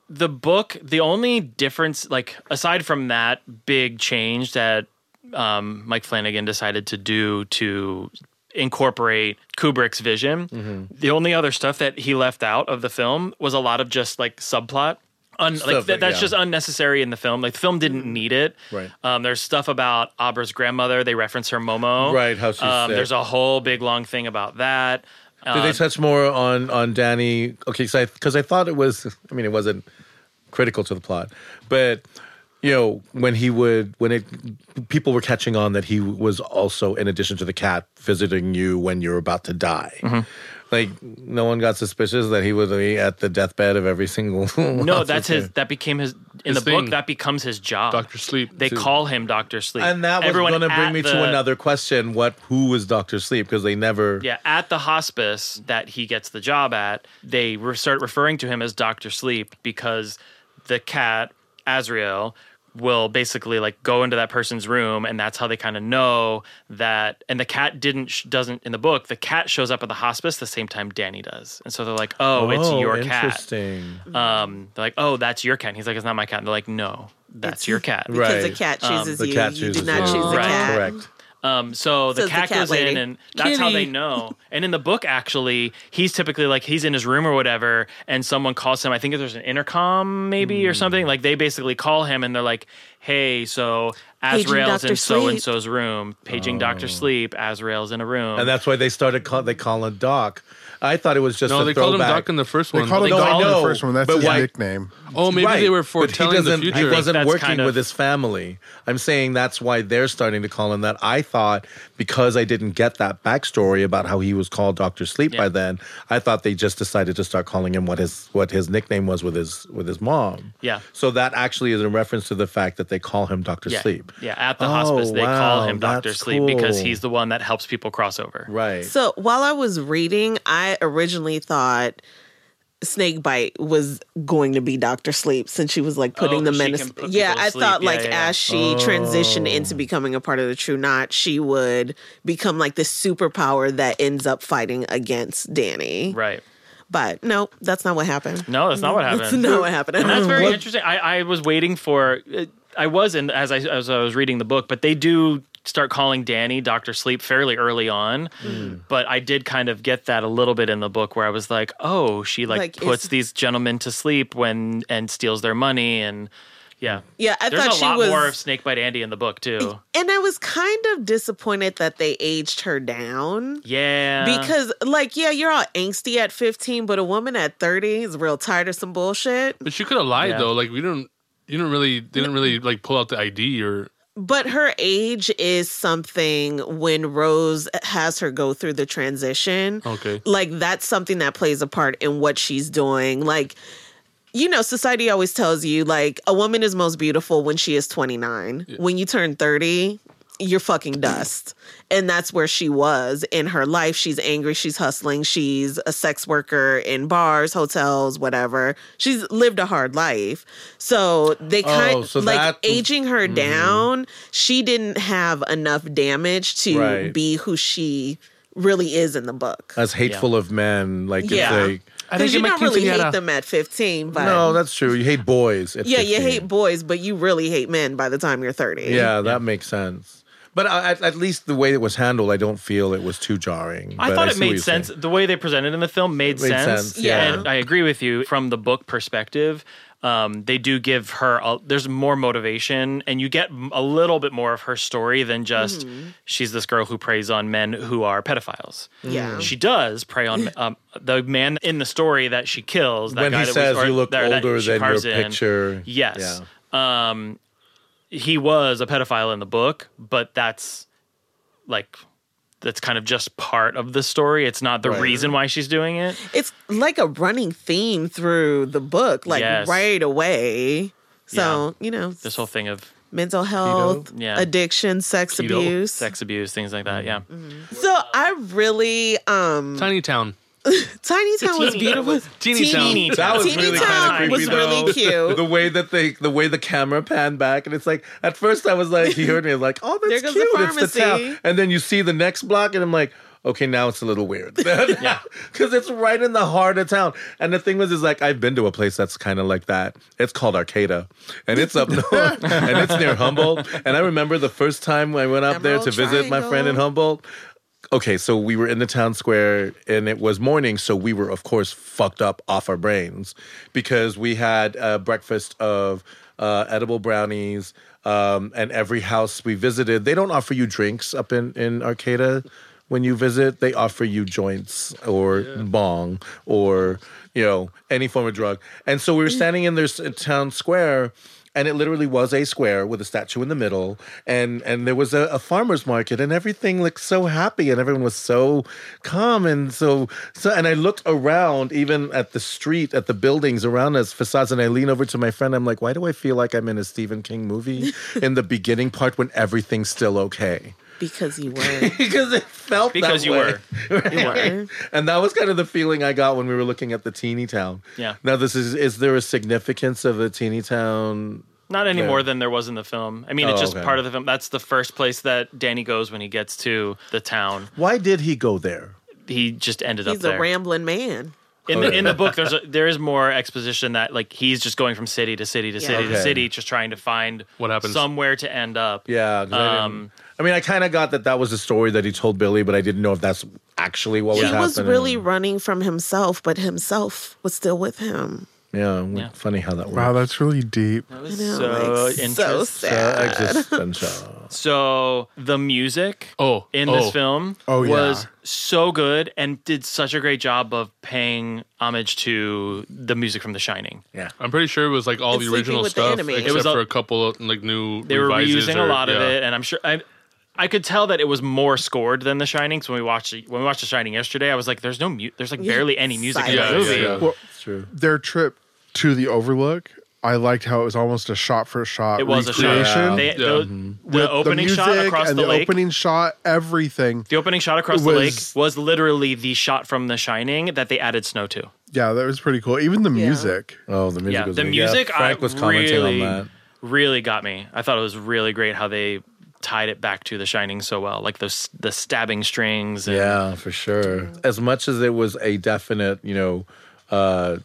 Speaker 1: the book. The only difference, like aside from that big change that um, Mike Flanagan decided to do to incorporate Kubrick's vision,
Speaker 5: Mm-hmm.
Speaker 1: the only other stuff that he left out of the film was a lot of just like subplot. Un- like
Speaker 5: Stuff
Speaker 1: th-
Speaker 5: that-
Speaker 1: that's
Speaker 5: yeah. Mm-hmm.
Speaker 1: just unnecessary in the film. Like the film didn't need it.
Speaker 5: Right.
Speaker 1: Um, there's stuff about Abra's grandmother. They reference her Momo.
Speaker 5: Right, how she's
Speaker 1: um,
Speaker 5: sick.
Speaker 1: There's a whole big long thing about that.
Speaker 5: Did
Speaker 1: Uh,
Speaker 5: they touch more on on Danny? Okay, because I, 'cause I thought it was. I mean, it wasn't critical to the plot, but you know, when he would, when it, people were catching on that he was also, in addition to the cat, visiting you when you're about to die.
Speaker 1: Mm-hmm.
Speaker 5: Like, no one got suspicious that he was at the deathbed of every single. (laughs)
Speaker 1: (laughs) No, that's his. That became his
Speaker 4: His
Speaker 1: in the
Speaker 4: thing.
Speaker 1: book. That becomes his job.
Speaker 4: Doctor Sleep.
Speaker 1: They
Speaker 4: too.
Speaker 1: call him Doctor Sleep,
Speaker 5: And that was
Speaker 1: Everyone
Speaker 5: going to
Speaker 1: at
Speaker 5: bring me to
Speaker 1: the-
Speaker 5: another question: What? Who was Doctor Sleep? Because they never.
Speaker 1: Yeah, at the hospice that he gets the job at, they re- start referring to him as Doctor Sleep because the cat Azrael will basically like go into that person's room, and that's how they kind of know that. And the cat didn't sh- doesn't in the book. The cat shows up at the hospice the same time Danny does, and so they're like, "Oh, it's your cat."
Speaker 5: interesting.
Speaker 1: Um, they're like, "Oh, that's your cat." And he's like, "It's not my cat." And they're like, "No, that's
Speaker 2: It's- (laughs)
Speaker 1: your cat."
Speaker 2: Because the
Speaker 5: Right.
Speaker 2: cat chooses
Speaker 5: The
Speaker 2: you.
Speaker 5: cat
Speaker 2: you
Speaker 5: chooses
Speaker 2: did not
Speaker 5: you.
Speaker 2: choose the
Speaker 1: Right.
Speaker 2: cat.
Speaker 5: Correct.
Speaker 1: Um, so the
Speaker 2: Says the
Speaker 1: cat,
Speaker 2: cat
Speaker 1: goes in,
Speaker 2: lady.
Speaker 1: and that's how they
Speaker 2: Kitty.
Speaker 1: know. And in the book, actually, he's typically like he's in his room or whatever, and someone calls him. I think there's an intercom maybe or something. Like they basically call him, and they're like, "Hey, so
Speaker 2: Paging
Speaker 1: Azrael's in
Speaker 2: Dr.
Speaker 1: so and
Speaker 2: Sleep."
Speaker 1: so's room, paging Doctor Sleep. Azrael's in a room."
Speaker 5: And that's why they started call they call him Doc. I thought it was just
Speaker 4: No,
Speaker 5: a
Speaker 4: they called him
Speaker 5: throwback.
Speaker 4: Doc in the first
Speaker 3: They
Speaker 4: one.
Speaker 3: called him
Speaker 5: No, I
Speaker 3: Dog in the
Speaker 5: know,
Speaker 3: first one. That's
Speaker 5: but
Speaker 3: his
Speaker 5: why-
Speaker 3: nickname.
Speaker 4: oh, maybe
Speaker 5: Right,
Speaker 4: they were
Speaker 5: but he
Speaker 4: foretelling the
Speaker 5: doesn't-
Speaker 4: future.
Speaker 5: He wasn't
Speaker 1: That's
Speaker 5: working
Speaker 1: kind of-
Speaker 5: with his family. I'm saying that's why they're starting to call him that. I thought because I didn't get that backstory about how he was called Doctor Sleep
Speaker 1: Yeah.
Speaker 5: by then, I thought they just decided to start calling him what his what his nickname was with his with his mom.
Speaker 1: Yeah.
Speaker 5: So that actually is a reference to the fact that they call him Doctor
Speaker 1: yeah,
Speaker 5: Sleep.
Speaker 1: Yeah, at the
Speaker 5: Oh,
Speaker 1: hospice they call
Speaker 5: wow,
Speaker 1: him Doctor
Speaker 5: that's
Speaker 1: Sleep because
Speaker 5: cool.
Speaker 1: he's the one that helps people cross over.
Speaker 5: Right.
Speaker 2: So while I was reading, I originally thought Snakebite was going to be Doctor Sleep since she was like putting the
Speaker 1: Oh, 'cause she
Speaker 2: menace.
Speaker 1: can put
Speaker 2: yeah,
Speaker 1: people to
Speaker 2: I thought
Speaker 1: sleep. Yeah,
Speaker 2: like
Speaker 1: yeah, Oh. yeah.
Speaker 2: as she transitioned into becoming a part of the True Knot, she would become like the superpower that ends up fighting against Danny.
Speaker 1: Right.
Speaker 2: But no, that's not what happened.
Speaker 1: No, that's not what happened.
Speaker 2: That's not Mm. what happened.
Speaker 1: And that's very interesting. I, I was waiting for. uh, I was in as I as I was reading the book, but they do start calling Danny Doctor Sleep fairly early on.
Speaker 2: Mm.
Speaker 1: But I did kind of get that a little bit in the book where I was like, oh, she like,
Speaker 2: Like, is-
Speaker 1: puts these gentlemen to sleep when and steals their money and yeah.
Speaker 2: Yeah, Mm. I
Speaker 1: There's
Speaker 2: thought
Speaker 1: a
Speaker 2: she
Speaker 1: lot
Speaker 2: was.
Speaker 1: more of Snakebite Andy in the book too.
Speaker 2: and I was kind of disappointed that they aged her down.
Speaker 1: Yeah,
Speaker 2: Because, like, yeah, you're all angsty at 15, but a woman at 30 is real tired of some bullshit.
Speaker 4: But you could have lied
Speaker 1: Yeah.
Speaker 4: though. Like we don't. You don't really. They didn't really like pull out the ID or.
Speaker 2: But her age is something when Rose has her go through the transition.
Speaker 4: Okay.
Speaker 2: Like, that's something that plays a part in what she's doing. Like, you know, society always tells you, like, a woman is most beautiful when she is 29. When you turn 30, you're fucking dust. And that's where she was in her life. She's angry. She's hustling. She's a sex worker in bars, hotels, whatever. She's lived a hard life. So they kind
Speaker 5: Oh,
Speaker 2: of
Speaker 5: so
Speaker 2: like
Speaker 5: that- Mm-hmm.
Speaker 2: aging her down. She didn't have enough damage to
Speaker 5: Right.
Speaker 2: be who she really is in the book.
Speaker 5: As hateful of men, like
Speaker 2: Yeah.
Speaker 5: if they,
Speaker 4: I
Speaker 2: Because you
Speaker 4: Emma
Speaker 2: don't really
Speaker 4: Kingston
Speaker 2: hate
Speaker 4: had a-
Speaker 2: them at 15, but
Speaker 5: no, that's true. You hate boys. At
Speaker 2: yeah, you
Speaker 5: 15.
Speaker 2: hate boys, but you really hate men by the time you're 30.
Speaker 5: Yeah, that makes sense. But I- at, at least the way it was handled, I don't feel it was too jarring.
Speaker 1: I
Speaker 5: But
Speaker 1: thought it
Speaker 5: see what
Speaker 1: made
Speaker 5: you're
Speaker 1: sense.
Speaker 5: saying.
Speaker 1: The way they presented in the film made,
Speaker 5: Made
Speaker 1: sense.
Speaker 5: sense, yeah.
Speaker 1: And I agree with you from the book perspective. Um, they do give her a, there's more motivation, and you get m- a little bit more of her story than just she's this girl who preys on men who are pedophiles.
Speaker 5: Mm.
Speaker 2: Yeah.
Speaker 1: she does prey on um, the man in the story that she kills. That
Speaker 5: When
Speaker 1: guy
Speaker 5: he
Speaker 1: that
Speaker 5: says,
Speaker 1: we, or
Speaker 5: "You look
Speaker 1: that- that
Speaker 5: older
Speaker 1: she
Speaker 5: than your
Speaker 1: carves in."
Speaker 5: picture.
Speaker 1: Yes, um, he was a pedophile in the book, but that's like that's kind of just part of the story. It's not the reason why she's doing it.
Speaker 2: It's like a running theme through the book, like
Speaker 1: Yes.
Speaker 2: right away. So, you know,
Speaker 1: This whole thing of
Speaker 2: mental health,
Speaker 1: Yeah.
Speaker 2: addiction, sex
Speaker 4: Keto.
Speaker 2: abuse. Mm-hmm.
Speaker 1: sex abuse, things like that.
Speaker 5: Mm.
Speaker 1: Yeah,
Speaker 2: So I really um
Speaker 4: Tiny Town.
Speaker 2: Tiny Town was
Speaker 1: Teeny-
Speaker 2: beautiful.
Speaker 4: Teeny Town.
Speaker 1: Teeny
Speaker 5: That was
Speaker 2: Teeny
Speaker 5: really kind
Speaker 2: Town
Speaker 5: of creepy,
Speaker 2: was really
Speaker 5: though.
Speaker 2: cute.
Speaker 5: (laughs) The way that they, the way the camera panned back, and it's like at first I was like, he heard me, I'm like, oh,
Speaker 2: There
Speaker 5: that's
Speaker 2: goes the
Speaker 5: cute, it's the
Speaker 2: pharmacy.
Speaker 5: town, and then you see the next block, and I'm like, okay, now it's a little weird, (laughs) yeah, because it's right in the heart of town. And the thing was, is like I've been to a place that's kind of like that. It's called Arcata, and
Speaker 2: (laughs)
Speaker 5: it's up north, and it's near Humboldt. And I remember the first time I went up there to
Speaker 2: Emerald
Speaker 5: visit my friend in
Speaker 2: Triangle.
Speaker 5: Humboldt okay, so we were in the town square and it was morning, so we were, of course, fucked up off our brains because we had a breakfast of uh, edible brownies. Um, and every house we visited, they don't offer you drinks up in, in Arcata when you visit. They offer you joints or bong or, you know, any form of drug. And so we were standing in this uh, town square and it literally was a square with a statue in the middle and and there was a, a farmers market and everything looked so happy and everyone was so calm and so so and i looked around even at the street at the buildings around us facades and i lean over to my friend i'm like why do i feel like i'm in a stephen
Speaker 1: (laughs)
Speaker 5: king movie in the beginning part when everything's still okay
Speaker 2: Because you were.
Speaker 5: because it felt
Speaker 1: because
Speaker 5: that
Speaker 1: you
Speaker 5: way. (laughs)
Speaker 1: were.
Speaker 2: You were.
Speaker 5: And that was kind of the feeling I got when we were looking at the teeny town.
Speaker 1: Yeah.
Speaker 5: Now this is is there a significance of a teeny town
Speaker 1: Not any
Speaker 5: Yeah.
Speaker 1: more than there was in the film. I mean, it's
Speaker 5: Oh,
Speaker 1: just
Speaker 5: okay.
Speaker 1: part of the film. That's the first place that Danny goes when he gets to the town.
Speaker 5: Why did he go there?
Speaker 1: He just ended up
Speaker 2: He's
Speaker 1: there.
Speaker 2: a rambling man.
Speaker 1: in the in the book there's a, there is more exposition that like he's just going from city to city to
Speaker 2: Yeah.
Speaker 1: city to
Speaker 5: Okay.
Speaker 1: city just trying to find
Speaker 4: What happens.
Speaker 1: somewhere to end up
Speaker 5: Yeah. 'cause I, didn't-
Speaker 1: Um,
Speaker 5: I mean, I kind of got that that was the story that he told Billy, but I didn't know if that's actually what was
Speaker 2: he
Speaker 5: happening.
Speaker 2: was really running from himself, but himself was still with him.
Speaker 5: Yeah, Funny how that works.
Speaker 3: Wow, that's really deep.
Speaker 1: That
Speaker 2: I
Speaker 1: was
Speaker 2: know,
Speaker 1: so
Speaker 2: like, so
Speaker 1: interest-
Speaker 5: Uh,
Speaker 2: sad.
Speaker 1: (laughs)
Speaker 5: existential.
Speaker 1: so the music
Speaker 4: Oh,
Speaker 1: in
Speaker 4: oh.
Speaker 1: this film
Speaker 3: Oh, yeah.
Speaker 1: was so good and did such a great job of paying homage to the music from The Shining.
Speaker 5: yeah.
Speaker 4: I'm pretty sure it was like all
Speaker 2: And
Speaker 4: the
Speaker 2: Sleeping
Speaker 4: original
Speaker 2: with the
Speaker 4: stuff,
Speaker 2: Enemy. It
Speaker 4: except
Speaker 1: was a-
Speaker 4: for a couple of like new.
Speaker 1: They were
Speaker 4: revises
Speaker 1: reusing
Speaker 4: or-
Speaker 1: a lot of
Speaker 4: yeah.
Speaker 1: it, and I'm sure I, I could tell that it was more scored than The Shining. So when we watched it- when we watched The Shining yesterday, I was like, "There's no mu- there's like barely any music
Speaker 4: Yeah,
Speaker 1: in the
Speaker 2: Silence.
Speaker 1: movie."
Speaker 4: yeah, yeah.
Speaker 3: Well,
Speaker 5: It's true.
Speaker 3: their trip to the Overlook, I liked how it was almost a shot for shot.
Speaker 1: It was a shot.
Speaker 3: recreation.
Speaker 1: They-
Speaker 4: Yeah.
Speaker 1: the,
Speaker 5: Mm-hmm.
Speaker 1: the opening shot
Speaker 3: music
Speaker 1: across
Speaker 3: and
Speaker 1: the, lake.
Speaker 3: opening shot, everything.
Speaker 1: the opening shot across the
Speaker 3: was-
Speaker 1: lake was literally the shot from The Shining that they added snow to.
Speaker 3: Yeah, that was pretty cool. Even the music.
Speaker 5: Oh, the music
Speaker 1: Yeah,
Speaker 5: was
Speaker 1: the
Speaker 5: yeah,
Speaker 1: music.
Speaker 5: Frank
Speaker 1: I
Speaker 5: was commenting
Speaker 1: really,
Speaker 5: on that.
Speaker 1: Really got me. I thought it was really great how they tied it back to The Shining so well, like the s- the stabbing strings. And,
Speaker 5: Yeah, for sure. As much as it was a definite, you know, uh,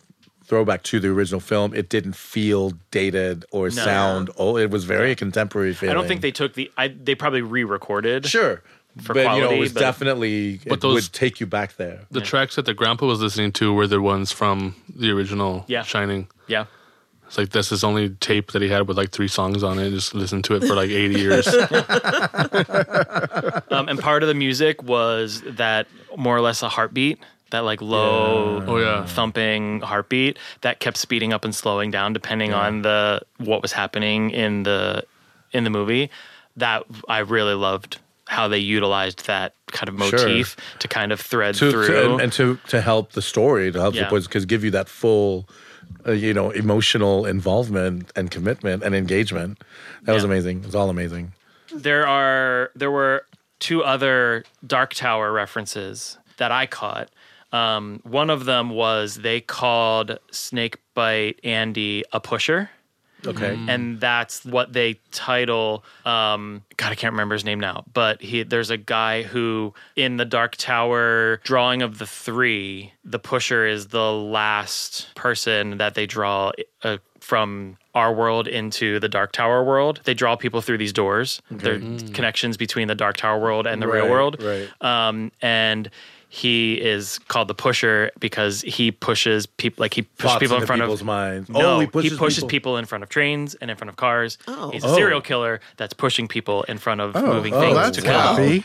Speaker 5: throwback to the original film, it didn't feel dated or sound. Oh, it was very contemporary feeling.
Speaker 1: I don't think they took the. I, they probably re-recorded.
Speaker 5: sure,
Speaker 1: for
Speaker 5: but you know,
Speaker 1: quality,
Speaker 5: it was
Speaker 1: but-
Speaker 5: definitely it
Speaker 4: those-
Speaker 5: would take you back there.
Speaker 4: The tracks that the grandpa was listening to were the ones from the original
Speaker 1: Yeah.
Speaker 4: Shining.
Speaker 1: Yeah.
Speaker 4: It's like that's his only tape that he had with like three songs on it. Just listened to it for like eight
Speaker 1: (laughs)
Speaker 4: years.
Speaker 1: Um, and part of the music was that more or less a heartbeat, that like low,
Speaker 4: Oh, yeah.
Speaker 1: thumping heartbeat that kept speeding up and slowing down depending on the what was happening in the in the movie. That I really loved how they utilized that kind of
Speaker 5: Sure.
Speaker 1: motif to kind of thread
Speaker 5: to,
Speaker 1: through.
Speaker 5: to- and, and to to help the story to help
Speaker 1: Yeah.
Speaker 5: the because give you that full uh, you know emotional involvement and commitment and engagement that was
Speaker 1: Yeah.
Speaker 5: amazing it was all amazing
Speaker 1: there are there were two other Dark Tower references that I caught. Um, one of them was they called Snakebite Andy a pusher.
Speaker 5: okay
Speaker 1: and that's what they title um god i can't remember his name now but he there's a guy who in the dark tower drawing of the three the pusher is the last person that they draw uh, from our world into the dark tower world they draw people through these doors There are connections between the dark tower world and the real
Speaker 5: Mm. Right,
Speaker 1: world
Speaker 5: right.
Speaker 1: um and he is called the pusher because he pushes people like he pushes
Speaker 5: Thoughts
Speaker 1: people in
Speaker 5: into
Speaker 1: front
Speaker 5: people's
Speaker 1: of
Speaker 5: minds
Speaker 1: no,
Speaker 5: Oh, he
Speaker 1: he
Speaker 5: pushes,
Speaker 1: pushes, people. in front of trains and in front of cars.
Speaker 2: Oh.
Speaker 1: He's a serial killer that's pushing people in front of moving
Speaker 3: oh,
Speaker 1: things
Speaker 3: that's
Speaker 1: to kill.
Speaker 3: happy.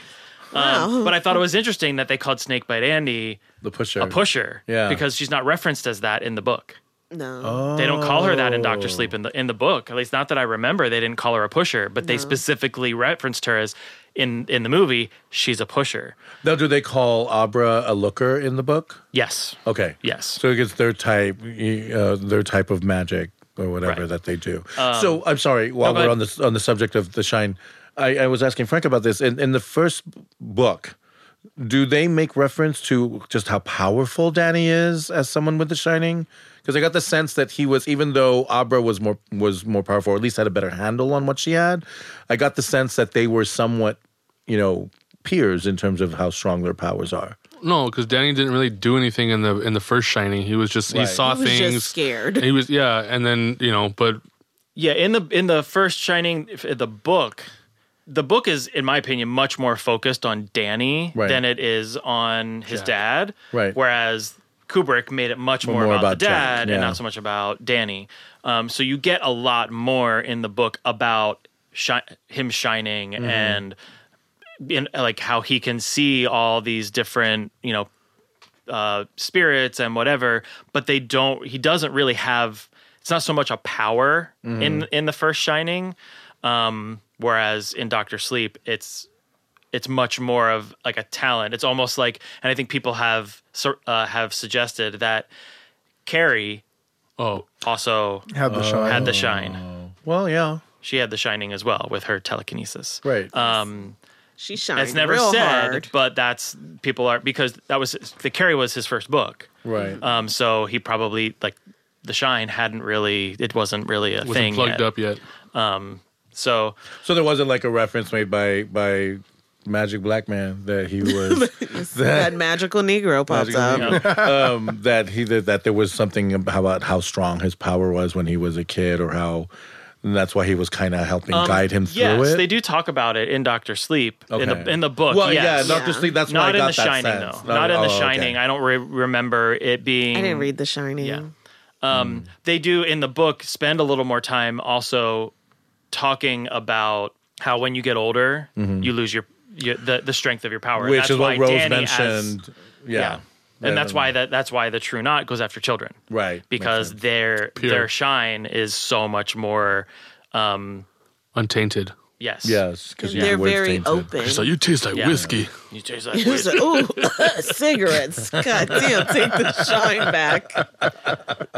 Speaker 1: Um, But I thought it was interesting that they called Snakebite Andy
Speaker 5: the pusher
Speaker 1: a pusher
Speaker 5: Yeah.
Speaker 1: because she's not referenced as that in the book.
Speaker 2: No.
Speaker 5: Oh.
Speaker 1: They don't call her that in Doctor Sleep in the in the book. At least not that I remember. They didn't call her a pusher, but they specifically referenced her as in in the movie she's a pusher.
Speaker 5: now do they call abra a looker in the book
Speaker 1: Yes.
Speaker 5: okay
Speaker 1: Yes.
Speaker 5: so it gets their type uh, their type of magic or whatever
Speaker 1: Right. Um,
Speaker 5: that they do so i'm sorry while
Speaker 1: go
Speaker 5: we're
Speaker 1: ahead.
Speaker 5: on this on the subject of the shine I, I was asking frank about this in, in the first book do they make reference to just how powerful Danny is as someone with The Shining? Because I got the sense that he was, even though Abra was more was more powerful, or at least had a better handle on what she had. I got the sense that they were somewhat, you know, peers in terms of how strong their powers are.
Speaker 4: no, because Danny didn't really do anything in the in the first Shining. He was just he
Speaker 5: Right.
Speaker 4: saw
Speaker 2: He was just
Speaker 4: things.
Speaker 2: scared.
Speaker 1: (laughs)
Speaker 4: He was yeah, and then you know, but
Speaker 1: Yeah, in the in the first Shining, if- uh, the book, the book is, in my opinion, much more focused on Danny
Speaker 5: Right.
Speaker 1: than it is on his dad.
Speaker 5: Right.
Speaker 1: Whereas Kubrick made it much more,
Speaker 5: more
Speaker 1: about,
Speaker 5: about
Speaker 1: the
Speaker 5: Jack,
Speaker 1: dad
Speaker 5: yeah.
Speaker 1: and not so much about Danny. Um, so you get a lot more in the book about shi- him shining
Speaker 5: Mm-hmm.
Speaker 1: and in, like how he can see all these different, you know, uh, spirits and whatever, but they don't. He doesn't really have. It's not so much a power
Speaker 5: Mm-hmm.
Speaker 1: in in the first Shining, um, whereas in Doctor Sleep, it's it's much more of like a talent. It's almost like, and I think people have sur- uh, have suggested that Carrie
Speaker 4: oh,
Speaker 1: also
Speaker 3: Uh, Had the shine.
Speaker 1: had the
Speaker 5: Oh.
Speaker 1: shine.
Speaker 5: Well, yeah,
Speaker 1: She had the shining as well with her telekinesis.
Speaker 5: right.
Speaker 1: Um,
Speaker 2: She shined
Speaker 1: that's never
Speaker 2: real
Speaker 1: said, (laughs)
Speaker 2: hard.
Speaker 1: but that's people are because that was the Carrie was his first book,
Speaker 5: Right.
Speaker 1: Um, so he probably like the Shine hadn't really it wasn't really a
Speaker 4: wasn't
Speaker 1: thing
Speaker 4: plugged
Speaker 1: yet.
Speaker 4: up yet.
Speaker 1: So
Speaker 5: so there wasn't like a reference made by by Magic Black Man that
Speaker 1: (laughs)
Speaker 5: he was
Speaker 2: that magical Negro pops
Speaker 5: Magical
Speaker 2: up.
Speaker 5: um, that he that, that there was something about how strong his power was when he was a kid, or how and that's why he was kind of helping guide him through
Speaker 1: Um, yes,
Speaker 5: it.
Speaker 1: they do talk about it in Doctor Sleep in the
Speaker 5: Okay.
Speaker 1: in the book.
Speaker 5: Well,
Speaker 1: yes.
Speaker 5: yeah, Doctor
Speaker 2: Yeah.
Speaker 5: Sleep. That's why I
Speaker 1: Not in
Speaker 5: got
Speaker 1: the
Speaker 5: that
Speaker 1: Shining
Speaker 5: sense.
Speaker 1: though. Not in the
Speaker 5: oh, okay.
Speaker 1: Shining. I don't re- remember it being.
Speaker 2: I didn't read The Shining.
Speaker 1: Yeah.
Speaker 5: Mm-hmm.
Speaker 1: Um, They do in the book spend a little more time also talking about how when you get older, you lose your, your the, the strength of your power.
Speaker 5: Mm-hmm. Which
Speaker 1: that's
Speaker 5: is
Speaker 1: why
Speaker 5: what Rose
Speaker 1: Danny has-
Speaker 5: mentioned. yeah.
Speaker 1: yeah. And that's why that that's why the true knot goes after children.
Speaker 5: Right. Makes
Speaker 1: Because
Speaker 5: sense.
Speaker 1: their their shine is so much more um
Speaker 4: Untainted.
Speaker 1: yes.
Speaker 5: Yes, because
Speaker 2: They're very open. (laughs)
Speaker 4: So you taste like
Speaker 1: Yeah.
Speaker 4: whiskey.
Speaker 1: You taste that
Speaker 2: He's like, ooh, (laughs)
Speaker 1: (laughs)
Speaker 2: cigarettes. God damn, take the shine back.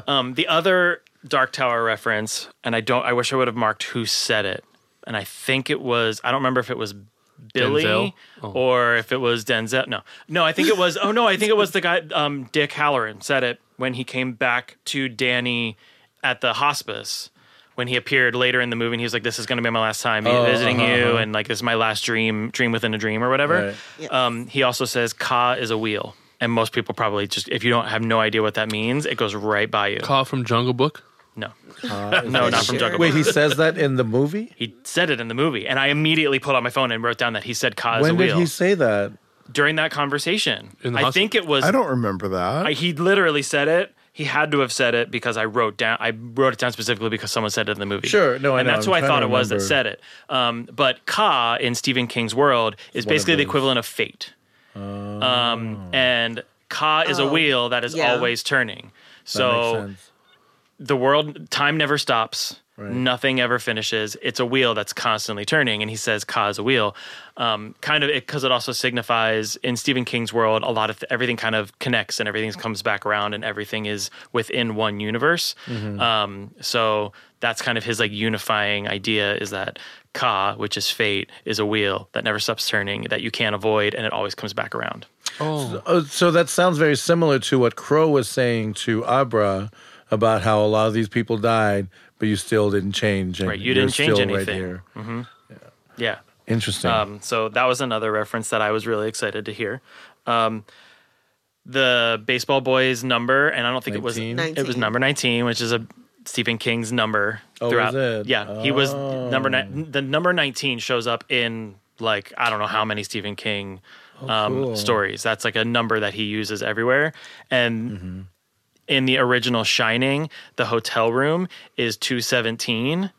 Speaker 1: Um, the other Dark Tower reference, and I don't. I wish I would have marked who said it. And I think it was. I don't remember if it was
Speaker 4: Denzel?
Speaker 1: Billy
Speaker 4: Oh.
Speaker 1: or if it was Denzel. No, no. I think it was. oh no, I think it was the guy. Um, Dick Halloran said it when he came back to Danny at the hospice. when he appeared later in the movie and he was like, This is gonna be my last time
Speaker 5: Oh,
Speaker 1: visiting
Speaker 5: uh-huh,
Speaker 1: you
Speaker 5: uh-huh.
Speaker 1: and like this is my last dream, dream within a dream or whatever.
Speaker 5: Right.
Speaker 2: Yes.
Speaker 1: Um he also says Ka is a wheel. And most people probably just if you don't have no idea what that means, it goes right by you.
Speaker 4: Call from Jungle Book.
Speaker 5: (laughs)
Speaker 1: No. (laughs) no, not from
Speaker 2: Sure.
Speaker 1: Jungle Book.
Speaker 5: Uh, Wait, he says that in the movie?
Speaker 1: He said it in the movie, and I immediately pulled out my phone and wrote down that he said "Ka is a
Speaker 5: When did
Speaker 1: wheel."
Speaker 5: he say that?
Speaker 1: during that conversation.
Speaker 4: In the
Speaker 1: I
Speaker 4: hosp-
Speaker 1: think it was.
Speaker 3: I don't remember that.
Speaker 1: I- he literally said it. He had to have said it because I wrote down. I wrote it down specifically because someone said it in the movie.
Speaker 5: Sure, no, I
Speaker 1: and
Speaker 5: know,
Speaker 1: that's
Speaker 5: I'm
Speaker 1: who I
Speaker 5: trying
Speaker 1: thought
Speaker 5: to
Speaker 1: it was that
Speaker 5: remember.
Speaker 1: said it. Um, but Ka in Stephen King's world is
Speaker 5: one of
Speaker 1: basically the
Speaker 5: those. Oh.
Speaker 1: equivalent of fate. Um, and Ka is a
Speaker 2: Oh,
Speaker 1: wheel that is
Speaker 2: yeah.
Speaker 1: always turning.
Speaker 5: That makes
Speaker 1: So
Speaker 5: sense.
Speaker 1: the world, time never stops. Nothing ever finishes. It's a wheel that's constantly turning. And he says, "Ka is a wheel." Um, kind of because it also signifies in Stephen King's world, a lot of th- everything kind of connects and everything comes back around, and everything is within one universe. Um, so that's kind of his like unifying idea is that Ka, which is fate, is a wheel that never stops turning that you can't avoid, and it always comes back around.
Speaker 4: Oh,
Speaker 5: Oh, so that sounds very similar to what Crow was saying to Abra about how a lot of these people died, but you still didn't change. And
Speaker 1: Right, you
Speaker 5: you're
Speaker 1: didn't change
Speaker 5: still
Speaker 1: anything. Yeah.
Speaker 5: Interesting.
Speaker 1: Um, so that was another reference that I was really excited to hear. Um, the baseball boy's number, and I don't think it was
Speaker 2: 19?
Speaker 1: it was number nineteen, which is a Stephen King's number
Speaker 5: Oh,
Speaker 1: throughout.
Speaker 5: is it?
Speaker 1: Yeah, he was
Speaker 5: Oh.
Speaker 1: number ni- the number nineteen shows up in like I don't know how many Stephen King um,
Speaker 5: Oh, cool.
Speaker 1: stories. That's like a number that he uses everywhere,
Speaker 5: Mm-hmm.
Speaker 1: and. In the original Shining, the hotel room is 217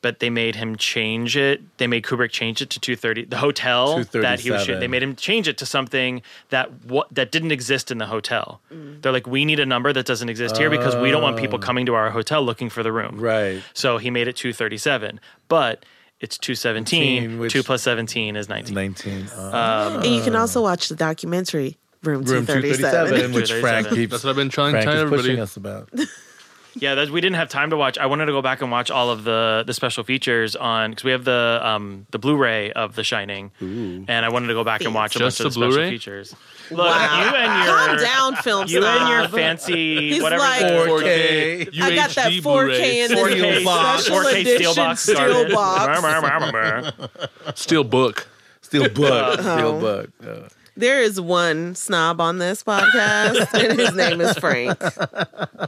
Speaker 1: but they made him change it. They made Kubrick change it to 230. The hotel that he was shooting, they
Speaker 5: 237.
Speaker 1: made him change it to something that what that didn't exist in the hotel. They're like, we need a number that doesn't exist here because we don't want people coming to our hotel looking for the room.
Speaker 5: Oh. right.
Speaker 1: So he made it 237, but it's 217.
Speaker 5: 17, which-
Speaker 1: 2 plus 17 is 19.
Speaker 5: 19. Uh,
Speaker 2: and you can also watch the documentary Room
Speaker 5: room 237,
Speaker 2: 237.
Speaker 5: which Frank
Speaker 1: 237.
Speaker 5: keeps,
Speaker 4: that's what I've been trying to
Speaker 5: Frank
Speaker 4: tell
Speaker 5: is
Speaker 4: everybody.
Speaker 5: pushing us about.
Speaker 1: Yeah, that's, we didn't have time to watch. I wanted to go back and watch all of the the special features on because we have the um the Blu-ray of The Shining, and I wanted to go back and watch a
Speaker 4: Just
Speaker 1: bunch of
Speaker 4: the
Speaker 1: the special
Speaker 4: Blu-ray?
Speaker 1: features. Look,
Speaker 2: Wow.
Speaker 1: you and your
Speaker 2: Calm down, film
Speaker 1: you and your
Speaker 2: snob.
Speaker 1: fancy
Speaker 2: He's
Speaker 1: whatever.
Speaker 2: like-
Speaker 1: the-
Speaker 5: 4K.
Speaker 2: I got that 4K in this
Speaker 5: 4K
Speaker 2: special
Speaker 5: box.
Speaker 2: edition
Speaker 1: steel box.
Speaker 2: steel
Speaker 1: started.
Speaker 2: box.
Speaker 4: Steel book. (laughs)
Speaker 5: Steel book. Steel
Speaker 2: Oh.
Speaker 5: book. Uh,
Speaker 2: There is one snob on this podcast, and his name is Frank.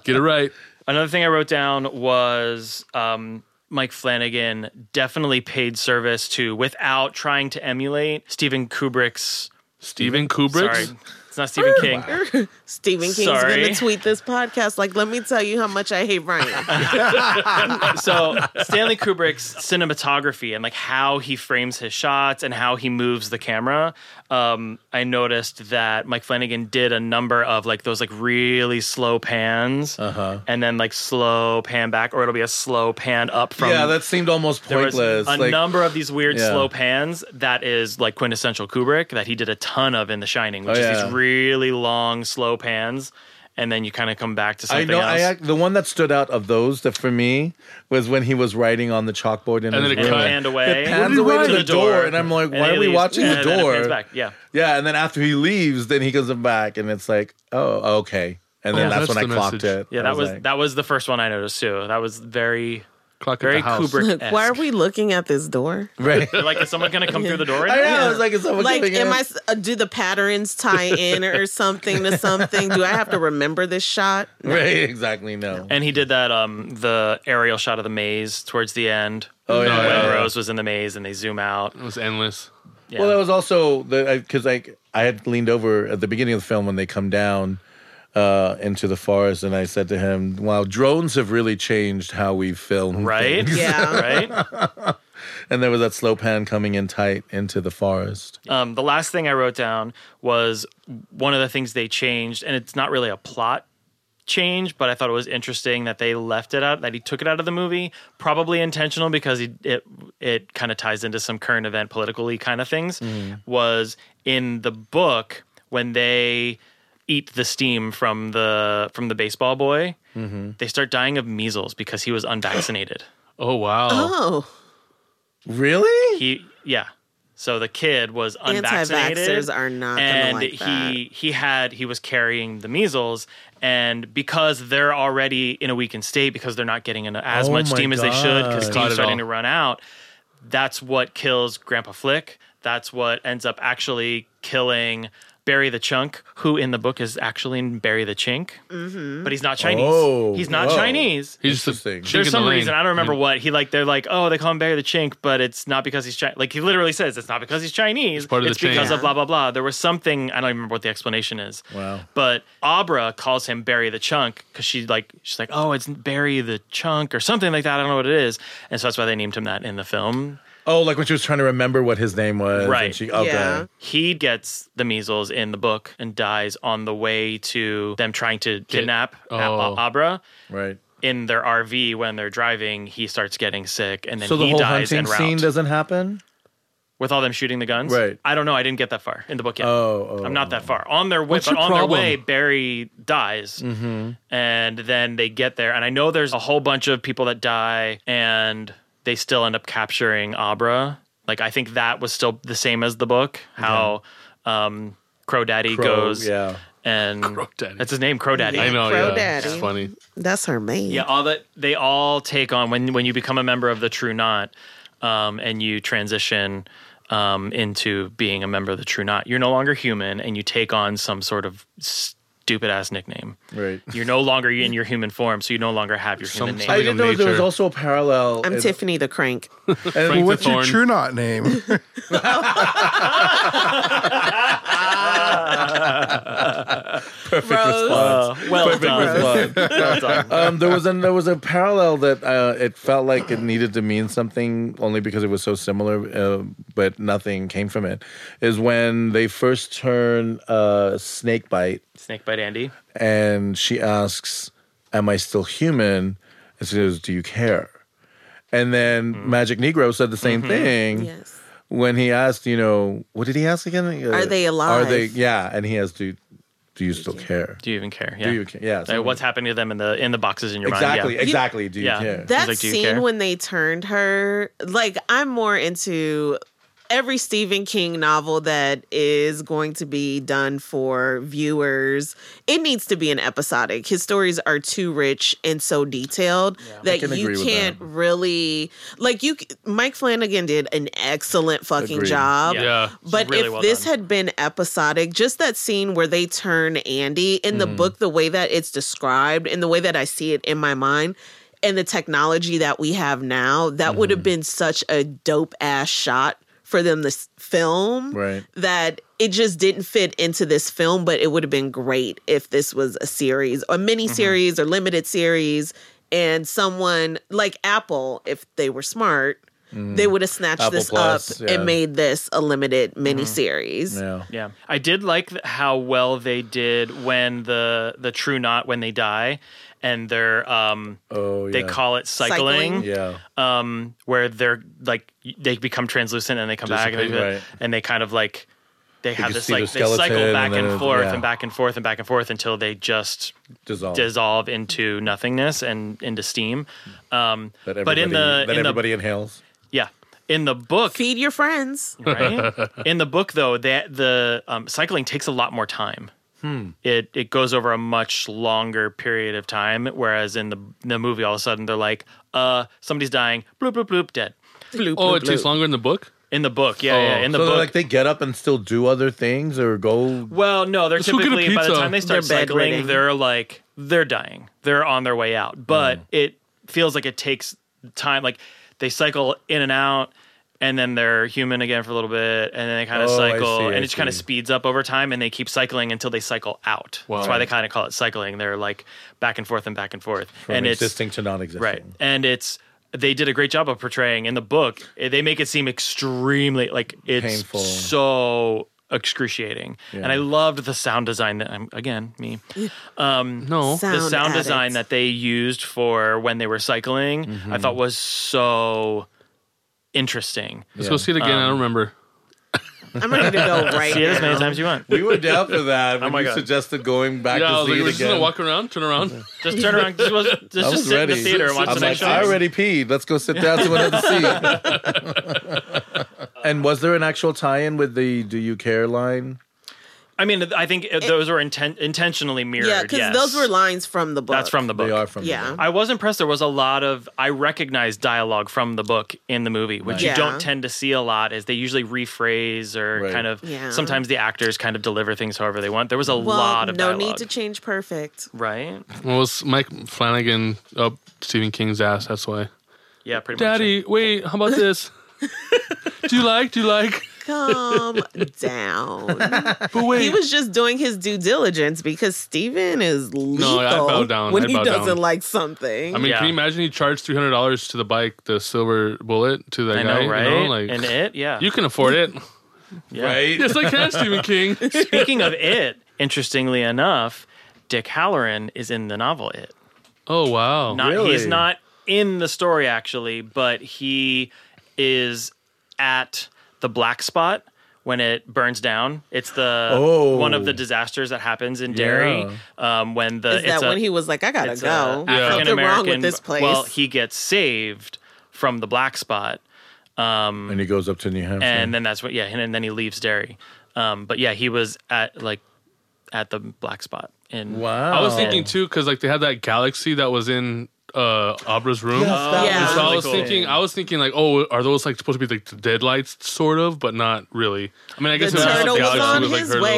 Speaker 4: Get it right.
Speaker 1: (laughs) Another thing I wrote down was um, Mike Flanagan definitely paid service to without trying to emulate Stephen Kubrick's.
Speaker 4: Steven Kubrick.
Speaker 1: Sorry, it's not Stephen King.
Speaker 2: (laughs) Stephen King's
Speaker 1: Sorry.
Speaker 2: gonna tweet this podcast. Like, let me tell you how much I hate
Speaker 1: (laughs)
Speaker 2: Ryan.
Speaker 1: so Stanley Kubrick's cinematography and like how he frames his shots and how he moves the camera. Um, I noticed that Mike Flanagan did a number of like those like really slow pans, uh-huh. and then like slow pan back, or it'll be a slow pan up from.
Speaker 5: yeah, that seemed almost
Speaker 1: there was
Speaker 5: pointless.
Speaker 1: a
Speaker 5: like,
Speaker 1: number of these weird
Speaker 5: Yeah.
Speaker 1: slow pans that is like quintessential Kubrick that he did a ton of in The Shining, which
Speaker 5: Oh,
Speaker 1: is
Speaker 5: yeah.
Speaker 1: these really long slow pans, and then you kind of come back to
Speaker 5: I
Speaker 1: something
Speaker 5: know.
Speaker 1: else.
Speaker 5: I act, the one that stood out of those that for me was when he was writing on the chalkboard in
Speaker 4: And
Speaker 5: his
Speaker 4: then it
Speaker 5: room.
Speaker 4: cut.
Speaker 1: panned away,
Speaker 5: It pans away to the door, and I'm like, why
Speaker 1: they
Speaker 5: are we
Speaker 1: leave,
Speaker 5: watching the
Speaker 1: and then it
Speaker 5: door?
Speaker 1: pans back. Yeah,
Speaker 5: Yeah, and then after he leaves, then he comes back, and it's like, oh, okay. And then
Speaker 4: Oh,
Speaker 5: that's,
Speaker 4: that's
Speaker 5: when I
Speaker 4: the
Speaker 5: clocked
Speaker 4: message.
Speaker 5: it.
Speaker 1: yeah.
Speaker 5: I
Speaker 1: That was
Speaker 5: like,
Speaker 1: that was the first one I noticed too. That was very
Speaker 4: Clock at the
Speaker 1: very
Speaker 4: house.
Speaker 1: Kubrick.
Speaker 2: Look, why are we looking at this door?
Speaker 5: (laughs) right.
Speaker 1: like, is someone gonna come through the door?
Speaker 5: (laughs) I know.
Speaker 1: Right
Speaker 5: I was like, is someone
Speaker 2: Like,
Speaker 5: coming
Speaker 2: am
Speaker 5: in?
Speaker 2: I? s- uh, Do the patterns tie in
Speaker 1: (laughs)
Speaker 2: or something to something? Do I have to remember this shot?
Speaker 5: (laughs) Right. Exactly. No.
Speaker 1: And he did that um the aerial shot of the maze towards the end.
Speaker 5: Oh, yeah,
Speaker 1: when
Speaker 5: yeah, yeah.
Speaker 1: Rose was in the maze and they zoom out.
Speaker 4: It was endless.
Speaker 1: Yeah.
Speaker 5: Well, that was also the because like I had leaned over at the beginning of the film when they come down uh, into the forest, and I said to him, "Wow, drones have really changed how we film,
Speaker 1: right?
Speaker 5: things."
Speaker 2: Yeah.
Speaker 1: (laughs) right.
Speaker 5: (laughs) And there was that slow pan coming in tight into the forest.
Speaker 1: Um, the last thing I wrote down was one of the things they changed, and it's not really a plot change, but I thought it was interesting that they left it out, that he took it out of the movie, probably intentional because he, it it kind of ties into some current event politically kind of things. Was in the book when they eat the steam from the from the baseball boy, they start dying of measles because he was unvaccinated.
Speaker 4: Oh wow.
Speaker 2: Oh,
Speaker 5: Really?
Speaker 1: he yeah. So the kid was unvaccinated.
Speaker 2: Anti-vaxxers are not gonna
Speaker 1: and
Speaker 2: like that.
Speaker 1: he he had he was carrying the measles, and because they're already in a weakened state because they're not getting in as
Speaker 5: Oh
Speaker 1: much
Speaker 5: my
Speaker 1: steam as they should
Speaker 5: God.
Speaker 1: because
Speaker 4: Got
Speaker 1: steam's
Speaker 4: it
Speaker 1: starting
Speaker 4: all.
Speaker 1: to run out. That's what kills Grandpa Flick. That's what ends up actually killing Barry the Chunk, who in the book is actually Barry the Chink, mm-hmm. but he's not Chinese.
Speaker 5: Oh,
Speaker 1: he's not
Speaker 5: whoa.
Speaker 1: Chinese.
Speaker 4: He's the
Speaker 5: Interesting.
Speaker 4: chink
Speaker 1: There's
Speaker 4: in
Speaker 1: some
Speaker 4: the lane.
Speaker 1: reason I don't remember
Speaker 4: Yeah.
Speaker 1: what he like. They're like, oh, they call him Barry the Chink, but it's not because he's Chinese. Like he literally says it's not because he's Chinese. It's,
Speaker 4: part of the chain.
Speaker 1: because of
Speaker 2: Yeah.
Speaker 1: blah blah blah. There was something I don't even remember what the explanation is.
Speaker 5: Wow.
Speaker 1: But Abra calls him Barry the Chunk because she like she's like, oh, it's Barry the Chunk or something like that. I don't know what it is, and so that's why they named him that in the film.
Speaker 5: Oh, like when she was trying to remember what his name was. and
Speaker 1: Right.
Speaker 5: she- okay.
Speaker 2: Yeah.
Speaker 1: He gets the measles in the book and dies on the way to them trying to kidnap
Speaker 4: Oh.
Speaker 1: Abra
Speaker 5: Right.
Speaker 1: in their RV when they're driving, he starts getting sick, and then
Speaker 5: So the
Speaker 1: he
Speaker 5: whole
Speaker 1: dies
Speaker 5: hunting
Speaker 1: en route
Speaker 5: scene doesn't happen?
Speaker 1: with all them shooting the guns.
Speaker 5: Right.
Speaker 1: I don't know. I didn't get that far in the book yet.
Speaker 5: Oh, oh,
Speaker 1: I'm not that far. On their way,
Speaker 4: What's
Speaker 1: but
Speaker 4: your
Speaker 1: on
Speaker 4: problem?
Speaker 1: their way, Barry dies,
Speaker 5: Mm-hmm.
Speaker 1: and then they get there, and I know there's a whole bunch of people that die, and they still end up capturing Abra. Like I think that was still the same as the book. How um, Crow Daddy
Speaker 5: Crow,
Speaker 1: goes,
Speaker 5: yeah.
Speaker 1: and
Speaker 4: Crow Daddy.
Speaker 1: That's his name, Crow Daddy.
Speaker 4: I know,
Speaker 2: Crow
Speaker 4: yeah.
Speaker 2: Daddy.
Speaker 4: It's funny.
Speaker 2: That's her main.
Speaker 1: Yeah, all that they all take on when when you become a member of the True Knot, um, and you transition um, into being a member of the True Knot. You're no longer human, and you take on some sort of stupid ass nickname. (laughs)
Speaker 5: Right.
Speaker 1: You're no longer in your human form, so you no longer have your human
Speaker 4: Some-
Speaker 5: I
Speaker 1: name.
Speaker 5: didn't know there was
Speaker 4: Nature.
Speaker 5: also a parallel.
Speaker 2: I'm
Speaker 5: in- (laughs)
Speaker 2: Tiffany the Crank.
Speaker 5: and-
Speaker 4: Frank the
Speaker 3: What's your
Speaker 4: Thorn.
Speaker 3: true not name?
Speaker 2: Rose.
Speaker 1: Uh, well done. (laughs) Well done.
Speaker 5: (laughs) um, there was a there was a parallel that uh, it felt like it needed to mean something only because it was so similar, uh, but nothing came from it. Is when they first turn uh, Snakebite
Speaker 1: Snakebite Andy.
Speaker 5: and she asks, "Am I still human?" And she goes, "Do you care?" And then
Speaker 1: Hmm.
Speaker 5: Magic Negro said the same
Speaker 1: Mm-hmm.
Speaker 5: thing
Speaker 2: Yes.
Speaker 5: when he asked, you know, what did he ask again? Uh,
Speaker 2: Are they
Speaker 5: Are they?
Speaker 2: alive?
Speaker 5: Yeah, and he asked, "Do do you still care?
Speaker 1: Do you even care? Yeah.
Speaker 5: Do you care? Yeah,
Speaker 1: Like, what's happening to them in the in the boxes in your
Speaker 5: exactly?
Speaker 1: mind?
Speaker 5: Exactly. Do you
Speaker 1: Yeah.
Speaker 5: care?
Speaker 1: That-
Speaker 2: That
Speaker 1: He's like, "Do you
Speaker 2: scene
Speaker 1: care?"
Speaker 2: when they turned her, like I'm more into every Stephen King novel that is going to be done for viewers. It needs to be an episodic. His stories are too rich and so detailed that
Speaker 5: can
Speaker 2: you
Speaker 5: agree with
Speaker 2: can't
Speaker 5: that.
Speaker 2: really like you. c- Mike Flanagan did an excellent fucking
Speaker 5: Agreed.
Speaker 2: job.
Speaker 1: Yeah.
Speaker 4: Yeah.
Speaker 2: But
Speaker 1: really
Speaker 2: if
Speaker 1: well
Speaker 2: this
Speaker 1: done.
Speaker 2: had been episodic, just that scene where they turn Andy in
Speaker 1: Hmm.
Speaker 2: the book, the way that it's described and the way that I see it in my mind and the technology that we have now, that would
Speaker 1: Hmm.
Speaker 2: have been such a dope ass shot for them to s- film
Speaker 5: Right.
Speaker 2: that it just didn't fit into this film, but it would have been great if this was a series, a mini
Speaker 1: Mm-hmm.
Speaker 2: series or limited series, and someone like Apple, if they were smart,
Speaker 1: Mm-hmm.
Speaker 2: they would have snatched
Speaker 5: Apple
Speaker 2: this
Speaker 5: Plus,
Speaker 2: up
Speaker 5: yeah.
Speaker 2: and made this a limited mini series.
Speaker 5: Yeah.
Speaker 1: Mm-hmm. Yeah, I did like th- how well they did when the the true knot when they die, and they're um
Speaker 5: Oh,
Speaker 1: they
Speaker 5: yeah.
Speaker 1: call it
Speaker 2: Cycling.
Speaker 1: cycling,
Speaker 5: Yeah.
Speaker 1: um where they're like y- they become translucent and they come back and they,
Speaker 5: Dissipate, right.
Speaker 1: and they kind of like they have
Speaker 5: can
Speaker 1: this
Speaker 5: see
Speaker 1: like
Speaker 5: the
Speaker 1: they cycle
Speaker 5: skeleton
Speaker 1: back
Speaker 5: and
Speaker 1: and,
Speaker 5: then it-
Speaker 1: forth
Speaker 5: yeah. Oh.
Speaker 1: and back and forth and back and forth until they just
Speaker 5: Dissolve.
Speaker 1: dissolve into nothingness and into steam. Um,
Speaker 5: that everybody,
Speaker 1: but in the
Speaker 5: that
Speaker 1: in
Speaker 5: everybody
Speaker 1: the
Speaker 5: inhales.
Speaker 1: yeah in the book
Speaker 2: Feed your friends.
Speaker 1: right?
Speaker 5: (laughs)
Speaker 1: In the book, though, that the um, cycling takes a lot more time.
Speaker 5: Hmm.
Speaker 1: It it goes over a much longer period of time, whereas in the the movie, all of a sudden they're like, "Uh, somebody's dying, bloop bloop bloop, dead."
Speaker 4: Oh, it takes longer in the book?
Speaker 1: In the book, yeah,
Speaker 4: Oh.
Speaker 1: yeah, in the
Speaker 5: so they're
Speaker 1: book.
Speaker 5: like they get up and still do other things or go.
Speaker 1: well, no, they're
Speaker 4: Let's go get a
Speaker 1: typically by the
Speaker 4: pizza.
Speaker 1: time they start
Speaker 2: They're
Speaker 1: cycling,
Speaker 2: bedridden.
Speaker 1: they're like they're dying, they're on their way out. But
Speaker 5: Mm.
Speaker 1: it feels like it takes time, like they cycle in and out. And then they're human again for a little bit, and then they kind of
Speaker 5: Oh, I
Speaker 1: cycle,
Speaker 5: see, I
Speaker 1: and it kind of
Speaker 5: see.
Speaker 1: speeds up over time and they keep cycling until they cycle out. That's why they kind of call it cycling. They're like back and forth and back and forth.
Speaker 5: From
Speaker 1: and
Speaker 5: existing to
Speaker 1: it's
Speaker 5: non-existing.
Speaker 1: right. And it's they did a great job of portraying in the book. eh, They make it seem extremely like it's
Speaker 5: Painful.
Speaker 1: so excruciating. And I loved the sound design that I'm again, me.
Speaker 4: No.
Speaker 2: Sound
Speaker 1: the sound design
Speaker 2: addict.
Speaker 1: that they used for when they were cycling, I
Speaker 5: Mm-hmm.
Speaker 1: thought was so interesting.
Speaker 4: Let's go see it again. I don't remember.
Speaker 2: I'm ready to
Speaker 1: (laughs)
Speaker 2: go right
Speaker 1: See it
Speaker 2: now.
Speaker 1: as many times you want.
Speaker 5: We were down
Speaker 1: (laughs)
Speaker 5: for that when
Speaker 1: Oh my
Speaker 5: you
Speaker 1: God.
Speaker 5: suggested going back
Speaker 4: Yeah, I
Speaker 5: to
Speaker 4: was
Speaker 5: see
Speaker 4: like, we're
Speaker 5: it
Speaker 4: just going
Speaker 5: again.
Speaker 4: to walk around, turn (laughs) around.
Speaker 1: Just turn around. Just,
Speaker 5: (laughs)
Speaker 1: was- just,
Speaker 5: I
Speaker 1: just
Speaker 5: was
Speaker 1: sit
Speaker 5: ready.
Speaker 1: in the theater and watch
Speaker 5: I'm
Speaker 1: the
Speaker 5: like,
Speaker 1: next
Speaker 5: I
Speaker 4: (laughs)
Speaker 1: show.
Speaker 5: already peed. Let's go sit down to another seat. And was there an actual tie-in with the "Do You Care" line?
Speaker 1: I mean, I think those were inten- intentionally mirrored.
Speaker 2: yeah, because
Speaker 1: yes.
Speaker 2: those were lines from the book.
Speaker 1: That's from the book.
Speaker 5: They are from the
Speaker 2: Yeah.
Speaker 5: book.
Speaker 1: I was impressed. There was a lot of I recognized dialogue from the book in the movie, which
Speaker 2: Yeah.
Speaker 1: you don't tend to see a lot. Is they usually rephrase or
Speaker 5: Right.
Speaker 1: kind of
Speaker 2: Yeah.
Speaker 1: sometimes the actors kind of deliver things however they want. There was a
Speaker 2: well,
Speaker 1: lot of
Speaker 2: no
Speaker 1: dialogue,
Speaker 2: need to change perfect.
Speaker 1: right?
Speaker 4: Well, was Mike Flanagan up Stephen King's ass? That's why.
Speaker 1: Yeah, pretty much.
Speaker 4: Daddy, wait, how about
Speaker 1: (laughs)
Speaker 4: this? do you like? Do you like?
Speaker 1: (laughs)
Speaker 2: Calm down.
Speaker 4: But wait,
Speaker 2: He was just doing his due diligence because Steven is lethal
Speaker 4: I bow down.
Speaker 2: when
Speaker 4: I
Speaker 2: he
Speaker 4: bow
Speaker 2: doesn't
Speaker 4: down.
Speaker 2: like something.
Speaker 4: I mean, can
Speaker 1: Yeah.
Speaker 4: you imagine he charged three hundred dollars to the bike, the silver bullet to that
Speaker 1: I
Speaker 4: guy?
Speaker 1: know, right?
Speaker 4: You know, like
Speaker 1: and it, yeah,
Speaker 4: you can afford it.
Speaker 1: yeah.
Speaker 4: (laughs) yes, I can, Stephen King.
Speaker 1: Speaking of it, interestingly enough, Dick Halloran is in the novel It.
Speaker 4: (laughs) Oh wow!
Speaker 1: Not he's
Speaker 5: Really?
Speaker 1: not in the story actually, but he is at the black spot when it burns down. It's the
Speaker 5: Oh.
Speaker 1: one of the disasters that happens in Derry. Um, when the
Speaker 2: is
Speaker 1: it's
Speaker 2: that
Speaker 1: a-
Speaker 2: when he was like, I gotta
Speaker 1: it's a
Speaker 2: go? Something
Speaker 1: African-American-
Speaker 2: wrong with this place.
Speaker 1: Well, he gets saved from the black spot.
Speaker 5: And he goes up to New Hampshire.
Speaker 1: and then that's what yeah and, then he leaves derry um but yeah he was at like at the black spot in
Speaker 5: wow,
Speaker 4: I
Speaker 1: Oh.
Speaker 4: was thinking too because like they had that galaxy that was in uh Abra's room.
Speaker 5: that
Speaker 2: Yeah.
Speaker 4: And
Speaker 2: was
Speaker 4: so I
Speaker 1: really
Speaker 4: was
Speaker 1: cool.
Speaker 4: thinking, I was thinking like, oh, are those like supposed to be like the deadlights, sort of, but not really. I mean,
Speaker 2: the
Speaker 4: I guess it was just
Speaker 2: turtle
Speaker 4: the
Speaker 2: was
Speaker 4: galaxy
Speaker 2: on
Speaker 4: with, like,
Speaker 2: his
Speaker 4: her little-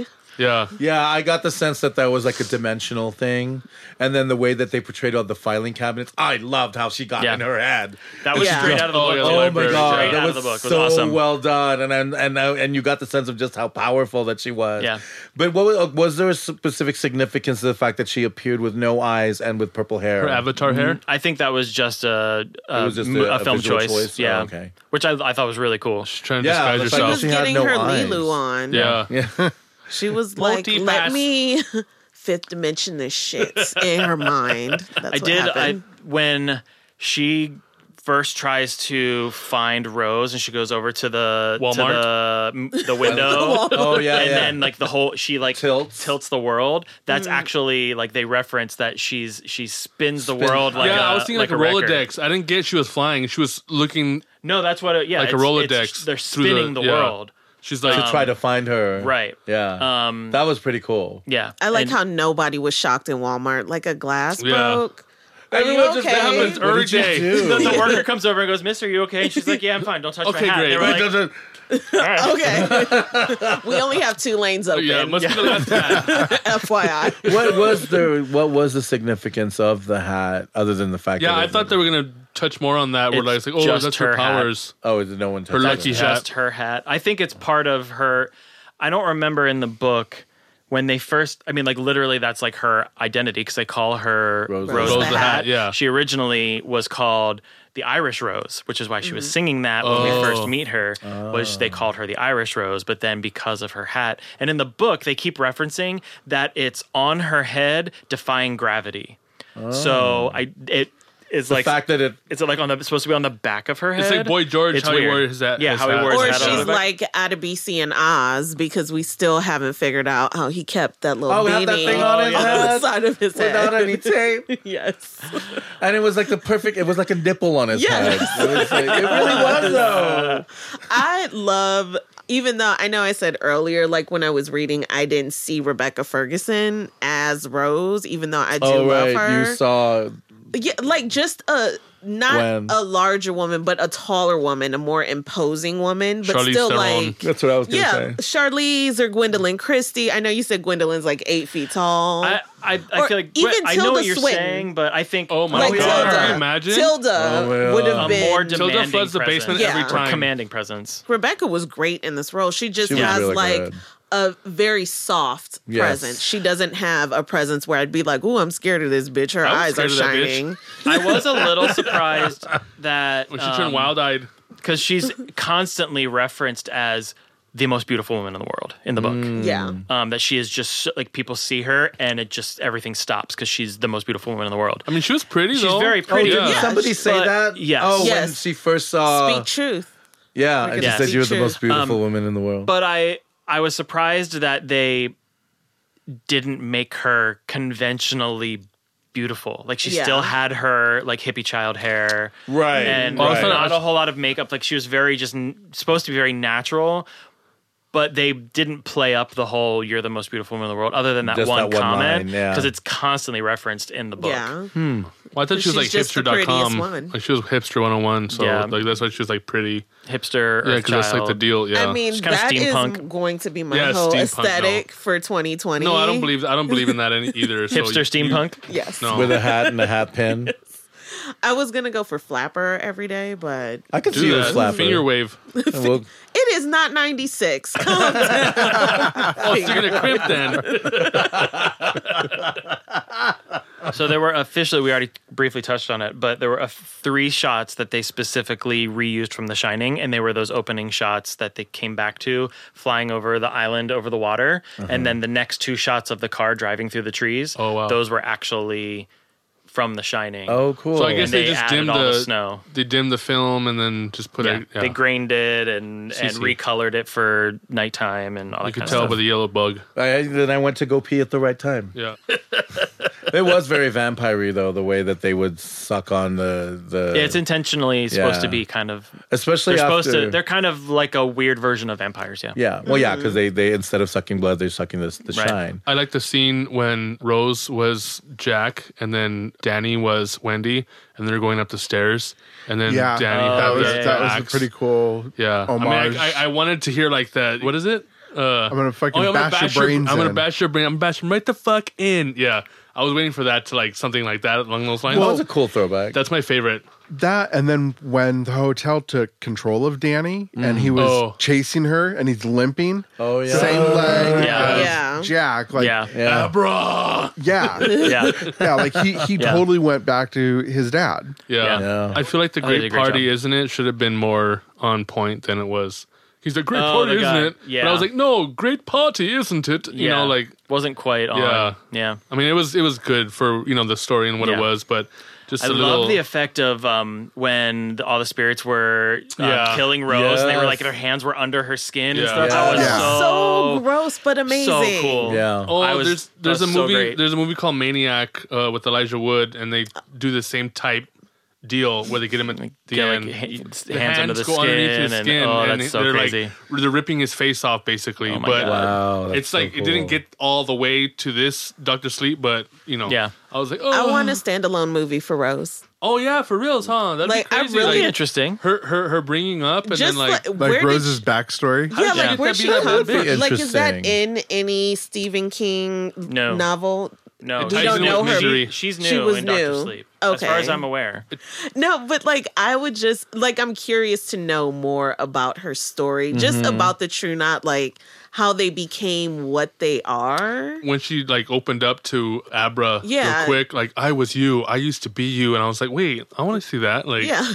Speaker 2: way.
Speaker 4: yeah,
Speaker 5: Yeah, I got the sense that that was like a dimensional thing, and then the way that they portrayed all the filing cabinets, I loved how she got
Speaker 1: Yeah.
Speaker 5: in her head.
Speaker 1: that was
Speaker 2: Yeah.
Speaker 1: straight out of the
Speaker 4: Oh,
Speaker 1: book
Speaker 4: yeah,
Speaker 1: too.
Speaker 4: the
Speaker 5: Oh my
Speaker 4: library,
Speaker 5: god,
Speaker 1: straight
Speaker 4: yeah.
Speaker 5: that
Speaker 1: out
Speaker 5: was,
Speaker 1: of the book It
Speaker 5: so
Speaker 1: was awesome
Speaker 5: well done, and and and uh, and you got the sense of just how powerful that she was.
Speaker 1: Yeah.
Speaker 5: But what was, was there a specific significance to the fact that she appeared with no eyes and with purple hair?
Speaker 4: her
Speaker 5: (laughs)
Speaker 4: avatar hair.
Speaker 1: I think that was just a a,
Speaker 5: was just
Speaker 1: m-
Speaker 5: a-
Speaker 1: a
Speaker 5: a
Speaker 1: film
Speaker 5: visual
Speaker 1: choice,
Speaker 5: choice? Oh,
Speaker 1: yeah,
Speaker 5: okay.
Speaker 1: which I, I thought was really cool.
Speaker 4: She's trying to
Speaker 5: Yeah,
Speaker 4: disguise
Speaker 5: that's like-
Speaker 2: She
Speaker 4: herself.
Speaker 2: was
Speaker 5: She had
Speaker 2: getting
Speaker 5: no
Speaker 2: her
Speaker 5: eyes.
Speaker 2: Lilu on.
Speaker 4: yeah.
Speaker 5: Yeah.
Speaker 2: She was like, let
Speaker 1: Multipass.
Speaker 2: me (laughs) fifth dimension this shit in her mind. That's
Speaker 1: I
Speaker 2: what
Speaker 1: did.
Speaker 2: happened.
Speaker 1: I when she first tries to find Rose and she goes over to the to
Speaker 4: Walmart?
Speaker 1: the,
Speaker 5: (laughs)
Speaker 1: the window.
Speaker 5: oh yeah,
Speaker 1: and
Speaker 5: yeah.
Speaker 1: then like the whole she like
Speaker 5: Tilts.
Speaker 1: tilts the world.
Speaker 2: Mm.
Speaker 1: That's actually like they reference that she's she spins the world like
Speaker 4: yeah,
Speaker 1: I
Speaker 4: I was thinking like, a,
Speaker 1: record.
Speaker 4: Rolodex. I didn't get she was flying. She was looking.
Speaker 1: No, that's what. It, yeah,
Speaker 4: Like a
Speaker 1: it's- it's-
Speaker 4: Rolodex
Speaker 1: they're
Speaker 4: through the-
Speaker 1: spinning the,
Speaker 4: yeah.
Speaker 1: world.
Speaker 4: She's like,
Speaker 5: to try to find her.
Speaker 1: um, Right.
Speaker 5: Yeah.
Speaker 1: Um,
Speaker 5: that was pretty cool.
Speaker 1: Yeah,
Speaker 2: I like
Speaker 1: And-
Speaker 2: how nobody was shocked in Walmart. Like a glass
Speaker 4: Yeah.
Speaker 2: broke. Are you
Speaker 5: Everyone just
Speaker 2: okay?
Speaker 5: happens
Speaker 4: What
Speaker 5: every
Speaker 4: did you
Speaker 5: day. (laughs)
Speaker 4: do?
Speaker 1: (laughs) The, the worker comes over and goes, "Miss, are you okay?" And she's like, "Yeah, I'm fine. Don't touch
Speaker 4: Okay,
Speaker 1: my hat." And they
Speaker 4: great.
Speaker 1: were like,
Speaker 2: Okay. (laughs) we only have two lanes open.
Speaker 4: uh, yeah,
Speaker 2: (laughs)
Speaker 4: it must be the last hat.
Speaker 2: FYI.
Speaker 5: what was the what was the significance of the hat other than the fact?
Speaker 4: Yeah,
Speaker 5: that
Speaker 4: I
Speaker 5: it-
Speaker 4: thought they were gonna touch more on that. Where like,
Speaker 1: It's
Speaker 4: it's like, oh,
Speaker 1: just
Speaker 4: that's
Speaker 1: her
Speaker 4: her
Speaker 1: hat.
Speaker 4: powers.
Speaker 5: Oh, is it no one touched
Speaker 4: Her
Speaker 5: it?
Speaker 4: lucky hat.
Speaker 1: just her hat. I think it's part of her. I don't remember in the book when they first. I mean, like literally, that's like her identity because they call her
Speaker 5: Rose
Speaker 1: Rose,
Speaker 5: the
Speaker 1: the,
Speaker 2: Hat.
Speaker 1: Hat.
Speaker 4: yeah.
Speaker 1: she originally was called the Irish Rose, which is why she was singing that when
Speaker 4: Oh.
Speaker 1: we first meet her. Was they called her the Irish Rose, but then because of her hat, and in the book they keep referencing that it's on her head, defying gravity.
Speaker 4: Oh.
Speaker 1: So I it is
Speaker 5: The
Speaker 1: like
Speaker 5: fact that it
Speaker 1: is it like on the supposed to be on the back of her head?
Speaker 4: It's like Boy George,
Speaker 1: It's
Speaker 4: how he
Speaker 1: weird.
Speaker 4: wore his hat-
Speaker 1: Yeah,
Speaker 4: his
Speaker 1: how he
Speaker 4: hat.
Speaker 1: wore his
Speaker 2: Or
Speaker 1: hat. on
Speaker 2: she's
Speaker 1: the back.
Speaker 2: like Adabisi and Oz because we still haven't figured out how he kept that little
Speaker 5: Oh, we
Speaker 2: beanie
Speaker 5: had that thing on
Speaker 2: (laughs)
Speaker 5: his
Speaker 2: the
Speaker 5: head
Speaker 2: side of his head.
Speaker 5: without any tape.
Speaker 2: (laughs) yes.
Speaker 5: And it was like the perfect. It was like a nipple on his
Speaker 2: Yes.
Speaker 5: head. It, was like,
Speaker 1: (laughs)
Speaker 5: it really was though.
Speaker 2: I love, even though I know I said earlier, like when I was reading, I didn't see Rebecca Ferguson as Rose, even though I do
Speaker 5: Oh
Speaker 2: love
Speaker 5: right,
Speaker 2: her.
Speaker 5: you saw.
Speaker 2: yeah, like just a not
Speaker 5: When?
Speaker 2: a larger woman, but a taller woman, a more imposing woman, but
Speaker 4: Charlize
Speaker 2: still
Speaker 4: Theron.
Speaker 2: like.
Speaker 5: That's what I was gonna
Speaker 2: Yeah,
Speaker 5: say.
Speaker 2: Charlize or Gwendolyn Christie. I know you said Gwendolyn's like eight feet tall.
Speaker 1: I, I,
Speaker 2: Or
Speaker 1: I feel like
Speaker 2: even
Speaker 1: but I know
Speaker 2: Tilda
Speaker 1: what you're
Speaker 2: Swinton.
Speaker 1: saying, but I think
Speaker 4: Oh my
Speaker 2: like
Speaker 4: God. Can you
Speaker 2: Tilda.
Speaker 4: imagine?
Speaker 2: Tilda
Speaker 5: Oh, well.
Speaker 2: would have
Speaker 1: a more
Speaker 2: been.
Speaker 1: demanding
Speaker 4: floods the
Speaker 1: presence.
Speaker 4: basement
Speaker 2: every
Speaker 1: Or
Speaker 4: time.
Speaker 1: commanding presence.
Speaker 2: (laughs) Rebecca was great in this role. She just
Speaker 5: She was
Speaker 2: has
Speaker 5: really
Speaker 2: like
Speaker 5: good.
Speaker 2: a very soft
Speaker 5: Yes.
Speaker 2: presence. She doesn't have a presence where I'd be like, "Ooh, I'm scared of this bitch. Her
Speaker 4: I was
Speaker 2: eyes are
Speaker 4: scared of that bitch.
Speaker 2: shining."
Speaker 1: I was a little surprised that
Speaker 4: When she
Speaker 2: um,
Speaker 4: turned wild-eyed,
Speaker 1: because she's constantly referenced as the most beautiful woman in the world in the book.
Speaker 2: Yeah,
Speaker 5: Hmm.
Speaker 1: Um, that she is just so- like people see her and it just everything stops because she's the most beautiful woman in the world.
Speaker 4: I mean, she was pretty.
Speaker 1: She's
Speaker 4: though. Oh,
Speaker 1: very pretty.
Speaker 4: yeah.
Speaker 5: Did
Speaker 2: Yeah.
Speaker 5: somebody say
Speaker 1: But-
Speaker 5: that?
Speaker 1: yes.
Speaker 5: Oh, when
Speaker 2: Yes.
Speaker 5: she first saw.
Speaker 2: speak truth.
Speaker 5: Yeah, and she
Speaker 1: Yes.
Speaker 5: said you were the
Speaker 2: Speak
Speaker 5: most
Speaker 2: truth.
Speaker 5: beautiful woman in the world.
Speaker 1: Um, but I I was surprised that they didn't make her conventionally beautiful. Like she
Speaker 2: Yeah.
Speaker 1: still had her like hippie child hair,
Speaker 6: Right,
Speaker 1: And
Speaker 6: right.
Speaker 1: also not a whole lot of makeup. Like she was very just n- supposed to be very natural, but they didn't play up the whole "you're the most beautiful woman in the world." Other than that,
Speaker 5: Just
Speaker 1: one,
Speaker 5: that one
Speaker 1: comment,
Speaker 5: line, yeah.
Speaker 1: it's constantly referenced in the book.
Speaker 2: Yeah.
Speaker 4: Well, I thought she was
Speaker 2: She's
Speaker 4: like
Speaker 2: just the prettiest
Speaker 4: hipster.com.
Speaker 2: woman.
Speaker 4: Like she was hipster 101. So
Speaker 1: Yeah.
Speaker 4: like that's why she was like pretty.
Speaker 1: Hipster,
Speaker 4: Yeah,
Speaker 1: Earth
Speaker 4: because that's like the
Speaker 1: Child.
Speaker 4: deal. Yeah.
Speaker 2: I mean,
Speaker 1: She's kinda
Speaker 2: that is
Speaker 1: steampunk.
Speaker 2: going to be my
Speaker 4: Yeah,
Speaker 2: whole
Speaker 4: steampunk, no.
Speaker 2: aesthetic for 2020.
Speaker 4: no, I don't believe I don't believe in that any
Speaker 2: (laughs)
Speaker 4: either. so
Speaker 1: hipster
Speaker 4: you-
Speaker 1: steampunk.
Speaker 2: Yes.
Speaker 4: No.
Speaker 5: (laughs) with a hat and a hat pin.
Speaker 2: I was going to go for flapper every day, but
Speaker 5: I could see
Speaker 4: Do
Speaker 5: you
Speaker 4: that.
Speaker 5: as flapper.
Speaker 2: (laughs)
Speaker 4: Finger wave.
Speaker 5: Well,
Speaker 2: it is not 96.
Speaker 4: (laughs)
Speaker 2: Come
Speaker 4: Oh, so you're gonna crimp then.
Speaker 1: So there were officially we already briefly touched on it, but there were a three shots that they specifically reused from The Shining, and they were those opening shots that they came back to, flying over the island over the water, and then the next two shots of the car driving through the trees.
Speaker 4: Uh-huh. Oh, wow.
Speaker 1: Those were actually from The Shining.
Speaker 5: oh, cool.
Speaker 4: So I guess
Speaker 1: And
Speaker 4: they,
Speaker 1: they
Speaker 4: just
Speaker 1: added
Speaker 4: dimmed
Speaker 1: all
Speaker 4: the,
Speaker 1: the snow.
Speaker 4: They dimmed the film and then just put
Speaker 1: yeah.
Speaker 4: it. Yeah.
Speaker 1: They grained it and and
Speaker 4: CC.
Speaker 1: recolored it for nighttime and all that.
Speaker 4: you could
Speaker 1: kind
Speaker 4: tell
Speaker 1: of
Speaker 4: by
Speaker 1: stuff.
Speaker 4: the yellow bug.
Speaker 5: I, then I went to go pee at the right time.
Speaker 2: (laughs)
Speaker 4: Yeah.
Speaker 5: It was very vampire though, the way that they would suck on the the.
Speaker 1: Yeah, it's intentionally supposed
Speaker 5: Yeah.
Speaker 1: to be kind of.
Speaker 5: especially
Speaker 1: They're supposed
Speaker 5: after-
Speaker 1: to. They're kind of like a weird version of vampires. Yeah.
Speaker 5: yeah, well, yeah, because they they instead of sucking blood, they're sucking this the
Speaker 1: Right.
Speaker 5: shine.
Speaker 4: I like the scene when Rose was Jack and then Danny was Wendy and they're going up the stairs and then
Speaker 3: Yeah, Uh,
Speaker 4: Danny
Speaker 1: Oh,
Speaker 3: that
Speaker 4: had
Speaker 3: was
Speaker 4: the
Speaker 3: that
Speaker 4: axe.
Speaker 3: was a pretty cool.
Speaker 4: yeah. I
Speaker 3: homage.
Speaker 4: mean, I, I, I wanted to hear like that. What is it? Uh,
Speaker 3: I'm gonna fucking
Speaker 4: yeah,
Speaker 3: bash your brains
Speaker 4: I'm gonna
Speaker 3: in.
Speaker 4: bash your brain. I'm gonna bash them right the fuck in. Yeah, I was waiting for that to like something like that along those lines.
Speaker 5: Well, that was a cool throwback.
Speaker 4: That's my favorite.
Speaker 3: That and then when the hotel took control of Danny and he was
Speaker 4: Oh.
Speaker 3: chasing her and he's limping.
Speaker 5: oh yeah,
Speaker 3: Same leg
Speaker 1: Yeah.
Speaker 3: as
Speaker 2: Yeah.
Speaker 3: Jack. Like
Speaker 1: Yeah.
Speaker 5: yeah.
Speaker 4: Abra.
Speaker 3: yeah.
Speaker 1: Yeah.
Speaker 3: Yeah, like he, he
Speaker 1: Yeah.
Speaker 3: totally went back to his dad.
Speaker 4: Yeah.
Speaker 5: Yeah.
Speaker 4: I feel like the
Speaker 1: Oh, they
Speaker 4: great,
Speaker 1: did a great
Speaker 4: party,
Speaker 1: job.
Speaker 4: isn't it? Should have been more on point than it was. He's like, great
Speaker 1: Oh,
Speaker 4: party,
Speaker 1: the
Speaker 4: isn't
Speaker 1: guy.
Speaker 4: it? But I
Speaker 1: Yeah.
Speaker 4: was like, no, great party, isn't it? (laughs) You know, like,
Speaker 1: wasn't quite on.
Speaker 4: Yeah.
Speaker 1: Yeah,
Speaker 4: I mean, it was it was good for you know the story and what it
Speaker 1: Yeah.
Speaker 4: was, but just
Speaker 1: I
Speaker 4: a
Speaker 1: love
Speaker 4: little.
Speaker 1: the effect of um, when the, all the spirits were um,
Speaker 4: Yeah.
Speaker 1: killing Rose, and they were
Speaker 5: Yes.
Speaker 1: like their hands were under her skin
Speaker 4: Yeah.
Speaker 1: and stuff. That
Speaker 5: Yeah.
Speaker 1: was
Speaker 3: Yeah.
Speaker 2: so
Speaker 1: so
Speaker 2: gross, but amazing.
Speaker 1: so cool.
Speaker 5: Yeah.
Speaker 4: Oh,
Speaker 1: I was-
Speaker 4: there's
Speaker 1: that
Speaker 4: there's a
Speaker 1: was so
Speaker 4: movie
Speaker 1: great.
Speaker 4: there's a movie called Maniac uh, with Elijah Wood, and they do the same type deal where they get him at the
Speaker 1: Get,
Speaker 4: end.
Speaker 1: like, ha- hands,
Speaker 4: the
Speaker 1: under the
Speaker 4: go
Speaker 1: skin,
Speaker 4: underneath his
Speaker 1: and,
Speaker 4: skin,
Speaker 1: oh,
Speaker 4: and
Speaker 1: that's so
Speaker 4: they're
Speaker 1: crazy. Oh
Speaker 4: like they're ripping his face off basically.
Speaker 1: my
Speaker 4: but
Speaker 1: God.
Speaker 5: Wow, that's
Speaker 4: it's
Speaker 5: so
Speaker 4: like it didn't
Speaker 5: cool.
Speaker 4: get all the way to this Doctor Sleep, but you know,
Speaker 1: Yeah.
Speaker 4: I was like,
Speaker 2: I
Speaker 4: oh,
Speaker 2: want a standalone movie for Rose.
Speaker 4: oh yeah, for reals, huh? That'd
Speaker 2: Like,
Speaker 4: be
Speaker 2: I
Speaker 4: crazy.
Speaker 2: really-
Speaker 4: like,
Speaker 1: interesting.
Speaker 4: her her her bringing up, and
Speaker 2: Just
Speaker 4: then like,
Speaker 2: like,
Speaker 3: Like
Speaker 2: where did
Speaker 3: Rose's backstory.
Speaker 2: Yeah,
Speaker 4: did
Speaker 2: like
Speaker 4: that
Speaker 2: where
Speaker 4: be
Speaker 2: she
Speaker 4: that
Speaker 2: come
Speaker 4: big?
Speaker 2: from? Like, is that
Speaker 5: Interesting.
Speaker 2: in any Stephen King
Speaker 1: No.
Speaker 2: novel?
Speaker 1: No,
Speaker 4: It
Speaker 1: she's
Speaker 2: ties in
Speaker 1: new.
Speaker 2: with
Speaker 4: Misery.
Speaker 1: She, she's new
Speaker 2: She was
Speaker 1: in
Speaker 2: new.
Speaker 1: Doctor Sleep, as
Speaker 2: Okay.
Speaker 1: far as I'm aware.
Speaker 2: No, but like I would just like I'm curious to know more about her story, just
Speaker 5: Mm-hmm.
Speaker 2: about the True Knot, like how they became what they are.
Speaker 4: when she like opened up to Abra real
Speaker 2: Yeah.
Speaker 4: quick, like I was you, I used to be you, and I was like, wait, I want to see that. Like,
Speaker 2: Yeah,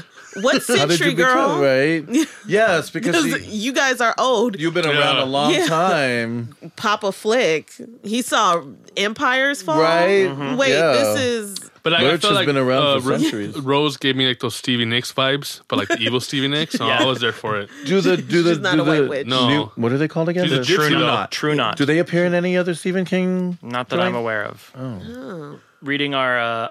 Speaker 2: what
Speaker 5: (laughs) How did
Speaker 2: century,
Speaker 5: you become
Speaker 2: girl? (laughs)
Speaker 5: right? yes, because
Speaker 2: 'Cause
Speaker 5: she,
Speaker 2: you guys are old.
Speaker 5: you've been around
Speaker 4: Yeah.
Speaker 5: a long
Speaker 2: Yeah. (laughs)
Speaker 5: time.
Speaker 2: Papa Flick, he saw empires fall.
Speaker 5: Right?
Speaker 4: Mm-hmm.
Speaker 5: Mhm.
Speaker 2: Wait,
Speaker 5: Yeah.
Speaker 2: this is
Speaker 4: but I, I
Speaker 5: Lurch
Speaker 4: felt
Speaker 5: has
Speaker 4: like uh,
Speaker 5: been around for
Speaker 4: Ro-
Speaker 5: centuries.
Speaker 4: Rose gave me like those Stevie Nicks vibes, but like the evil Stevie Nicks. So I was there for it.
Speaker 5: Do the do the
Speaker 2: She's not
Speaker 5: do
Speaker 2: a white
Speaker 5: the
Speaker 2: witch.
Speaker 4: No.
Speaker 5: new- what are they called again?
Speaker 4: She's a
Speaker 5: The
Speaker 4: gypsy,
Speaker 5: true
Speaker 4: though.
Speaker 5: knot.
Speaker 1: True not.
Speaker 5: Do they appear in any other Stephen King?
Speaker 1: Not that I'm aware of. Oh. Reading our uh,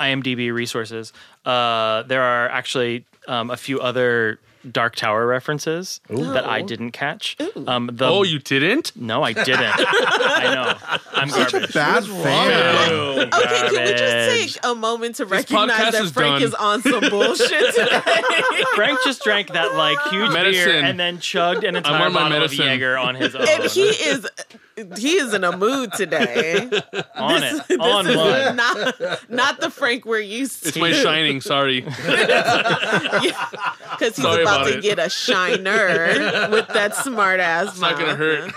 Speaker 1: IMDb resources, uh, there are actually um, a few other Dark Tower references that I didn't catch. Um, the,
Speaker 4: Oh, you didn't?
Speaker 1: No, I didn't. I know. I'm
Speaker 3: (laughs)
Speaker 1: garbage.
Speaker 3: Bad fan.
Speaker 1: Ew,
Speaker 2: okay. Can we
Speaker 1: garbage.
Speaker 2: just take a moment to
Speaker 4: podcast
Speaker 2: recognize that
Speaker 4: is
Speaker 2: Frank
Speaker 4: done.
Speaker 2: is on some
Speaker 4: (laughs)
Speaker 2: bullshit today?
Speaker 1: Frank just drank that like huge beer
Speaker 4: Medicine.
Speaker 1: and then chugged
Speaker 4: I'm
Speaker 1: an entire
Speaker 4: on my
Speaker 1: bottle
Speaker 4: medicine.
Speaker 1: of Jaeger on his
Speaker 2: (laughs)
Speaker 1: own.
Speaker 2: and he is he is in a mood
Speaker 4: (laughs)
Speaker 2: today.
Speaker 1: on it, on
Speaker 2: this
Speaker 1: one.
Speaker 2: is not not the Frank we're used
Speaker 4: (laughs) It's
Speaker 2: to
Speaker 4: my shining. Sorry.
Speaker 2: because he's
Speaker 4: Sorry
Speaker 2: about
Speaker 4: about
Speaker 2: to
Speaker 4: it.
Speaker 2: get a shiner with that smart ass.
Speaker 4: It's not gonna hurt.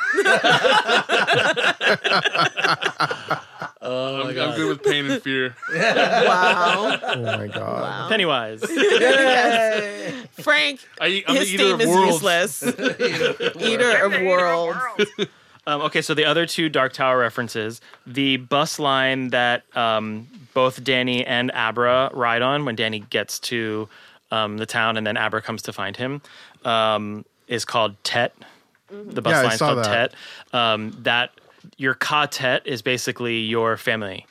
Speaker 4: (laughs) I'm, I'm good with pain and fear.
Speaker 2: Wow,
Speaker 4: (laughs)
Speaker 3: Oh my god.
Speaker 1: Pennywise.
Speaker 2: Frank.
Speaker 4: I, eat- I'm
Speaker 2: his
Speaker 4: the eater
Speaker 2: theme
Speaker 4: of
Speaker 2: is
Speaker 4: worlds. (laughs)
Speaker 2: useless. Eater of worlds.
Speaker 1: Um, okay, so the other two Dark Tower references the bus line that um, both Danny and Abra ride on when Danny gets to um, the town and then Abra comes to find him um, is called Tet. The bus
Speaker 3: Yeah, I
Speaker 1: line's
Speaker 3: saw
Speaker 1: called
Speaker 3: that.
Speaker 1: Tet. Um, that your Ka Tet is basically your family.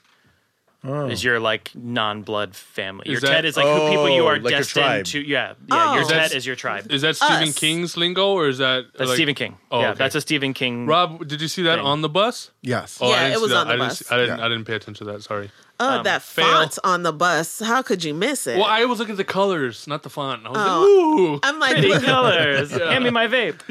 Speaker 1: Is your like non-blood family? Your
Speaker 4: Is that-
Speaker 1: Ted is like who people you
Speaker 5: Oh,
Speaker 1: are
Speaker 5: like your tribe.
Speaker 1: destined to. Yeah, yeah.
Speaker 2: Oh.
Speaker 1: Your
Speaker 4: That's-
Speaker 1: Ted is your tribe.
Speaker 4: Is that Stephen
Speaker 2: Us.
Speaker 4: King's lingo or is that
Speaker 1: That's
Speaker 4: like-
Speaker 1: Stephen King.
Speaker 4: Oh,
Speaker 1: yeah,
Speaker 4: okay.
Speaker 1: that's a Stephen King. (laughs)
Speaker 4: Rob, did you see that
Speaker 1: Thing.
Speaker 4: on the bus?
Speaker 3: Yes.
Speaker 4: Oh,
Speaker 2: Yeah,
Speaker 4: I didn't
Speaker 2: it
Speaker 4: see
Speaker 2: was
Speaker 4: that.
Speaker 2: on the
Speaker 4: I didn't
Speaker 2: bus.
Speaker 4: see- I didn't.
Speaker 3: Yeah.
Speaker 4: I didn't pay attention to that. Sorry.
Speaker 2: Oh, that
Speaker 4: Um, fail.
Speaker 2: font on the bus. How could you miss it?
Speaker 4: Well, I was looking at the colors, not the font. I was like, ooh.
Speaker 2: I'm like,
Speaker 1: Pretty
Speaker 2: look,
Speaker 1: colors. Hand me my vape.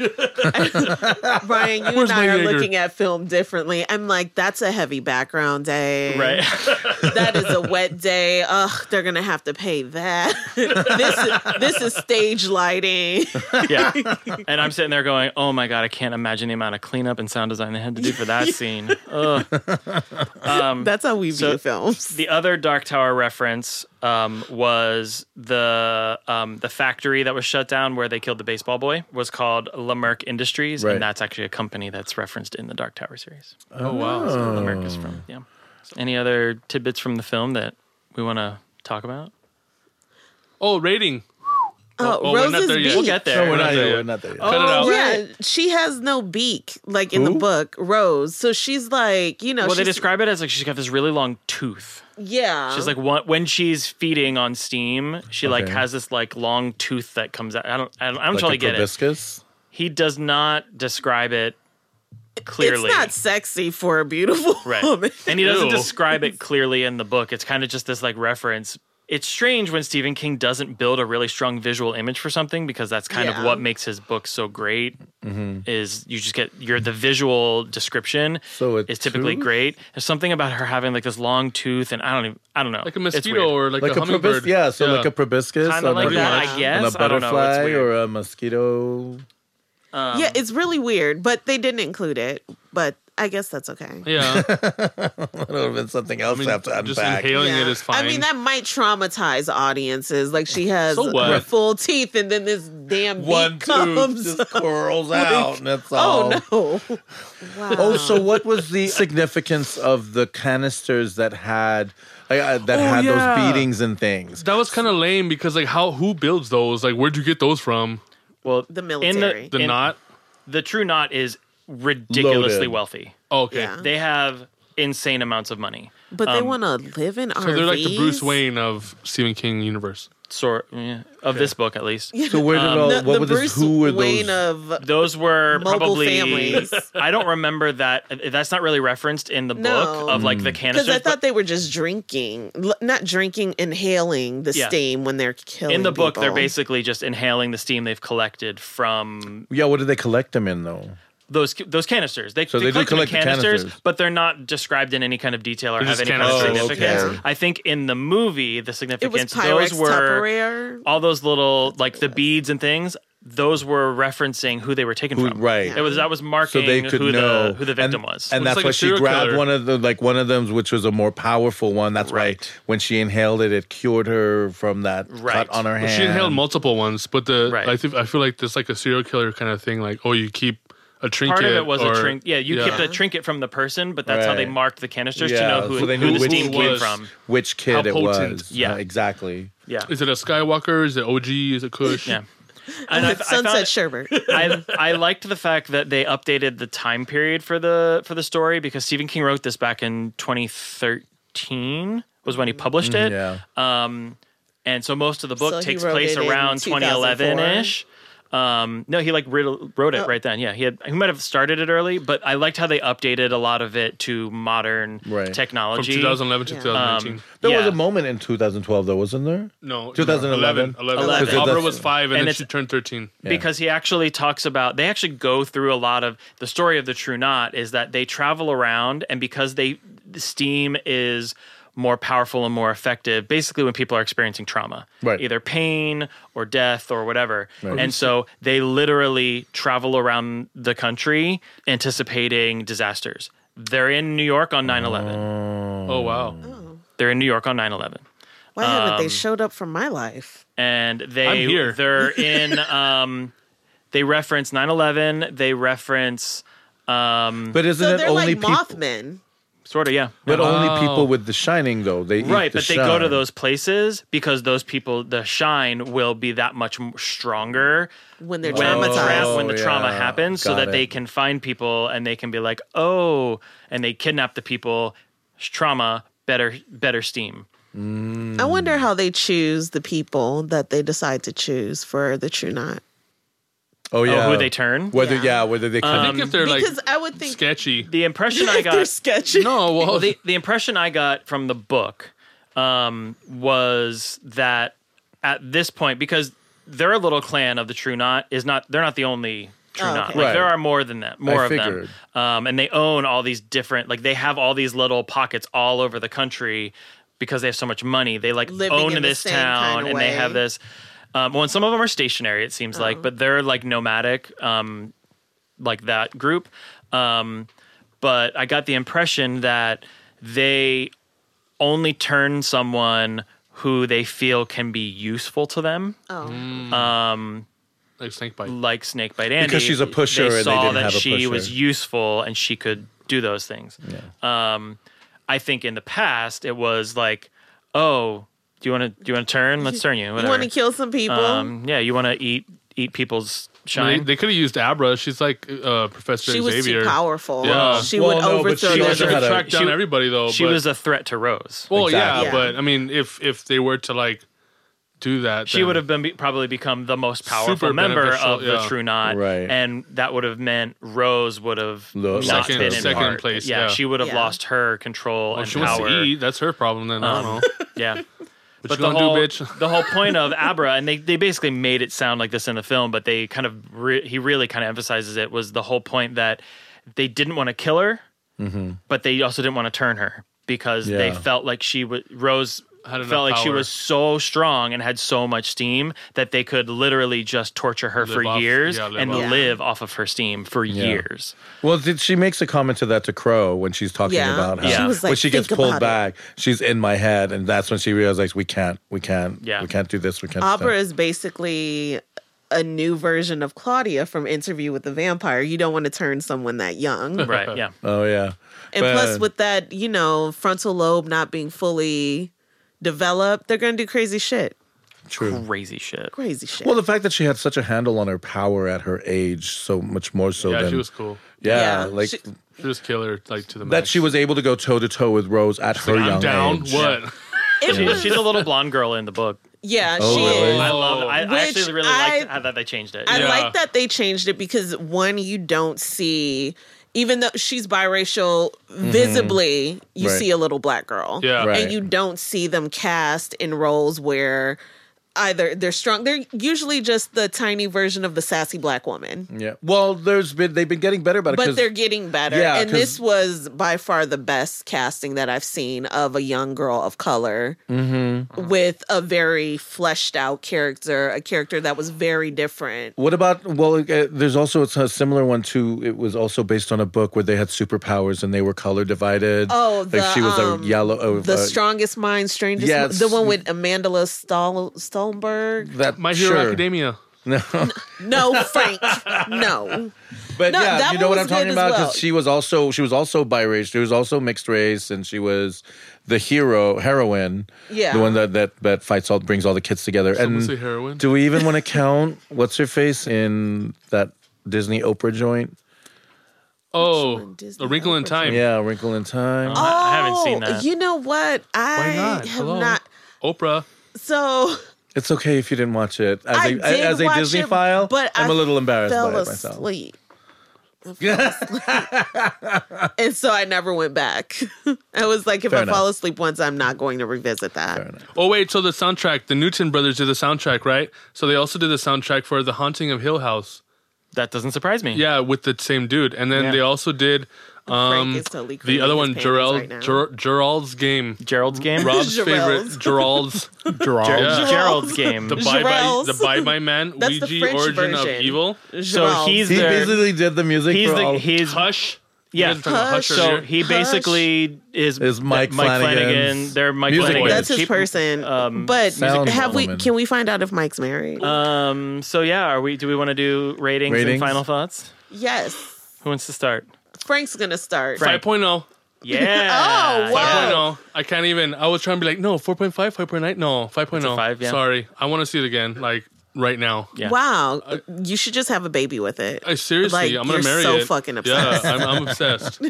Speaker 1: (laughs)
Speaker 2: Brian, you
Speaker 4: Where's
Speaker 2: and I
Speaker 4: my
Speaker 2: are
Speaker 4: Jaeger?
Speaker 2: looking at film differently. I'm like, that's a heavy background day.
Speaker 1: Right.
Speaker 2: (laughs)
Speaker 5: (laughs)
Speaker 2: That is a
Speaker 1: (laughs)
Speaker 2: wet day. Ugh, they're gonna have to pay that. (laughs) this is, this is stage lighting.
Speaker 1: yeah. And I'm sitting there going, oh my God, I can't imagine the amount of cleanup and sound design they had to do for
Speaker 5: (laughs)
Speaker 1: that scene. Ugh. Um,
Speaker 2: That's how we view
Speaker 1: So- (laughs)
Speaker 2: films.
Speaker 1: the other Dark Tower reference um, was the um, the factory that was shut down where they killed the baseball boy was called Lamerck Industries,
Speaker 5: Right.
Speaker 1: and that's actually a company that's referenced in the Dark Tower series.
Speaker 4: oh, wow.
Speaker 1: So Lamerck is from
Speaker 5: Oh.
Speaker 1: yeah. So any other tidbits from the film that we want to talk about?
Speaker 4: Oh, rating.
Speaker 2: Oh,
Speaker 4: oh, we're not
Speaker 2: Rose's
Speaker 4: there yet.
Speaker 2: beak.
Speaker 1: We'll get there.
Speaker 5: we're not
Speaker 4: not
Speaker 5: there.
Speaker 4: there. Oh,
Speaker 5: We're not there. Yet.
Speaker 4: Cut it out.
Speaker 2: Oh, Yeah, she has no beak, like in the
Speaker 5: Who?
Speaker 2: book, Rose. So she's like, you know,
Speaker 1: well, they
Speaker 2: she's,
Speaker 1: describe it as like she's got this really long tooth.
Speaker 2: yeah,
Speaker 1: She's like one, when she's feeding on steam, she like
Speaker 5: Okay.
Speaker 1: has this like long tooth that comes out. I don't, I don't, I don't totally
Speaker 5: a
Speaker 1: get it.
Speaker 5: proboscis?
Speaker 1: He does not describe it clearly,
Speaker 2: it's not sexy for a beautiful (laughs) woman.
Speaker 1: right? And he doesn't
Speaker 4: Ew. (laughs)
Speaker 1: describe it clearly in the book. It's kind of just this like reference. It's strange when Stephen King doesn't build a really strong visual image for something because that's kind
Speaker 2: Yeah.
Speaker 1: of what makes his book so great.
Speaker 5: Mm-hmm.
Speaker 1: Is you just get your the visual description
Speaker 5: So a
Speaker 1: is typically
Speaker 5: tooth?
Speaker 1: great. There's something about her having like this long tooth, and I don't even I don't know,
Speaker 4: Like a
Speaker 1: It's
Speaker 4: mosquito
Speaker 1: weird.
Speaker 4: or like,
Speaker 5: Like
Speaker 4: a
Speaker 5: a proboscis?
Speaker 4: hummingbird.
Speaker 5: Yeah, so like a proboscis
Speaker 1: Kinda
Speaker 5: on
Speaker 1: like
Speaker 5: a,
Speaker 1: that,
Speaker 4: on
Speaker 1: I
Speaker 4: a
Speaker 1: guess.
Speaker 5: on a
Speaker 1: I don't know. It's
Speaker 5: butterfly
Speaker 1: weird.
Speaker 5: or a mosquito. (laughs)
Speaker 2: yeah, it's really weird, but they didn't include it. But I guess that's okay.
Speaker 4: Yeah.
Speaker 5: I don't know if it's something else
Speaker 4: I mean,
Speaker 5: I have to
Speaker 4: just
Speaker 5: unpack.
Speaker 4: inhaling
Speaker 2: Yeah.
Speaker 4: it is fine.
Speaker 2: I mean, that might traumatize audiences. Like she has
Speaker 4: So what?
Speaker 2: her full teeth, and then this damn
Speaker 5: One
Speaker 2: beak
Speaker 5: tooth
Speaker 2: comes.
Speaker 5: just curls out, and that's all.
Speaker 2: (laughs) oh no! Wow.
Speaker 5: Oh, so what was the significance of the canisters that had uh, uh, that
Speaker 4: Oh,
Speaker 5: had
Speaker 4: yeah.
Speaker 5: those beatings and things?
Speaker 4: that was kind of lame because like how who builds those? Like where'd you get those from?
Speaker 1: Well,
Speaker 2: The military.
Speaker 4: The
Speaker 1: in-
Speaker 4: knot.
Speaker 1: the true knot is ridiculously
Speaker 5: Loaded.
Speaker 1: wealthy.
Speaker 4: Oh, okay.
Speaker 2: Yeah.
Speaker 1: They have insane amounts of money.
Speaker 2: but they want to live in RVs.
Speaker 4: So they're like the Bruce Wayne of Stephen King universe.
Speaker 1: Sort yeah, of this book, at least.
Speaker 5: So where did all
Speaker 2: The,
Speaker 5: Oh, what
Speaker 2: the
Speaker 5: was
Speaker 2: Bruce
Speaker 5: this, who were
Speaker 2: Wayne uh,
Speaker 5: those?
Speaker 2: of
Speaker 1: Those were
Speaker 2: Mobile
Speaker 1: probably.
Speaker 2: families.
Speaker 1: (laughs) I don't remember that. eh, That's not really referenced in the
Speaker 2: No.
Speaker 1: book of like the
Speaker 2: because
Speaker 1: canisters.
Speaker 2: I thought
Speaker 1: but
Speaker 2: they were just drinking, L- not drinking, inhaling the
Speaker 1: Yeah.
Speaker 2: steam when they're killing.
Speaker 1: in the book, they're
Speaker 2: people.
Speaker 1: basically just inhaling the steam they've collected from
Speaker 5: yeah, what did they collect them in though?
Speaker 1: those those canisters. They,
Speaker 5: So
Speaker 1: they,
Speaker 5: they do
Speaker 1: collect, them in
Speaker 5: collect the
Speaker 1: canisters,
Speaker 5: canisters.
Speaker 1: but they're not described in any kind of detail or
Speaker 4: They're
Speaker 1: have
Speaker 4: just
Speaker 1: any kind of
Speaker 5: canisters. Oh,
Speaker 1: significance.
Speaker 5: okay.
Speaker 1: I think in the movie, the
Speaker 2: It was
Speaker 1: significance
Speaker 2: Pyrex
Speaker 1: those were
Speaker 2: Tupperware.
Speaker 1: all those little like the beads and things. Those were referencing who they were taken
Speaker 5: Who-
Speaker 1: from.
Speaker 5: right.
Speaker 1: It was that was
Speaker 5: So
Speaker 1: marking
Speaker 5: they could
Speaker 1: who
Speaker 5: know
Speaker 1: the who the victim
Speaker 5: and,
Speaker 1: was.
Speaker 5: and
Speaker 4: Looks
Speaker 5: that's
Speaker 4: like a
Speaker 5: why she
Speaker 4: serial
Speaker 5: grabbed
Speaker 4: killer.
Speaker 5: one of the like one of them, which was a more powerful one. That's
Speaker 1: Right.
Speaker 5: why when she inhaled it, it cured her from that
Speaker 1: Right.
Speaker 5: cut on her hand.
Speaker 4: She inhaled multiple ones, but the
Speaker 1: Right.
Speaker 4: I think I feel like there's like a serial killer kind of thing. Like oh, you keep a trinket.
Speaker 1: Part of it was
Speaker 4: or,
Speaker 1: a trinket. Yeah, you kept a trinket from the person, but that's how they
Speaker 5: Right.
Speaker 1: marked the canisters
Speaker 5: Yeah,
Speaker 1: to know who,
Speaker 5: so they
Speaker 1: who
Speaker 5: knew
Speaker 1: the
Speaker 5: which
Speaker 1: steam
Speaker 5: kid
Speaker 1: came
Speaker 4: was.
Speaker 1: from.
Speaker 5: Which kid
Speaker 4: How
Speaker 5: it
Speaker 4: potent.
Speaker 5: was?
Speaker 1: Yeah.
Speaker 5: Uh, exactly.
Speaker 4: (laughs)
Speaker 1: Yeah,
Speaker 4: Is it a Skywalker? Is it OG? Is it Kush?
Speaker 1: yeah. And I, I found-
Speaker 2: Sunset Sherbert.
Speaker 1: (laughs) I I liked the fact that they updated the time period for the for the story because Stephen King wrote this back in 2013 was when he published it.
Speaker 5: Yeah.
Speaker 1: Um, and so most of the book
Speaker 2: So he
Speaker 1: takes
Speaker 2: wrote
Speaker 1: place
Speaker 2: it in
Speaker 1: around 2011 ish. Um, no, he like writ- wrote
Speaker 2: Oh.
Speaker 1: it right then. Yeah, he had he might have started it early, but I liked how they updated a lot of it to modern
Speaker 5: Right.
Speaker 4: From
Speaker 1: technology.
Speaker 4: 2011 to
Speaker 2: Yeah.
Speaker 4: 2019.
Speaker 5: There
Speaker 1: Yeah.
Speaker 5: was a moment in 2012 though, wasn't there?
Speaker 4: no,
Speaker 5: 2011.
Speaker 4: 11.
Speaker 1: 'Cause it
Speaker 4: Barbara
Speaker 5: does-
Speaker 4: was five, and,
Speaker 1: and
Speaker 4: then
Speaker 1: it's-
Speaker 4: she turned 13.
Speaker 1: because he actually talks about they actually go through a lot of the story of the true knot is that they travel around and because they steam is more powerful and more effective basically when people are experiencing trauma
Speaker 5: Right.
Speaker 1: either pain or death or whatever and so they literally travel around the country anticipating disasters they're in new york on 9-11
Speaker 4: Oh wow.
Speaker 1: they're in new york on 9-11
Speaker 2: Why haven't they showed up for my life?
Speaker 1: and they
Speaker 4: I'm here.
Speaker 1: they're in um they reference 9/11, they reference um
Speaker 5: But isn't
Speaker 2: So
Speaker 5: it
Speaker 2: they're
Speaker 5: only
Speaker 2: like
Speaker 5: people?
Speaker 2: Mothmen.
Speaker 1: sort of yeah.
Speaker 5: But
Speaker 4: Wow.
Speaker 5: only people with the shining though. They eat
Speaker 1: Oh. Right,
Speaker 5: the
Speaker 1: but they go to
Speaker 5: shine.
Speaker 1: those places because those people the shine will be that much m- stronger
Speaker 2: when they're
Speaker 1: when the,
Speaker 2: traumatized.
Speaker 1: tra- when the
Speaker 5: Oh,
Speaker 1: trauma
Speaker 5: yeah.
Speaker 1: happens so
Speaker 5: Got
Speaker 1: that
Speaker 5: it.
Speaker 1: they can find people and they can be like, "Oh," and they kidnap the people sh- trauma better better steam.
Speaker 2: I wonder how they choose the people that they decide to choose for the True Knot.
Speaker 5: Oh yeah.
Speaker 1: who they turn? Um,
Speaker 5: Whether
Speaker 2: Yeah.
Speaker 5: yeah, whether they
Speaker 4: I
Speaker 5: can
Speaker 4: think if they're like
Speaker 2: because I would think
Speaker 4: sketchy.
Speaker 1: The impression
Speaker 2: (laughs)
Speaker 1: I
Speaker 2: if they're
Speaker 1: got
Speaker 2: sketchy.
Speaker 4: No, well, (laughs)
Speaker 1: well, the, the impression I got from the book um, was that at this point, because their little clan of the True Knot is not, they're not the only True
Speaker 2: Oh,
Speaker 1: Knot.
Speaker 2: okay.
Speaker 1: Like
Speaker 5: Right.
Speaker 1: there are more than that, more
Speaker 5: I
Speaker 1: of
Speaker 5: figured.
Speaker 1: them, um, and they own all these different. Like they have all these little pockets all over the country because they have so much money. They like
Speaker 2: Living
Speaker 1: own
Speaker 2: in the
Speaker 1: this
Speaker 2: same
Speaker 1: town,
Speaker 2: kinda
Speaker 1: and they have
Speaker 2: way. Oh.
Speaker 1: this. Um, well, and some of them are stationary. It seems like, but they're like nomadic. Um, like that group. Um, but I got the impression that they only turn someone who they feel can be useful to them,
Speaker 2: Oh.
Speaker 4: like snake
Speaker 2: Mm-hmm.
Speaker 4: bite.
Speaker 1: like Snakebite Andy.
Speaker 5: Because she's a pusher and
Speaker 1: They
Speaker 5: they
Speaker 1: saw
Speaker 5: didn't
Speaker 1: that
Speaker 5: have a
Speaker 1: she
Speaker 5: pusher.
Speaker 1: was useful and she could do those things. Um, I think in the past it was like, oh, do you want to do you want to turn? Let's turn you.
Speaker 2: You
Speaker 1: Whatever.
Speaker 2: want to kill some people?
Speaker 1: um, yeah, you want to eat eat people's
Speaker 4: They,
Speaker 1: shine.
Speaker 4: could have used Abra. She's like uh, Professor
Speaker 2: she was
Speaker 4: Xavier.
Speaker 2: too powerful.
Speaker 4: Yeah.
Speaker 2: She
Speaker 5: Well,
Speaker 2: would
Speaker 5: no, but she
Speaker 2: overthrow.
Speaker 5: She
Speaker 4: She
Speaker 2: the-
Speaker 5: wasn't
Speaker 4: could
Speaker 5: had a-
Speaker 4: track down
Speaker 1: she-
Speaker 4: everybody though.
Speaker 1: she
Speaker 4: but-
Speaker 1: was a threat to Rose.
Speaker 4: Well, yeah,
Speaker 5: Exactly.
Speaker 2: Yeah.
Speaker 4: but I mean, if if they were to like do that,
Speaker 1: she
Speaker 4: then-
Speaker 1: would have been probably become the most powerful
Speaker 4: Super
Speaker 1: member
Speaker 4: beneficial,
Speaker 1: of the
Speaker 4: yeah.
Speaker 1: True Knot,
Speaker 5: Right.
Speaker 1: and that would have meant Rose would have
Speaker 5: Lo-
Speaker 1: not
Speaker 5: Second-
Speaker 1: been in
Speaker 5: second
Speaker 1: part.
Speaker 4: place,
Speaker 1: Yeah,
Speaker 4: yeah.
Speaker 1: she would have
Speaker 2: Yeah.
Speaker 1: lost her control
Speaker 4: Well,
Speaker 1: and
Speaker 4: she wants
Speaker 1: power.
Speaker 4: to eat. That's her problem. Then I don't know.
Speaker 1: Yeah,
Speaker 4: What
Speaker 1: but
Speaker 4: you
Speaker 1: the
Speaker 4: gonna do,
Speaker 1: whole
Speaker 4: bitch?
Speaker 1: the whole
Speaker 4: (laughs)
Speaker 1: point of Abra, and they they basically made it sound like this in the film, but they kind of re- he really kind of emphasizes it was the whole point that they didn't want to kill her,
Speaker 4: Mm-hmm.
Speaker 1: but they also didn't want to turn her because they
Speaker 5: Yeah.
Speaker 1: felt like she was Rose
Speaker 4: Had enough
Speaker 1: felt like she
Speaker 4: power.
Speaker 1: was so strong and had so much steam that they could literally just torture her for
Speaker 4: off-
Speaker 1: years
Speaker 4: yeah, live
Speaker 1: and
Speaker 4: off.
Speaker 2: Yeah.
Speaker 1: live off of her steam
Speaker 4: (laughs)
Speaker 1: for years.
Speaker 5: Well, did, she makes a comment to that to Crow when she's talking
Speaker 2: Yeah.
Speaker 5: about how
Speaker 1: Yeah. She
Speaker 5: when
Speaker 2: was like,
Speaker 5: she gets
Speaker 2: "Think
Speaker 5: pulled
Speaker 2: about it."
Speaker 5: back, she's in my head, and that's when she realizes we can't, we can't,
Speaker 1: Yeah.
Speaker 5: we can't do this, we can't.
Speaker 2: Opera
Speaker 5: do
Speaker 2: is basically a new version of Claudia from Interview with the Vampire. You don't want to turn someone that young.
Speaker 4: (laughs)
Speaker 2: and
Speaker 1: Right? Yeah.
Speaker 5: that. Oh yeah,
Speaker 2: plus,
Speaker 5: But-
Speaker 2: with that, you know, frontal lobe not being fully developed, they're going to do crazy shit.
Speaker 5: true.
Speaker 1: Crazy shit.
Speaker 2: Crazy shit.
Speaker 5: Well, the fact that she had such a handle on her power at her age, so much more so
Speaker 4: yeah,
Speaker 5: than
Speaker 4: she was cool.
Speaker 5: yeah,
Speaker 2: Yeah,
Speaker 5: like
Speaker 2: she-
Speaker 4: She was killer, like to the
Speaker 5: that.
Speaker 4: max.
Speaker 5: She was able to go toe to toe with Rose at her
Speaker 4: I'm
Speaker 5: young
Speaker 4: down.
Speaker 5: age.
Speaker 4: What?
Speaker 2: It
Speaker 1: She-
Speaker 2: was-
Speaker 1: she's a little blonde girl in the book.
Speaker 2: yeah,
Speaker 5: Oh,
Speaker 2: she
Speaker 5: really?
Speaker 2: is.
Speaker 1: I
Speaker 4: Oh.
Speaker 1: love. I, I
Speaker 2: Which
Speaker 1: actually really
Speaker 2: I-
Speaker 1: liked how that they changed it.
Speaker 2: I
Speaker 4: Yeah.
Speaker 2: like that they changed it because one, you don't see, even though she's biracial, visibly you
Speaker 5: Mm-hmm. Right.
Speaker 2: see a little black girl.
Speaker 4: Yeah.
Speaker 5: Right.
Speaker 2: And you don't see them cast in roles where either they're strong. They're usually just the tiny version of the sassy black woman.
Speaker 5: Yeah. Well, there's been they've been getting better about it.
Speaker 2: But
Speaker 5: 'cause-
Speaker 2: they're getting better.
Speaker 5: Yeah,
Speaker 2: and
Speaker 5: 'cause-
Speaker 2: this was by far the best casting that I've seen of a young girl of color
Speaker 5: Mm-hmm.
Speaker 2: with a very fleshed out character, a character that was very different.
Speaker 5: What about well? Uh, there's also a similar one too. It was also based on a book where they had superpowers and they were color divided.
Speaker 2: Oh,
Speaker 5: like she
Speaker 2: the,
Speaker 5: was a
Speaker 2: um,
Speaker 5: yellow. Uh,
Speaker 2: The
Speaker 5: uh,
Speaker 2: strongest mind, strangest.
Speaker 5: yeah,
Speaker 2: Mind- the
Speaker 5: it's-
Speaker 2: one with Amanda Stahl- Stolberg.
Speaker 5: that
Speaker 4: My Hero
Speaker 5: sure.
Speaker 4: Academia.
Speaker 2: No, Frank.
Speaker 5: (laughs)
Speaker 2: no.
Speaker 5: But
Speaker 2: No,
Speaker 5: yeah,
Speaker 2: that
Speaker 5: you know
Speaker 2: one
Speaker 5: what I'm
Speaker 2: was good
Speaker 5: talking
Speaker 2: as
Speaker 5: about
Speaker 2: well.
Speaker 5: she was also she was also biracial. She was also mixed race, and she was the hero heroine.
Speaker 2: Yeah.
Speaker 5: the one that that that fights all brings all the kids together. and
Speaker 4: say heroine.
Speaker 5: Do we even want to count what's her face in that Disney Oprah joint?
Speaker 4: Oh,
Speaker 2: one? Disney
Speaker 4: A Wrinkle in Time.
Speaker 5: Yeah, Wrinkle in Time.
Speaker 1: Oh. I haven't seen
Speaker 2: Oh,
Speaker 1: that.
Speaker 2: You know what? I
Speaker 4: not?
Speaker 2: have
Speaker 4: Hello?
Speaker 2: not.
Speaker 4: Oprah.
Speaker 2: So
Speaker 5: It's okay if you didn't watch it. As
Speaker 2: I
Speaker 5: a
Speaker 2: did
Speaker 5: as a
Speaker 2: watch
Speaker 5: Disney
Speaker 2: it,
Speaker 5: file,
Speaker 2: but
Speaker 5: I'm
Speaker 2: I
Speaker 5: a little embarrassed by
Speaker 2: fell
Speaker 5: it myself. (laughs)
Speaker 2: asleep. I fell asleep. and so I never went back. (laughs) I was like, if
Speaker 5: Fair
Speaker 2: I fall
Speaker 5: enough.
Speaker 2: asleep once, I'm not going to revisit that.
Speaker 4: Oh wait, so the soundtrack, the Newton brothers did the soundtrack, right? So they also did the soundtrack for The Haunting of Hill House.
Speaker 1: That doesn't surprise me.
Speaker 4: Yeah, with the same dude, and then
Speaker 1: Yeah.
Speaker 4: they also did um,
Speaker 2: Frank is totally
Speaker 4: the other
Speaker 2: creaming
Speaker 4: one,
Speaker 2: his
Speaker 4: Gerald,
Speaker 2: panties right now.
Speaker 4: Ger-
Speaker 2: (laughs)
Speaker 4: Gerald's Game.
Speaker 1: Gerald's game.
Speaker 4: Rob's favorite,
Speaker 2: Gerald's.
Speaker 4: Gerald's. Yeah.
Speaker 1: (laughs) Gerald's, game.
Speaker 4: The Bye Bye,
Speaker 2: Gerald's.
Speaker 4: the Bye Bye Man,
Speaker 2: That's the
Speaker 4: Ouija
Speaker 2: French
Speaker 4: Origin of
Speaker 2: version.
Speaker 4: Evil.
Speaker 1: so
Speaker 2: Gerald.
Speaker 1: he's
Speaker 5: He
Speaker 1: the
Speaker 5: basically did the music
Speaker 1: he's
Speaker 5: for
Speaker 1: the
Speaker 5: all.
Speaker 1: he's
Speaker 4: Hush.
Speaker 1: yeah.
Speaker 4: You guys were talking about Hush
Speaker 2: Hush.
Speaker 1: So
Speaker 4: earlier.
Speaker 1: he basically is
Speaker 5: Is Mike
Speaker 1: Flanagan.
Speaker 5: Flanagan's
Speaker 1: They're Mike
Speaker 5: music
Speaker 1: Flanagan.
Speaker 5: voice.
Speaker 2: That's his person. but
Speaker 5: music
Speaker 2: have we?
Speaker 5: woman.
Speaker 2: Can we find out if Mike's married?
Speaker 1: Um. So yeah, are we? Do we want to do ratings, and
Speaker 5: Ratings?
Speaker 1: final thoughts?
Speaker 2: yes,
Speaker 1: Who wants to start?
Speaker 2: Frank's gonna start.
Speaker 1: Frank.
Speaker 4: 5.0.
Speaker 1: Yeah.
Speaker 2: (laughs) Oh, wow.
Speaker 4: 5.0. I can't even. I was trying to be like, no, 4.5, 5.9. No, 5.0.
Speaker 1: five, yeah.
Speaker 4: Sorry. I want to see it again, like right now.
Speaker 1: Yeah.
Speaker 2: Wow, you should just have a baby with it.
Speaker 4: Uh, I seriously,
Speaker 2: Like,
Speaker 4: I'm
Speaker 2: you're
Speaker 4: going to marry
Speaker 2: so
Speaker 4: it.
Speaker 2: fucking (laughs)
Speaker 4: Yeah, I'm, I'm obsessed.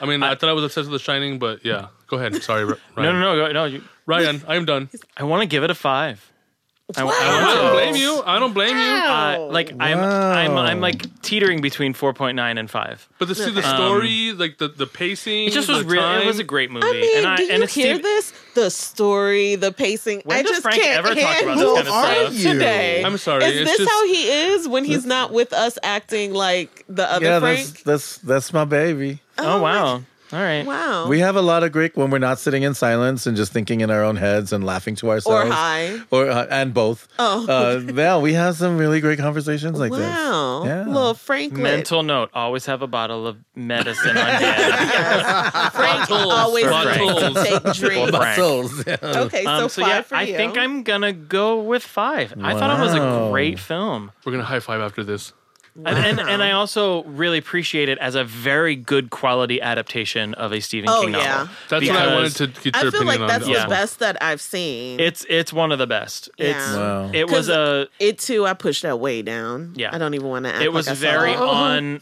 Speaker 4: I mean, I, thought I was obsessed with The Shining, but yeah. Go ahead. Sorry, Ri-
Speaker 1: No,
Speaker 4: Ryan.
Speaker 1: no, no, go- no. You,
Speaker 4: Ryan, I am done.
Speaker 1: I want to give it a five. I, w- I
Speaker 4: I
Speaker 1: want
Speaker 4: don't
Speaker 1: to.
Speaker 4: blame you. I don't blame you.
Speaker 1: Uh,
Speaker 2: Oh.
Speaker 1: like I'm, I'm, I'm like teetering between four point nine and five.
Speaker 4: But to see the story, like the, the pacing,
Speaker 1: Um, It just was
Speaker 4: the
Speaker 1: real.
Speaker 4: Time,
Speaker 1: It was a great movie.
Speaker 2: I mean,
Speaker 1: and I,
Speaker 2: do
Speaker 1: and
Speaker 2: you
Speaker 1: it's
Speaker 2: hear
Speaker 1: Steve-
Speaker 2: this? The story, the pacing.
Speaker 1: When
Speaker 2: I
Speaker 1: does
Speaker 2: just
Speaker 1: Frank
Speaker 2: can't
Speaker 1: ever talk about this
Speaker 2: handle
Speaker 1: kind of
Speaker 2: art
Speaker 1: stuff?
Speaker 3: you?
Speaker 2: today.
Speaker 4: I'm sorry,
Speaker 2: Is
Speaker 4: it's
Speaker 2: this
Speaker 4: just-
Speaker 2: how he is when he's not with us acting like the other
Speaker 5: yeah,
Speaker 2: Frank?
Speaker 5: that's that's that's my baby.
Speaker 1: Oh wow! All right.
Speaker 2: Wow.
Speaker 5: We have a lot of Greek when we're not sitting in silence and just thinking in our own heads and laughing to
Speaker 2: or
Speaker 5: ourselves.
Speaker 2: high.
Speaker 5: Or uh, and both.
Speaker 2: Oh.
Speaker 5: uh, yeah, we have some really great conversations like this.
Speaker 2: Wow.
Speaker 5: Yeah.
Speaker 2: Little Franklin.
Speaker 1: Mental note: always have a bottle of
Speaker 2: (laughs)
Speaker 1: medicine on hand.
Speaker 2: Frank always
Speaker 4: Bottles.
Speaker 2: wants to take drinks.
Speaker 4: (laughs)
Speaker 1: Frank.
Speaker 5: Muscles.
Speaker 2: Okay, so,
Speaker 1: Um, so
Speaker 2: five
Speaker 1: yeah,
Speaker 2: for
Speaker 1: I
Speaker 2: you.
Speaker 1: think I'm gonna go with five. I thought it was a
Speaker 5: Wow.
Speaker 1: great film,
Speaker 4: We're gonna high five after this.
Speaker 1: and, and and I also really appreciate it as a very good quality adaptation of a Stephen
Speaker 2: Oh,
Speaker 1: King novel.
Speaker 2: yeah.
Speaker 4: That's what I wanted
Speaker 1: Because
Speaker 4: to get
Speaker 2: I
Speaker 4: your
Speaker 2: feel
Speaker 4: opinion
Speaker 2: like
Speaker 4: on.
Speaker 2: that's
Speaker 1: Yeah.
Speaker 2: the best that I've seen.
Speaker 1: It's it's one of the best. It's
Speaker 2: Yeah.
Speaker 5: Wow.
Speaker 1: it was
Speaker 2: 'Cause
Speaker 1: a
Speaker 2: It too, I pushed that way down.
Speaker 1: Yeah.
Speaker 2: I don't even want to act
Speaker 1: it was
Speaker 2: like I saw
Speaker 1: very
Speaker 2: that.
Speaker 1: on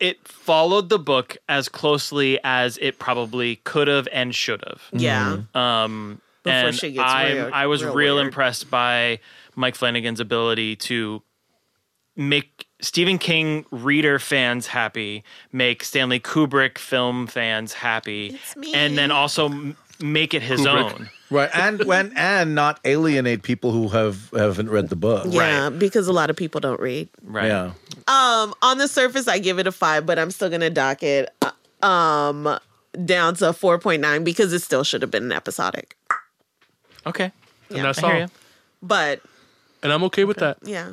Speaker 1: it followed the book as closely as it probably could have and should have
Speaker 2: Yeah.
Speaker 1: um
Speaker 2: Before
Speaker 1: and
Speaker 2: she gets
Speaker 1: I
Speaker 2: real-
Speaker 1: I was
Speaker 2: real
Speaker 1: real,
Speaker 2: weird.
Speaker 1: impressed by Mike Flanagan's ability to make Stephen King reader fans happy, make Stanley Kubrick film fans happy,
Speaker 2: It's me.
Speaker 1: and then also m- make it his own.
Speaker 5: (laughs) Right, and when and not alienate people who have haven't read the book.
Speaker 2: Yeah, because a lot of people don't read.
Speaker 1: Right.
Speaker 5: Yeah.
Speaker 2: Um, on the surface, I give it a five, but I'm still gonna dock it uh, um down to four point nine because it still should have been an episodic.
Speaker 1: Okay.
Speaker 4: And that's
Speaker 1: I hear
Speaker 4: all.
Speaker 1: you.
Speaker 2: But
Speaker 4: And I'm okay with that.
Speaker 2: yeah,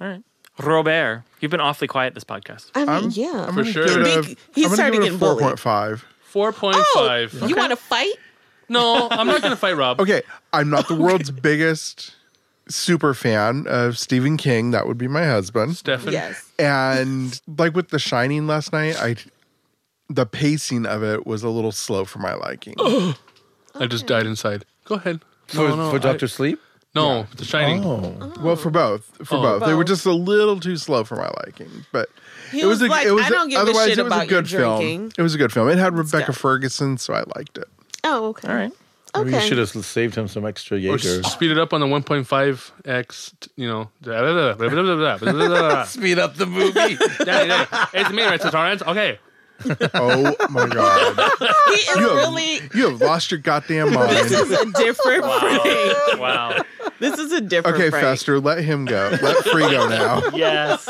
Speaker 1: All right. Robert, you've been awfully quiet this podcast.
Speaker 5: (laughs)
Speaker 2: I mean,
Speaker 3: I'm-
Speaker 2: yeah,
Speaker 3: I'm gonna
Speaker 4: For
Speaker 1: Mm-hmm.
Speaker 4: sure.
Speaker 3: give it
Speaker 2: Big-
Speaker 3: a-
Speaker 2: he's
Speaker 3: I'm gonna
Speaker 2: starting
Speaker 3: give it
Speaker 2: getting
Speaker 3: a
Speaker 2: bullied.
Speaker 3: 4.5.
Speaker 4: Four point
Speaker 2: Oh,
Speaker 4: five.
Speaker 2: you want to fight?
Speaker 4: No, I'm not gonna fight Rob.
Speaker 3: Okay, I'm not the
Speaker 2: (laughs)
Speaker 3: world's biggest super fan of Stephen King. That would be my husband.
Speaker 4: Stefan.
Speaker 2: Yes.
Speaker 3: and like with The Shining last night, I the pacing of it was a little slow for my liking.
Speaker 4: I just died inside. Go ahead.
Speaker 5: For,
Speaker 4: no, no,
Speaker 5: for
Speaker 4: I-
Speaker 5: Doctor Sleep.
Speaker 4: No, The Shining.
Speaker 5: Oh,
Speaker 3: Well, for both, for
Speaker 4: Oh.
Speaker 3: both, they were
Speaker 2: Both.
Speaker 3: just a little too slow for my liking. But
Speaker 2: He
Speaker 3: it was,
Speaker 2: was
Speaker 3: a,
Speaker 2: like,
Speaker 3: it was
Speaker 2: "I
Speaker 3: a-
Speaker 2: don't give a
Speaker 3: otherwise
Speaker 2: shit
Speaker 3: it was
Speaker 2: about
Speaker 3: a
Speaker 2: your
Speaker 3: good film.
Speaker 2: drinking."
Speaker 3: It was a good film. It had Rebecca
Speaker 2: go.
Speaker 3: Ferguson, so I liked it.
Speaker 2: Oh, okay.
Speaker 1: All right.
Speaker 5: Maybe you
Speaker 2: Okay.
Speaker 5: should have saved him some extra
Speaker 4: Or
Speaker 5: Jaeger.
Speaker 4: s- speed it up on the 1.5x. t- You know. (laughs) da- da- da- da- da- da- da- da- da- da- da.
Speaker 5: Speed up the (laughs) movie.
Speaker 4: Yeah, yeah. It's me, Richard Torrance. Okay.
Speaker 3: Oh
Speaker 2: (laughs)
Speaker 3: my god!
Speaker 2: He is
Speaker 3: You have,
Speaker 2: really.
Speaker 3: you have lost your goddamn mind.
Speaker 2: This is a different Frank.
Speaker 1: Wow.
Speaker 2: This is a different.
Speaker 3: Okay,
Speaker 2: Frank.
Speaker 3: Fester, let him go. Let Free go now.
Speaker 2: (laughs)
Speaker 5: (laughs)
Speaker 1: Yes.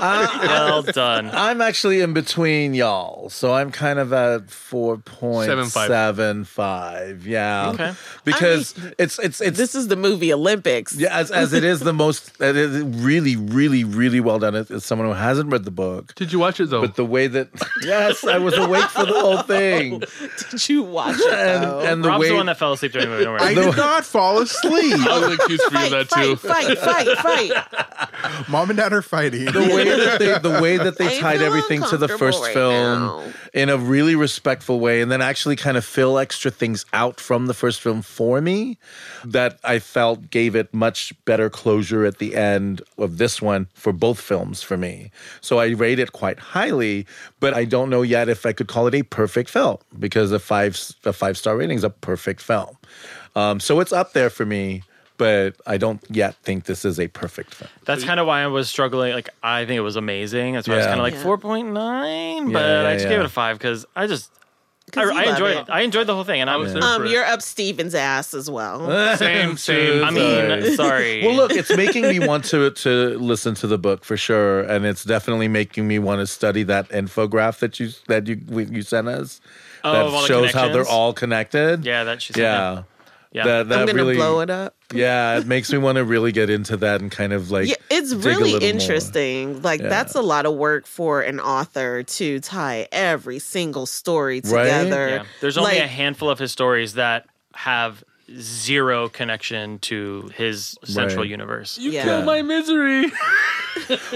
Speaker 1: well done.
Speaker 5: I'm actually in between y'all, so I'm kind of at four point seven five. Yeah,
Speaker 1: Okay.
Speaker 5: Because it's it's it's
Speaker 2: This is the movie Olympics.
Speaker 5: Yeah, as, as it is the most, it is really, really, really well done. As, as someone who hasn't read the book,
Speaker 4: Did you watch it though?
Speaker 5: but the way that yes, I was awake for the whole
Speaker 2: (laughs)
Speaker 5: thing,
Speaker 2: (laughs) Did you watch it?
Speaker 5: and
Speaker 2: though?
Speaker 5: and the
Speaker 1: Rob's
Speaker 5: way
Speaker 1: the one that fell asleep during the movie. Don't
Speaker 3: I
Speaker 1: worry.
Speaker 3: did not fall asleep.
Speaker 4: I was accused for you
Speaker 2: fight,
Speaker 4: that
Speaker 2: fight,
Speaker 4: too.
Speaker 2: fight, fight, fight.
Speaker 3: Mom and Dad are fighting.
Speaker 5: the way that they the
Speaker 2: (laughs)
Speaker 5: way that
Speaker 2: I
Speaker 5: (laughs) they tied
Speaker 2: feel
Speaker 5: everything to the first
Speaker 2: uncomfortable right
Speaker 5: film
Speaker 2: now.
Speaker 5: in a really respectful way and then actually kind of fill extra things out from the first film for me that I felt gave it much better closure at the end of this one for both films for me. So I rate it quite highly, but I don't know yet if I could call it a perfect film because a five a five star rating is a perfect film. Um, so it's up there for me. But I don't yet think this is a perfect film.
Speaker 1: That's kind of why I was struggling. Like, I think it was amazing. That's why I was
Speaker 5: Yeah.
Speaker 1: kind of like
Speaker 2: Yeah.
Speaker 1: 4.9, but
Speaker 5: Yeah, yeah,
Speaker 1: I just gave
Speaker 5: yeah.
Speaker 1: it a 5 because I just, I,
Speaker 2: 'Cause you
Speaker 1: I
Speaker 2: love
Speaker 1: enjoyed
Speaker 2: it.
Speaker 1: it. I enjoyed the whole thing. And I was,
Speaker 4: Yeah.
Speaker 2: Um, you're up Steven's ass as well.
Speaker 4: Same, same.
Speaker 1: (laughs) I mean, sorry.
Speaker 5: Well, look, it's
Speaker 1: (laughs)
Speaker 5: making me want to to listen to the book for sure, and it's definitely making me want to study that infographic that you that you we- you sent us.
Speaker 1: Oh,
Speaker 5: that
Speaker 1: of all the
Speaker 5: shows how they're
Speaker 1: connections?
Speaker 5: all connected.
Speaker 1: Yeah, that she said.
Speaker 5: yeah.
Speaker 1: that. Yeah.
Speaker 5: That, that
Speaker 2: I'm gonna
Speaker 5: really,
Speaker 2: blow it up.
Speaker 5: Yeah, it makes me want to really get into that and kind of like.
Speaker 2: Yeah, it's
Speaker 5: dig a
Speaker 2: really
Speaker 5: little more.
Speaker 2: interesting. Like that's a lot of work for an author to tie every single story
Speaker 5: Right?
Speaker 2: together.
Speaker 1: Yeah. There's only
Speaker 2: like,
Speaker 1: a handful of his stories that have zero connection to his central
Speaker 5: Right.
Speaker 1: universe.
Speaker 2: yeah.
Speaker 4: Kill my misery.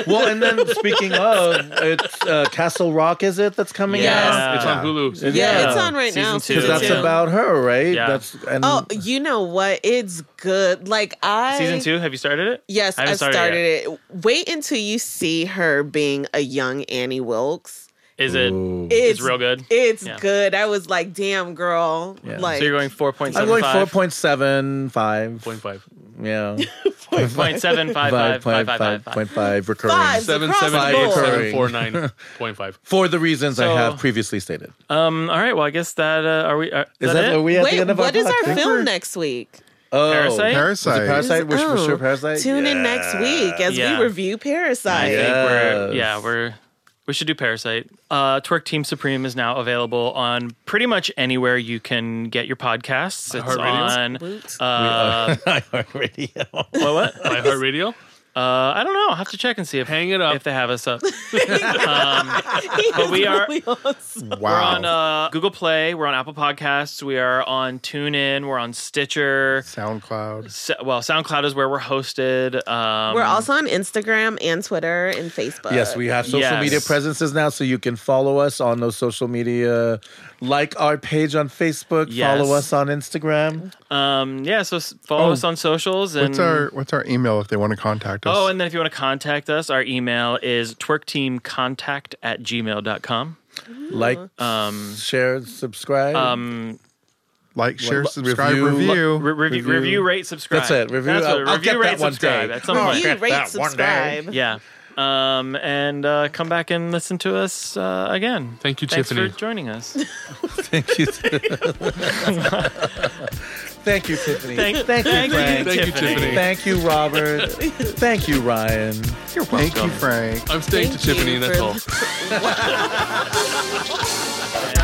Speaker 5: Well,
Speaker 2: (laughs)
Speaker 5: and then speaking of, it's uh, Castle Rock, is it that's coming
Speaker 2: Yes.
Speaker 5: out?
Speaker 4: It's on Hulu.
Speaker 2: Yeah,
Speaker 5: Yeah.
Speaker 2: it's on right
Speaker 1: Season
Speaker 2: now.
Speaker 1: two.
Speaker 5: Because
Speaker 2: season
Speaker 5: that's
Speaker 2: two.
Speaker 5: about her, right?
Speaker 1: Yeah.
Speaker 5: That's and
Speaker 2: Oh, you know what? It's good. Like I
Speaker 1: Season two, have you started it?
Speaker 2: Yes,
Speaker 1: I
Speaker 2: I
Speaker 1: haven't
Speaker 2: started,
Speaker 1: started
Speaker 2: it. Wait until you see her being a young Annie Wilkes
Speaker 1: Is it?
Speaker 2: It's,
Speaker 1: real good?
Speaker 2: It's
Speaker 1: Yeah.
Speaker 2: good. I was like, damn, girl. Like,
Speaker 1: so you're going four point
Speaker 5: I'm
Speaker 1: seven
Speaker 5: going four
Speaker 1: five.
Speaker 5: point seven five.
Speaker 4: Point five.
Speaker 5: Yeah,
Speaker 1: Point seven five five five five five five.
Speaker 5: point five recurring.
Speaker 2: Fives.
Speaker 4: Seven
Speaker 2: across
Speaker 4: seven
Speaker 2: the
Speaker 4: eight
Speaker 2: board.
Speaker 4: seven four nine point five. (laughs)
Speaker 5: For the reasons I
Speaker 1: So-
Speaker 5: have previously stated.
Speaker 1: Um. All right. Well, I guess that uh, are we? Are,
Speaker 5: Is
Speaker 1: that,
Speaker 5: that,
Speaker 1: it?
Speaker 5: are we at the
Speaker 2: wait,
Speaker 5: end of
Speaker 2: what
Speaker 5: our
Speaker 2: is
Speaker 5: block?
Speaker 2: our
Speaker 5: I think
Speaker 2: film
Speaker 5: we're-
Speaker 2: next week?
Speaker 5: Oh,
Speaker 1: Parasite?
Speaker 5: Was
Speaker 3: Parasite.
Speaker 5: it Parasite? Which was
Speaker 2: Oh,
Speaker 5: sure Parasite?
Speaker 2: Tune in next week as
Speaker 1: Yeah.
Speaker 2: we review
Speaker 1: I
Speaker 2: Parasite.
Speaker 1: think we're
Speaker 5: Uh, Yes.
Speaker 1: yeah we're we should do Parasite. Uh, Twerk Team Supreme is now available on pretty much anywhere you can get your podcasts. It's on.
Speaker 2: Woot.
Speaker 1: Uh,
Speaker 5: (laughs)
Speaker 1: what? what?
Speaker 4: My Heart Radio.
Speaker 1: Uh, I don't know. I'll have to check and see if
Speaker 4: Hang it up.
Speaker 1: if they have
Speaker 4: (laughs)
Speaker 1: us up. Um,
Speaker 2: But
Speaker 1: we are-
Speaker 3: Wow.
Speaker 1: We're on uh, Google Play. We're on Apple Podcasts. We are on TuneIn. We're on Stitcher.
Speaker 3: SoundCloud.
Speaker 1: S- well, SoundCloud is where we're hosted. Um,
Speaker 2: We're also on Instagram and Twitter and Facebook.
Speaker 5: Yes, we have social
Speaker 1: Yes.
Speaker 5: media presences now, so you can follow us on those social media. Like our page on Facebook,
Speaker 1: Yes.
Speaker 5: follow us on Instagram.
Speaker 1: um, yeah. So s- follow
Speaker 3: Oh.
Speaker 1: us on socials. And
Speaker 3: What's our What's our email if they want to contact us?
Speaker 1: oh, and then if you want to contact us, our email is twerkteamcontact at gmail.com.
Speaker 5: Like,
Speaker 1: Uh, um,
Speaker 5: share, subscribe.
Speaker 3: like, share,
Speaker 5: Lo-
Speaker 3: subscribe,
Speaker 5: review-
Speaker 3: review.
Speaker 1: Re- review,
Speaker 5: Review.
Speaker 1: review, rate, subscribe.
Speaker 5: That's it. Review-
Speaker 1: That's what-
Speaker 5: I'll- I'll
Speaker 1: review,
Speaker 5: get
Speaker 1: rate,
Speaker 5: that one
Speaker 1: subscribe.
Speaker 5: day.
Speaker 1: At some
Speaker 5: No,
Speaker 1: point.
Speaker 2: You rate,
Speaker 5: that one day.
Speaker 2: subscribe.
Speaker 1: Yeah. Um, and uh, come back and listen to us uh, again.
Speaker 4: Thank you,
Speaker 1: Thanks
Speaker 4: Tiffany.
Speaker 1: for joining us.
Speaker 5: (laughs) Thank you. Thank you, Tiffany.
Speaker 1: Thank,
Speaker 5: Thank you,
Speaker 1: thank
Speaker 5: Frank.
Speaker 4: Thank you, Tiffany.
Speaker 5: Thank you, Robert. Thank you, Ryan.
Speaker 3: You're welcome. Thank you, Frank.
Speaker 4: I'm staying
Speaker 2: Thank
Speaker 4: to Tiffany.
Speaker 2: you
Speaker 4: That's
Speaker 2: for-
Speaker 4: all.
Speaker 1: Tiffany.